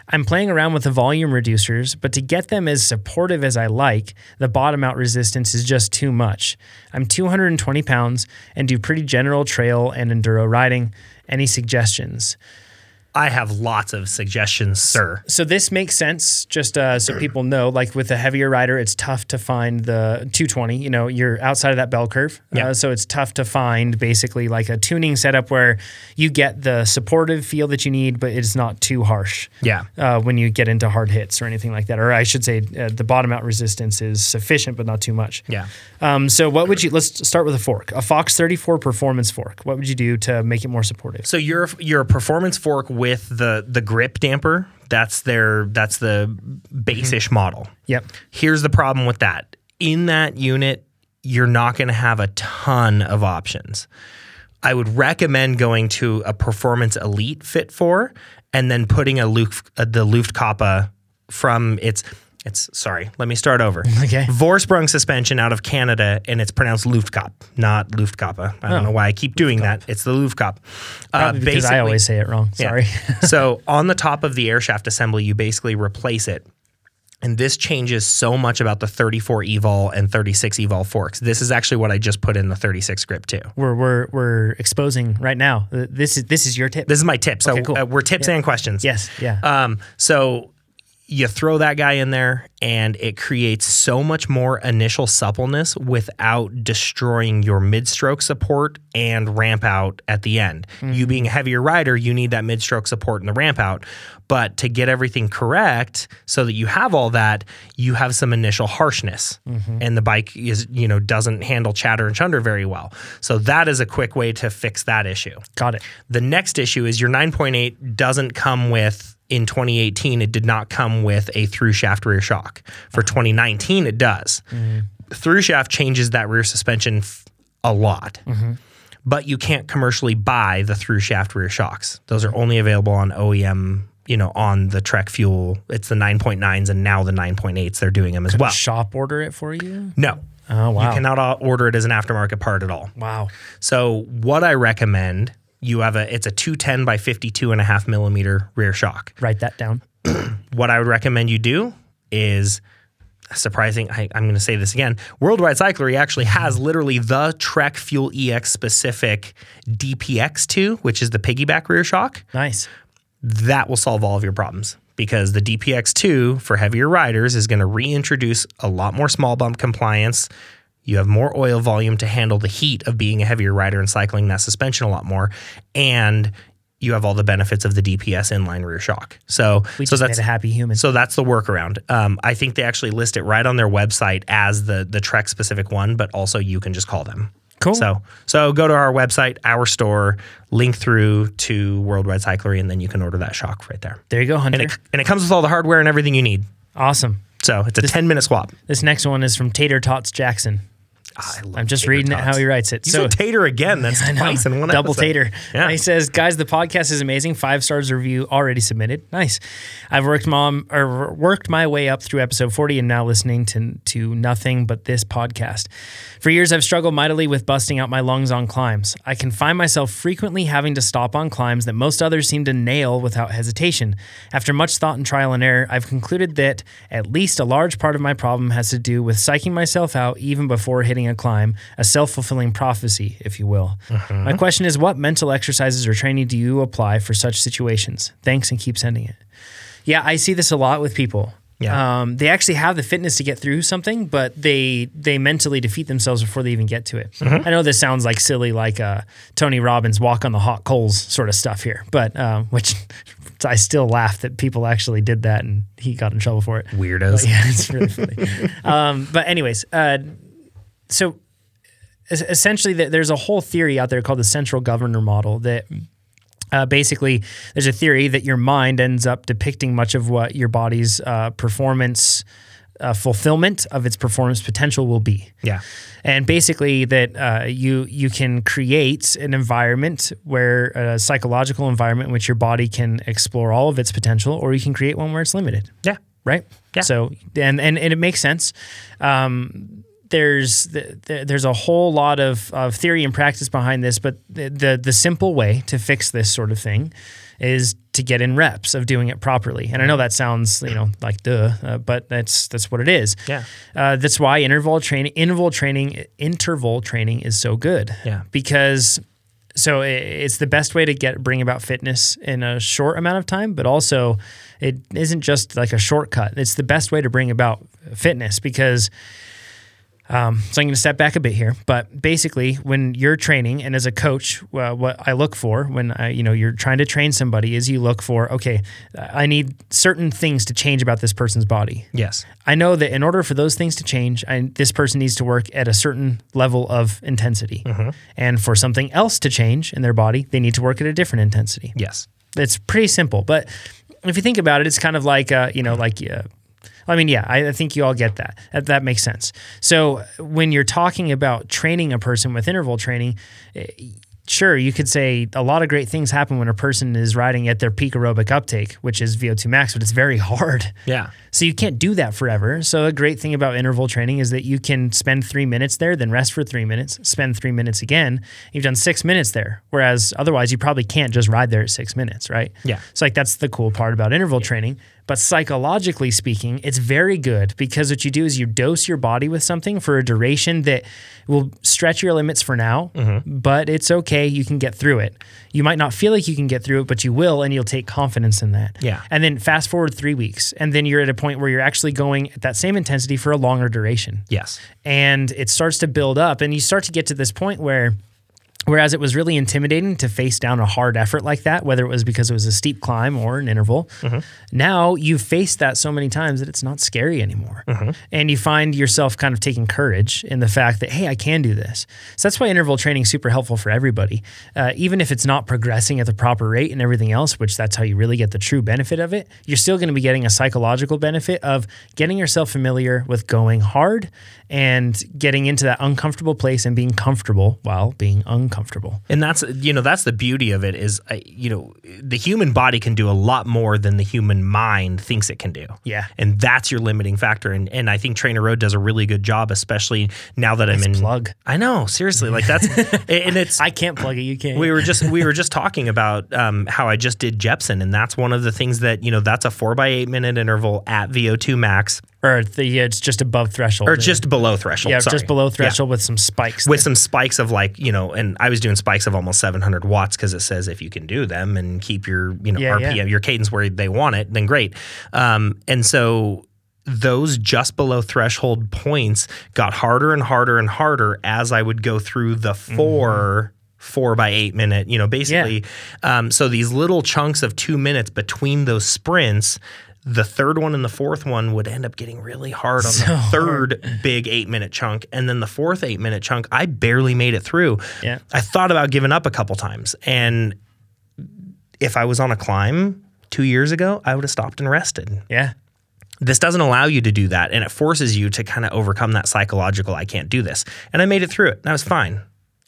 I'm playing around with the volume reducers, but to get them as supportive as I like, the bottom out resistance is just too much. I'm 220 pounds and do pretty general trail and enduro riding. Any suggestions?
I have lots of suggestions, sir.
So this makes sense, just uh, so people know. Like with a heavier rider, it's tough to find the 220. You know, you're outside of that bell curve,
Yeah.
uh, so it's tough to find basically like a tuning setup where you get the supportive feel that you need, but it's not too harsh.
Yeah.
uh, when you get into hard hits or anything like that, or I should say, uh, the bottom out resistance is sufficient but not too much.
Yeah.
Um, so what would you? Let's start with a fork, a Fox 34 performance fork. What would you do to make it more supportive?
So your your performance fork with the the grip damper. That's their that's the basish model.
Yep.
Here's the problem with that. In that unit, you're not going to have a ton of options. I would recommend going to a performance elite fit for, and then putting a Luft, uh, the Luftkappa from its it's sorry. Let me start over.
Okay.
Vorsprung suspension out of Canada, and it's pronounced Luftkap, not Luftkappa. I don't know why I keep doing that. It's the Luftkap. Uh,
Oh. Probably because I
basically-
always say it wrong.
yeah.
Sorry.
so on the top of the airshaft assembly, you basically replace it. And this changes so much about the 34 Evol and 36 Evol forks. This is actually what I just put in the 36 grip too.
we're we're we're exposing right now. Uh, This is this Uh, is your tip.
This is my tip. So
Okay, cool.
uh, we're tips and questions.
yes, yeah.
Um, so you throw that guy in there, and it creates so much more initial suppleness without destroying your mid stroke support and ramp out at the end.
Mm-hmm.
You being a heavier rider, you need that mid stroke support and the ramp out. But to get everything correct so that you have all that, you have some initial harshness.
Mm-hmm.
And the bike is, you know, doesn't handle chatter and chunder very well. So that is a quick way to fix that issue.
Got it.
The next issue is your 9.8 doesn't come with in 2018 it did not come with a through shaft rear shock. For 2019 it does.
Mm-hmm.
Through shaft changes that rear suspension f- a lot.
Mm-hmm.
But you can't commercially buy the through shaft rear shocks. Those are only available on OEM, you know, on the Trek Fuel. It's the 9.9s and now the 9.8s they're doing them as well.
Shop order it for you.
No.
Oh wow.
You cannot uh, order it as an aftermarket part at all.
wow.
So what I recommend, you have a it's a 210 by 52 and a half millimeter rear shock.
Write that down.
What I would recommend you do is surprising I, i'm going to say this again worldwide cyclery actually
Mm-hmm.
has literally the trek fuel ex specific dpx2 which is the piggyback rear shock
Nice.
that will solve all of your problems because the DPX2 for heavier riders is going to reintroduce a lot more small bump compliance. You have more oil volume to handle the heat of being a heavier rider and cycling that suspension a lot more. And you have all the benefits of the DPS inline rear shock. So,
We
so
just made
that's
a happy human.
so that's the workaround. Um, I think they actually list it right on their website as the the Trek specific one, but also you can just call them.
Cool.
So so go to our website, our store, link through to Worldwide Cyclery, and then you can order that shock right there.
there you go, Hunter.
And it, and it comes with all the hardware and everything you need.
awesome.
So it's a ten minute swap.
This next one is from Tater Tots Jackson.
I love
I'm just
tater
reading it
tots.
how he writes it.
You
so
said tater again. That's twice in one
Double
episode.
tater.
Yeah.
He says, guys, the podcast is amazing. Five stars review already submitted. Nice. I've worked mom or worked my way up through episode 40 and now listening to to nothing but this podcast. For years I've struggled mightily with busting out my lungs on climbs. I can find myself frequently having to stop on climbs that most others seem to nail without hesitation. After much thought and trial and error, I've concluded that at least a large part of my problem has to do with psyching myself out even before hitting a climb, a self fulfilling prophecy, if you will. My question is what mental exercises or training do you apply for such situations? Thanks and keep sending it. Yeah, I see this a lot with people.
Yeah.
Um, they actually have the fitness to get through something, but they they mentally defeat themselves before they even get to it. I know this sounds like silly, like uh, Tony Robbins walk on the hot coals sort of stuff here, but um, which I still laugh that people actually did that and he got in trouble for it.
Weirdos.
Yeah, it's really funny. um, but anyways, uh, so es- essentially, th- there's a whole theory out there called the central governor model that. Uh, basically, there's a theory that your mind ends up depicting much of what your body's uh, performance uh, fulfillment of its performance potential will be
Yeah.
and basically that uh, you you can create an environment where a psychological environment in which your body can explore all of its potential, or you can create one where it's limited,
Yeah.
right?
Yeah.
So and and, and it makes sense. Um, there's the, the, there's a whole lot of, of theory and practice behind this, but the, the the simple way to fix this sort of thing is to get in reps of doing it properly. And I know that sounds you know like duh, uh, but that's that's what it is.
Yeah.
Uh, that's why interval training, interval training, interval training is so good.
Yeah.
Because so i- it's the best way to get bring about fitness in a short amount of time, but also it isn't just like a shortcut. It's the best way to bring about fitness because um, so I'm going to step back a bit here, but basically, when you're training, and as a coach, uh, what I look for when I, you know you're trying to train somebody is you look for okay, I need certain things to change about this person's body.
Yes.
I know that in order for those things to change, I, this person needs to work at a certain level of intensity, and for something else to change in their body, they need to work at a different intensity.
Yes.
It's pretty simple, but if you think about it, it's kind of like uh, you know, like uh, I mean, yeah, I, I think you all get that. that. That makes sense. So when you're talking about training a person with interval training. eh, Sure, you could say a lot of great things happen when a person is riding at their peak aerobic uptake, which is VO2 max, but it's very hard.
Yeah.
So you can't do that forever. So a great thing about interval training is that you can spend three minutes there, then rest for three minutes, spend three minutes again. You've done six minutes there. Whereas otherwise you probably can't just ride there at six minutes, right?
Yeah.
So like that's the cool part about interval training. But psychologically speaking, it's very good because what you do is you dose your body with something for a duration that will stretch your limits for now,
Mm-hmm.
but it's okay. You can get through it. You might not feel like you can get through it, but you will, and you'll take confidence in that.
Yeah.
And then fast forward three weeks, and then you're at a point where you're actually going at that same intensity for a longer duration.
Yes.
And it starts to build up, and you start to get to this point where. Whereas it was really intimidating to face down a hard effort like that, whether it was because it was a steep climb or an interval, now you've faced that so many times that it's not scary anymore. And you find yourself kind of taking courage in the fact that, hey, I can do this. So that's why interval training is super helpful for everybody. Uh, even if it's not progressing at the proper rate and everything else, which that's how you really get the true benefit of it, you're still going to be getting a psychological benefit of getting yourself familiar with going hard and getting into that uncomfortable place and being comfortable while being uncomfortable.
And that's you know that's the beauty of it is uh, you know the human body can do a lot more than the human mind thinks it can do.
Yeah.
and that's your limiting factor. And and I think Trainer Road does a really good job, especially now that I'm in
plug.
I know seriously, like that's and it's
I can't plug it. You can't.
we were just we were just talking about um, how I just did Jepsen, and that's one of the things that you know that's a four by eight minute interval at VO2 max
or the, yeah, it's just above threshold.
or just below threshold.
yeah,
sorry.
just below
Yeah.
threshold with some spikes.
With some spikes of like you know, and I was doing spikes of almost 700 watts because it says if you can do them and keep your you know
Yeah,
RPM
yeah.
your cadence where they want it, then great. Um, and so those just below threshold points got harder and harder and harder as I would go through the
Mm-hmm.
4 four by eight minute, you know, basically. Um, so these little chunks of two minutes between those sprints. The third one and the fourth one would end up getting really hard on the third big eight minute chunk. And then the fourth eight minute chunk, I barely made it through.
Yeah.
I thought about giving up a couple times. And if I was on a climb two years ago, I would have stopped and rested.
yeah.
This doesn't allow you to do that. And it forces you to kind of overcome that psychological, I can't do this. And I made it through it. And I was fine.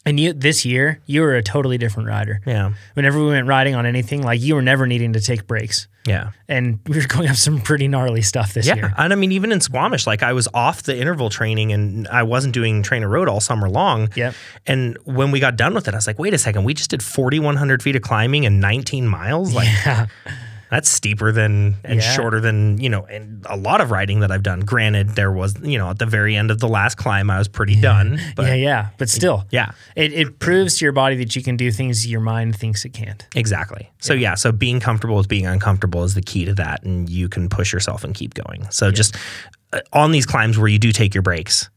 And you this year, you were a totally different rider.
Yeah.
Whenever we went riding on anything, like you were never needing to take breaks.
Yeah.
And we were going up some pretty gnarly stuff this
Yeah.
year.
And I mean, even in Squamish, like I was off the interval training and I wasn't doing trainer road all summer long.
Yep.
And when we got done with it, I was like, wait a second, we just did 4,100 feet of climbing and 19 miles. Like, That's steeper than and
Yeah.
shorter than you know, and a lot of riding that I've done. Granted, there was you know at the very end of the last climb, I was pretty done. But
yeah, yeah, but still,
Yeah.
it, it proves to your body that you can do things your mind thinks it can't.
Exactly. So yeah. so being comfortable with being uncomfortable is the key to that and you can push yourself and keep going. So just uh, on these climbs where you do take your breaks,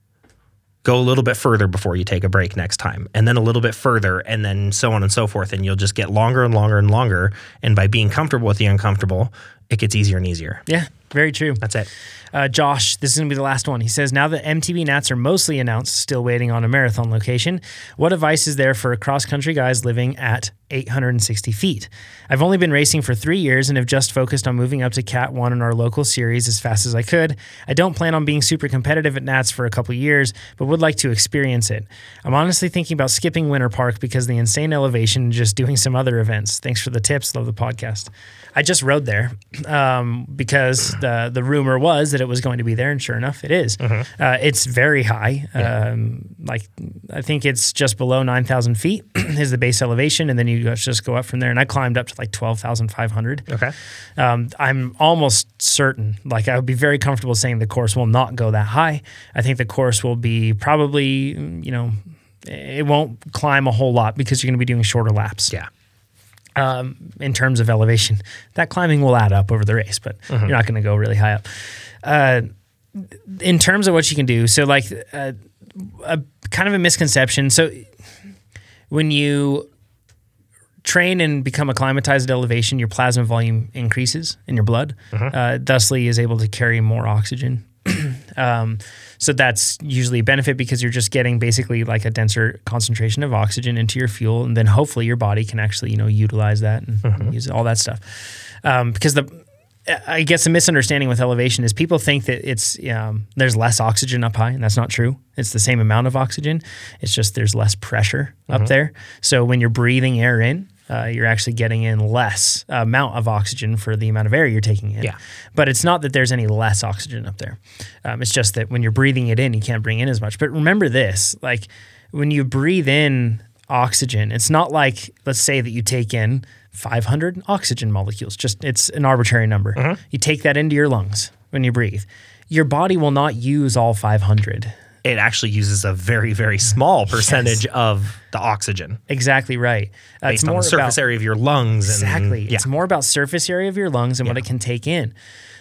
go a little bit further before you take a break next time and then a little bit further and then so on and so forth and you'll just get longer and longer and longer and by being comfortable with the uncomfortable, it gets easier and easier.
Yeah, very true.
That's it.
Uh, Josh, this is going to be the last one. He says, Now that MTB Nats are mostly announced, still waiting on a marathon location, what advice is there for cross country guys living at 860 feet? I've only been racing for three years and have just focused on moving up to Cat 1 in our local series as fast as I could. I don't plan on being super competitive at Nats for a couple years, but would like to experience it. I'm honestly thinking about skipping Winter Park because of the insane elevation and just doing some other events. Thanks for the tips. Love the podcast. I just rode there um, because the the rumor was that it was going to be there, and sure enough, it is. Uh, it's very high. Um, like I think it's just below nine thousand feet is the base elevation, and then you go- just go up from there. And I climbed up to like twelve thousand five hundred.
Okay.
Um, I'm almost certain, like I would be very comfortable saying the course will not go that high. I think the course will be probably, mm, you know, it won't climb a whole lot because you're going to be doing shorter laps
Yeah.
in terms of elevation. That climbing will add up over the race, but you're not going to go really high up. Uh, in terms of what you can do, so like uh, a kind of a misconception. So when you train and become acclimatized at elevation, your plasma volume increases in your blood. Uh, thusly, is able to carry more oxygen. um, so that's usually a benefit because you're just getting basically like a denser concentration of oxygen into your fuel, and then hopefully your body can actually you know utilize that and use all that stuff. Um, because the I guess a misunderstanding with elevation is people think that it's um, there's less oxygen up high, and that's not true. It's the same amount of oxygen. It's just there's less pressure up there. So when you're breathing air in, uh, you're actually getting in less amount of oxygen for the amount of air you're taking in.
Yeah.
But it's not that there's any less oxygen up there. Um, it's just that when you're breathing it in, you can't bring in as much. But remember this: like when you breathe in oxygen, it's not like let's say that you take in 500 oxygen molecules. Just it's an arbitrary number.
Mm-hmm.
You take that into your lungs when you breathe. Your body will not use all 500.
It actually uses a very very small percentage of the oxygen
Exactly right. Uh,
based on the surface area of your lungs and
Exactly.
Mm-hmm. yeah.
It's more about surface area of your lungs and what it can take in.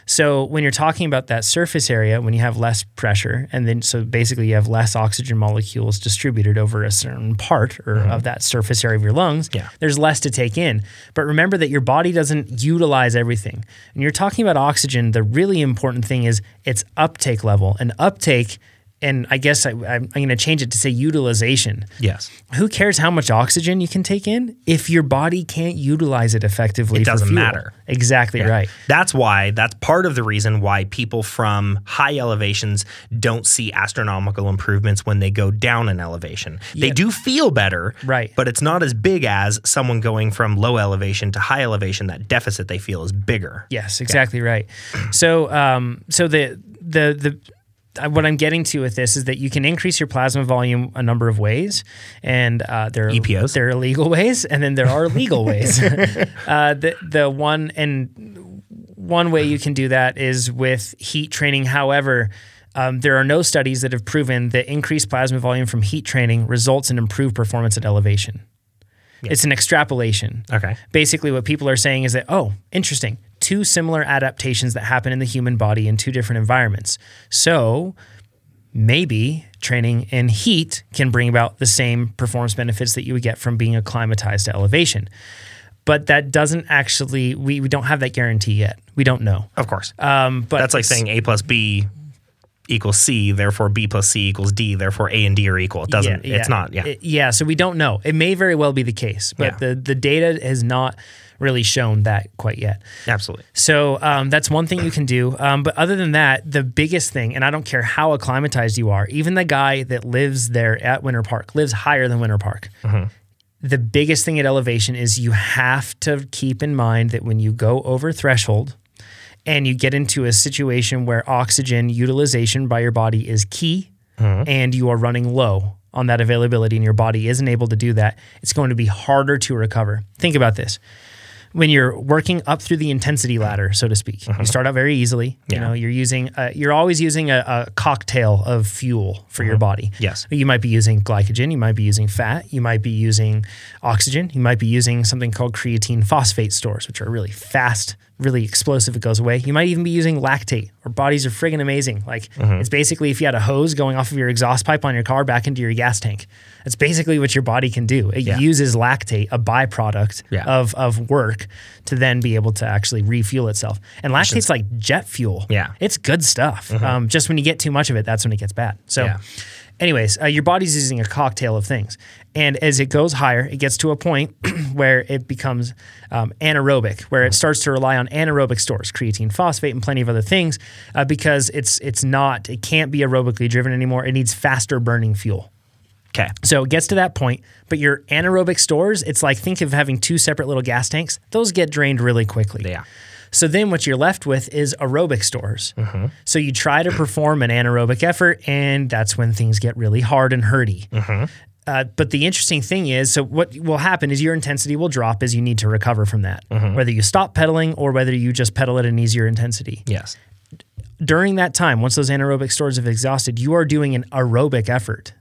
So when you're talking about that surface area, when you have less pressure, and then so basically you have less oxygen molecules distributed over a certain part or of that surface area of your lungs,
Mm-hmm. Yeah.
there's less to take in. But remember that your body doesn't utilize everything. When you're talking about oxygen, the really important thing is its uptake level. And uptake, and I guess I, I'm, I'm going to change it to say utilization
Yes.
who cares how much oxygen you can take in if your body can't utilize it effectively?
It
for
doesn't
fuel?
matter.
Exactly right.
That's why, that's part of the reason why people from high elevations don't see astronomical improvements when they go down in elevation. They do feel better,
Right.
but it's not as big as someone going from low elevation to high elevation. That deficit they feel is bigger.
Yes, exactly right. So, um, so the the the uh, what I'm getting to with this is that you can increase your plasma volume a number of ways, and uh, there are
EPOs.
there are illegal ways, and then there are legal ways. uh, the the one and one way you can do that is with heat training. However. Um, there are no studies that have proven that increased plasma volume from heat training results in improved performance at elevation. It's an extrapolation
Okay.
basically what people are saying is that oh interesting two similar adaptations that happen in the human body in two different environments so maybe training in heat can bring about the same performance benefits that you would get from being acclimatized to elevation but that doesn't actually we, we don't have that guarantee yet we don't know
Of course.
um, but
that's like saying A plus B equals C, therefore B plus C equals D, therefore A and D are equal. It doesn't, it's not. Yeah.
It- yeah. So we don't know. It may very well be the case, but
Yeah.
the, the data has not really shown that quite yet.
Absolutely.
So um, that's one thing you can do. Um, but other than that, the biggest thing, and I don't care how acclimatized you are, even the guy that lives there at Winter Park lives higher than Winter Park. The biggest thing at elevation is you have to keep in mind that when you go over threshold and you get into a situation where oxygen utilization by your body is key and you are running low on that availability and your body isn't able to do that, it's going to be harder to recover. Think about this when you're working up through the intensity ladder, so to speak.
Uh-huh.
You start out very easily. You know, you're using uh, you're always using a, a cocktail of fuel for your body.
Uh-huh. Yes.
You might be using glycogen. You might be using fat. You might be using oxygen. You might be using something called creatine phosphate stores, which are really fast, really explosive. It goes away. You might even be using lactate. Our bodies are friggin' amazing. Like
Uh-huh.
it's basically if you had a hose going off of your exhaust pipe on your car back into your gas tank. That's basically what your body can do. It uses lactate, a byproduct
Yeah.
of of work, to then be able to actually refuel itself. And lactate's like jet fuel.
Yeah. Mm-hmm.
It's good stuff. Um, just when you get too much of it, that's when it gets bad. So,
Yeah.
anyways, uh, your body's using a cocktail of things. And as it goes higher, it gets to a point where it becomes um, anaerobic, where it starts to rely on anaerobic stores, creatine, phosphate, and plenty of other things, uh, because it's it's not it can't be aerobically driven anymore. It needs faster burning fuel.
Okay.
So it gets to that point, but your anaerobic stores, it's like think of having two separate little gas tanks. Those get drained really quickly.
Yeah.
So then what you're left with is aerobic stores. So you try to perform an anaerobic effort, and that's when things get really hard and hurty. Uh, but the interesting thing is, so what will happen is your intensity will drop as you need to recover from that, whether you stop pedaling or whether you just pedal at an easier intensity
Yes.
during that time, once those anaerobic stores have exhausted, you are doing an aerobic effort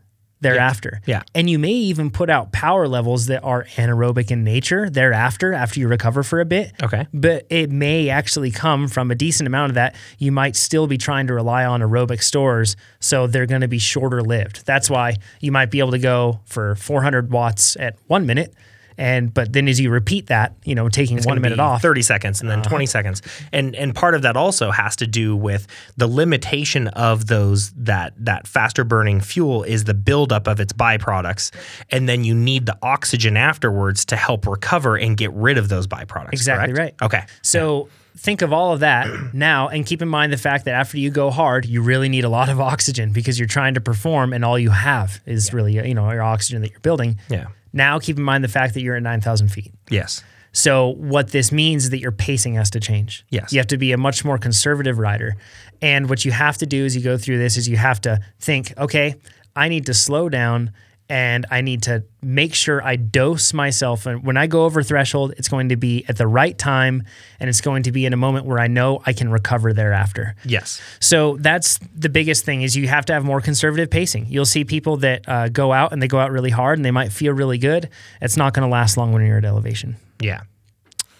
thereafter.
Yeah.
And you may even put out power levels that are anaerobic in nature thereafter, after you recover for a bit.
Okay.
But it may actually come from a decent amount of that. You might still be trying to rely on aerobic stores, so they're going to be shorter lived. That's why you might be able to go for 400 watts at one minute. And but then as you repeat that, you know, taking one
gonna
minute
be
off, Uh-huh.
30 seconds and then 20 seconds and and part of that also has to do with the limitation of those that that faster burning fuel is the buildup of its byproducts and then you need the oxygen afterwards to help recover and get rid of those byproducts
Exactly
correct?
right.
okay
So think of all of that now and keep in mind the fact that after you go hard, you really need a lot of oxygen because you're trying to perform and all you have is really, you know, your oxygen that you're building.
Yeah.
Now keep in mind the fact that you're at 9,000 feet.
yes
So what this means is that your pacing has to change.
Yes.
You have to be a much more conservative rider. And what you have to do as you go through this is you have to think, okay, I need to slow down and I need to make sure I dose myself. And when I go over threshold, it's going to be at the right time and it's going to be in a moment where I know I can recover thereafter.
yes
So that's the biggest thing is you have to have more conservative pacing. You'll see people that uh, go out and they go out really hard and they might feel really good. It's not going to last long when you're at elevation.
yeah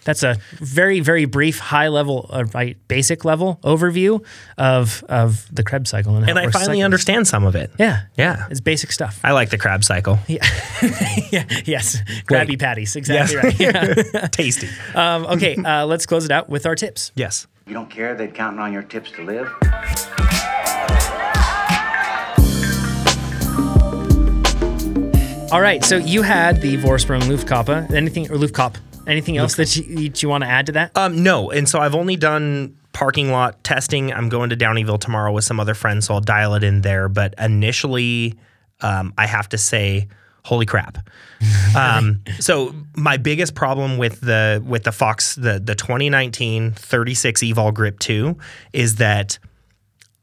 That's a very, very brief, high level, uh, right, basic level overview of of the Krebs cycle. And, how
and
it
i
works
finally
cycles.
understand some of it
Yeah,
yeah
it's basic stuff.
i like the crab cycle
yeah, yes, grabby
Wait.
patties, exactly right.
tasty
Um, okay, uh, let's close it out with our tips.
yes
You don't care they're counting on your tips to live?
All right, so you had the Vorsprung Luftkappa. Anything or Luftkop? Anything else that you, that you want to add to that?
Um, no, and so I've only done parking lot testing. I'm going to Downeyville tomorrow with some other friends, so I'll dial it in there. But initially, um, I have to say, holy crap! Um, so my biggest problem with the with the Fox the the 2019 36 Evol Grip 2 is that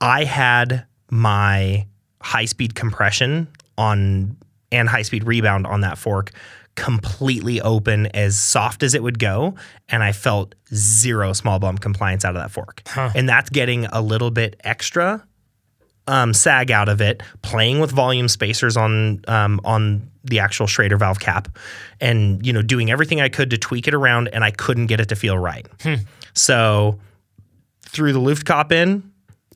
I had my high speed compression on and high speed rebound on that fork completely open as soft as it would go and I felt zero small bump compliance out of that fork. And that's getting a little bit extra um, sag out of it, playing with volume spacers on um, on the actual Schrader valve cap, and you know doing everything I could to tweak it around, and I couldn't get it to feel right. So threw the Luftkop in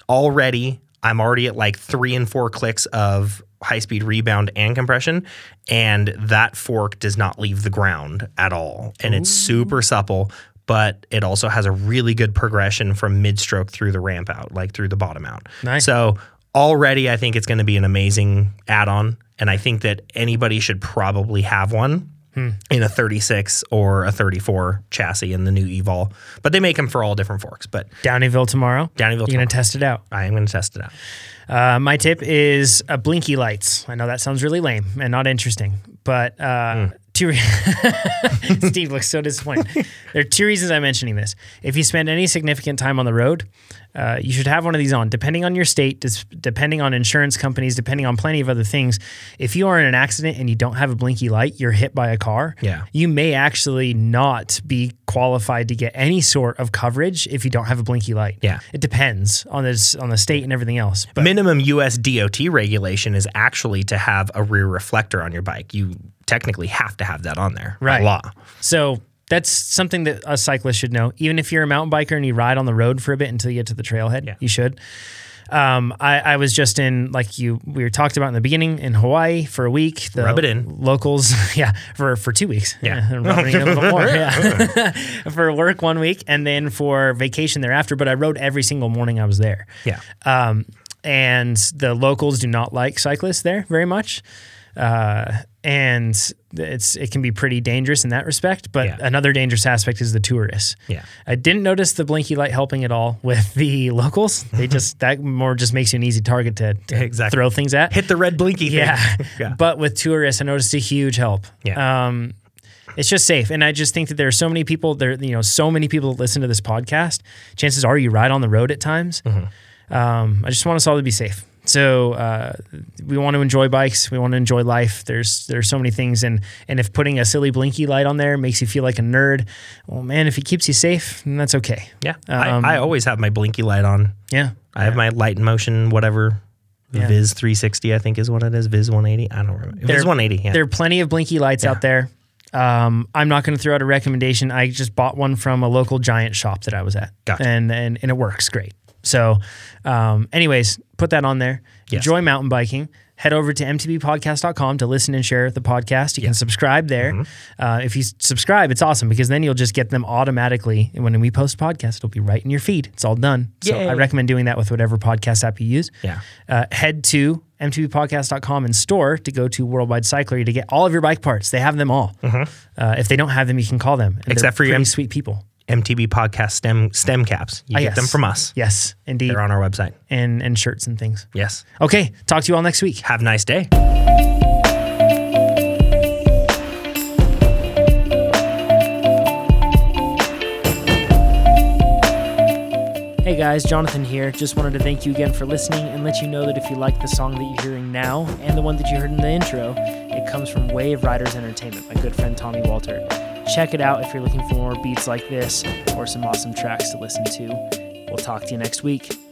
already. I'm already at like three and four clicks of high speed rebound and compression, and that fork does not leave the ground at all, and it's super supple. But it also has a really good progression from mid stroke through the ramp out, like through the bottom out.
Nice.
So already, I think it's going to be an amazing add on, and I think that anybody should probably have one in a 36 or a 34 chassis in the new Evol. But they make them for all different forks. But
Downeyville tomorrow.
Downeyville
You're
tomorrow.
gonna test it out.
I am going to test it out.
Uh, my tip is uh, blinky lights. I know that sounds really lame and not interesting, but uh,
Hmm.
two. Re- Steve looks so disappointed. there are two reasons I'm mentioning this. If you spend any significant time on the road, Uh, you should have one of these on, depending on your state, dis- depending on insurance companies, depending on plenty of other things. If you are in an accident and you don't have a blinky light, you're hit by a car.
Yeah.
You may actually not be qualified to get any sort of coverage if you don't have a blinky light.
Yeah.
It depends on this on the state and everything else. But
Minimum US DOT regulation is actually to have a rear reflector on your bike. You technically have to have that on there by
Right.
law.
So that's something that a cyclist should know. Even if you're a mountain biker and you ride on the road for a bit until you get to the trailhead,
Yeah.
you should. Um, I, I was just in, like you, we were talked about in the beginning, in Hawaii for a week. The
Rub it in.
Locals, yeah, for for two weeks.
Yeah.
rubbing it in a little more. Yeah, for work one week and then for vacation thereafter. But I rode every single morning I was there.
Yeah.
Um, and the locals do not like cyclists there very much. Uh, and it's it can be pretty dangerous in that respect. But
Yeah.
another dangerous aspect is the tourists.
Yeah.
I didn't notice the blinky light helping at all with the locals. They just that more just makes you an easy target to, to
Exactly.
throw things at.
Hit the red blinky thing.
yeah.
yeah.
But with tourists, I noticed a huge help.
Yeah.
Um, it's just safe, and I just think that there are so many people there. You know, so many people that listen to this podcast. Chances are you ride on the road at times. Um, I just want us all to be safe. So uh, we want to enjoy bikes. We want to enjoy life. There's there's so many things, and and if putting a silly blinky light on there makes you feel like a nerd, well, man, if it keeps you safe, then that's okay.
Yeah.
Um,
I, I always have my blinky light on.
Yeah.
I have my light in motion, whatever.
Yeah.
Viz 360, I think is what it is. Viz 180. I don't remember. Viz 180. Yeah.
There are plenty of blinky lights out there. Um, I'm not going to throw out a recommendation. I just bought one from a local giant shop that I was at,
Gotcha.
and and and it works great. So, um, anyways, put that on there.
Yes.
Enjoy mountain biking. Head over to mtbpodcast.com to listen and share the podcast. You can subscribe there.
Mm-hmm.
Uh, if you s- subscribe, it's awesome because then you'll just get them automatically. And when we post podcasts, it'll be right in your feed. It's all done. So
Yay.
I recommend doing that with whatever podcast app you use
Yeah.
uh, head to mtbpodcast.com and store to go to Worldwide Cyclery to get all of your bike parts. They have them all. Uh, if they don't have them, you can call them. And they're
Mm-hmm. Except for your
pretty
M-
sweet people.
MTB podcast stem stem caps. You
Ah,
get
yes.
them from us.
Yes, indeed.
They're on our website.
And and shirts and things.
Yes.
Okay, talk to you all next week.
Have a nice day.
Hey guys, Jonathan here. Just wanted to thank you again for listening and let you know that if you like the song that you're hearing now and the one that you heard in the intro, it comes from Wave Riders Entertainment, my good friend Tommy Walter. Check it out if you're looking for more beats like this or some awesome tracks to listen to. We'll talk to you next week.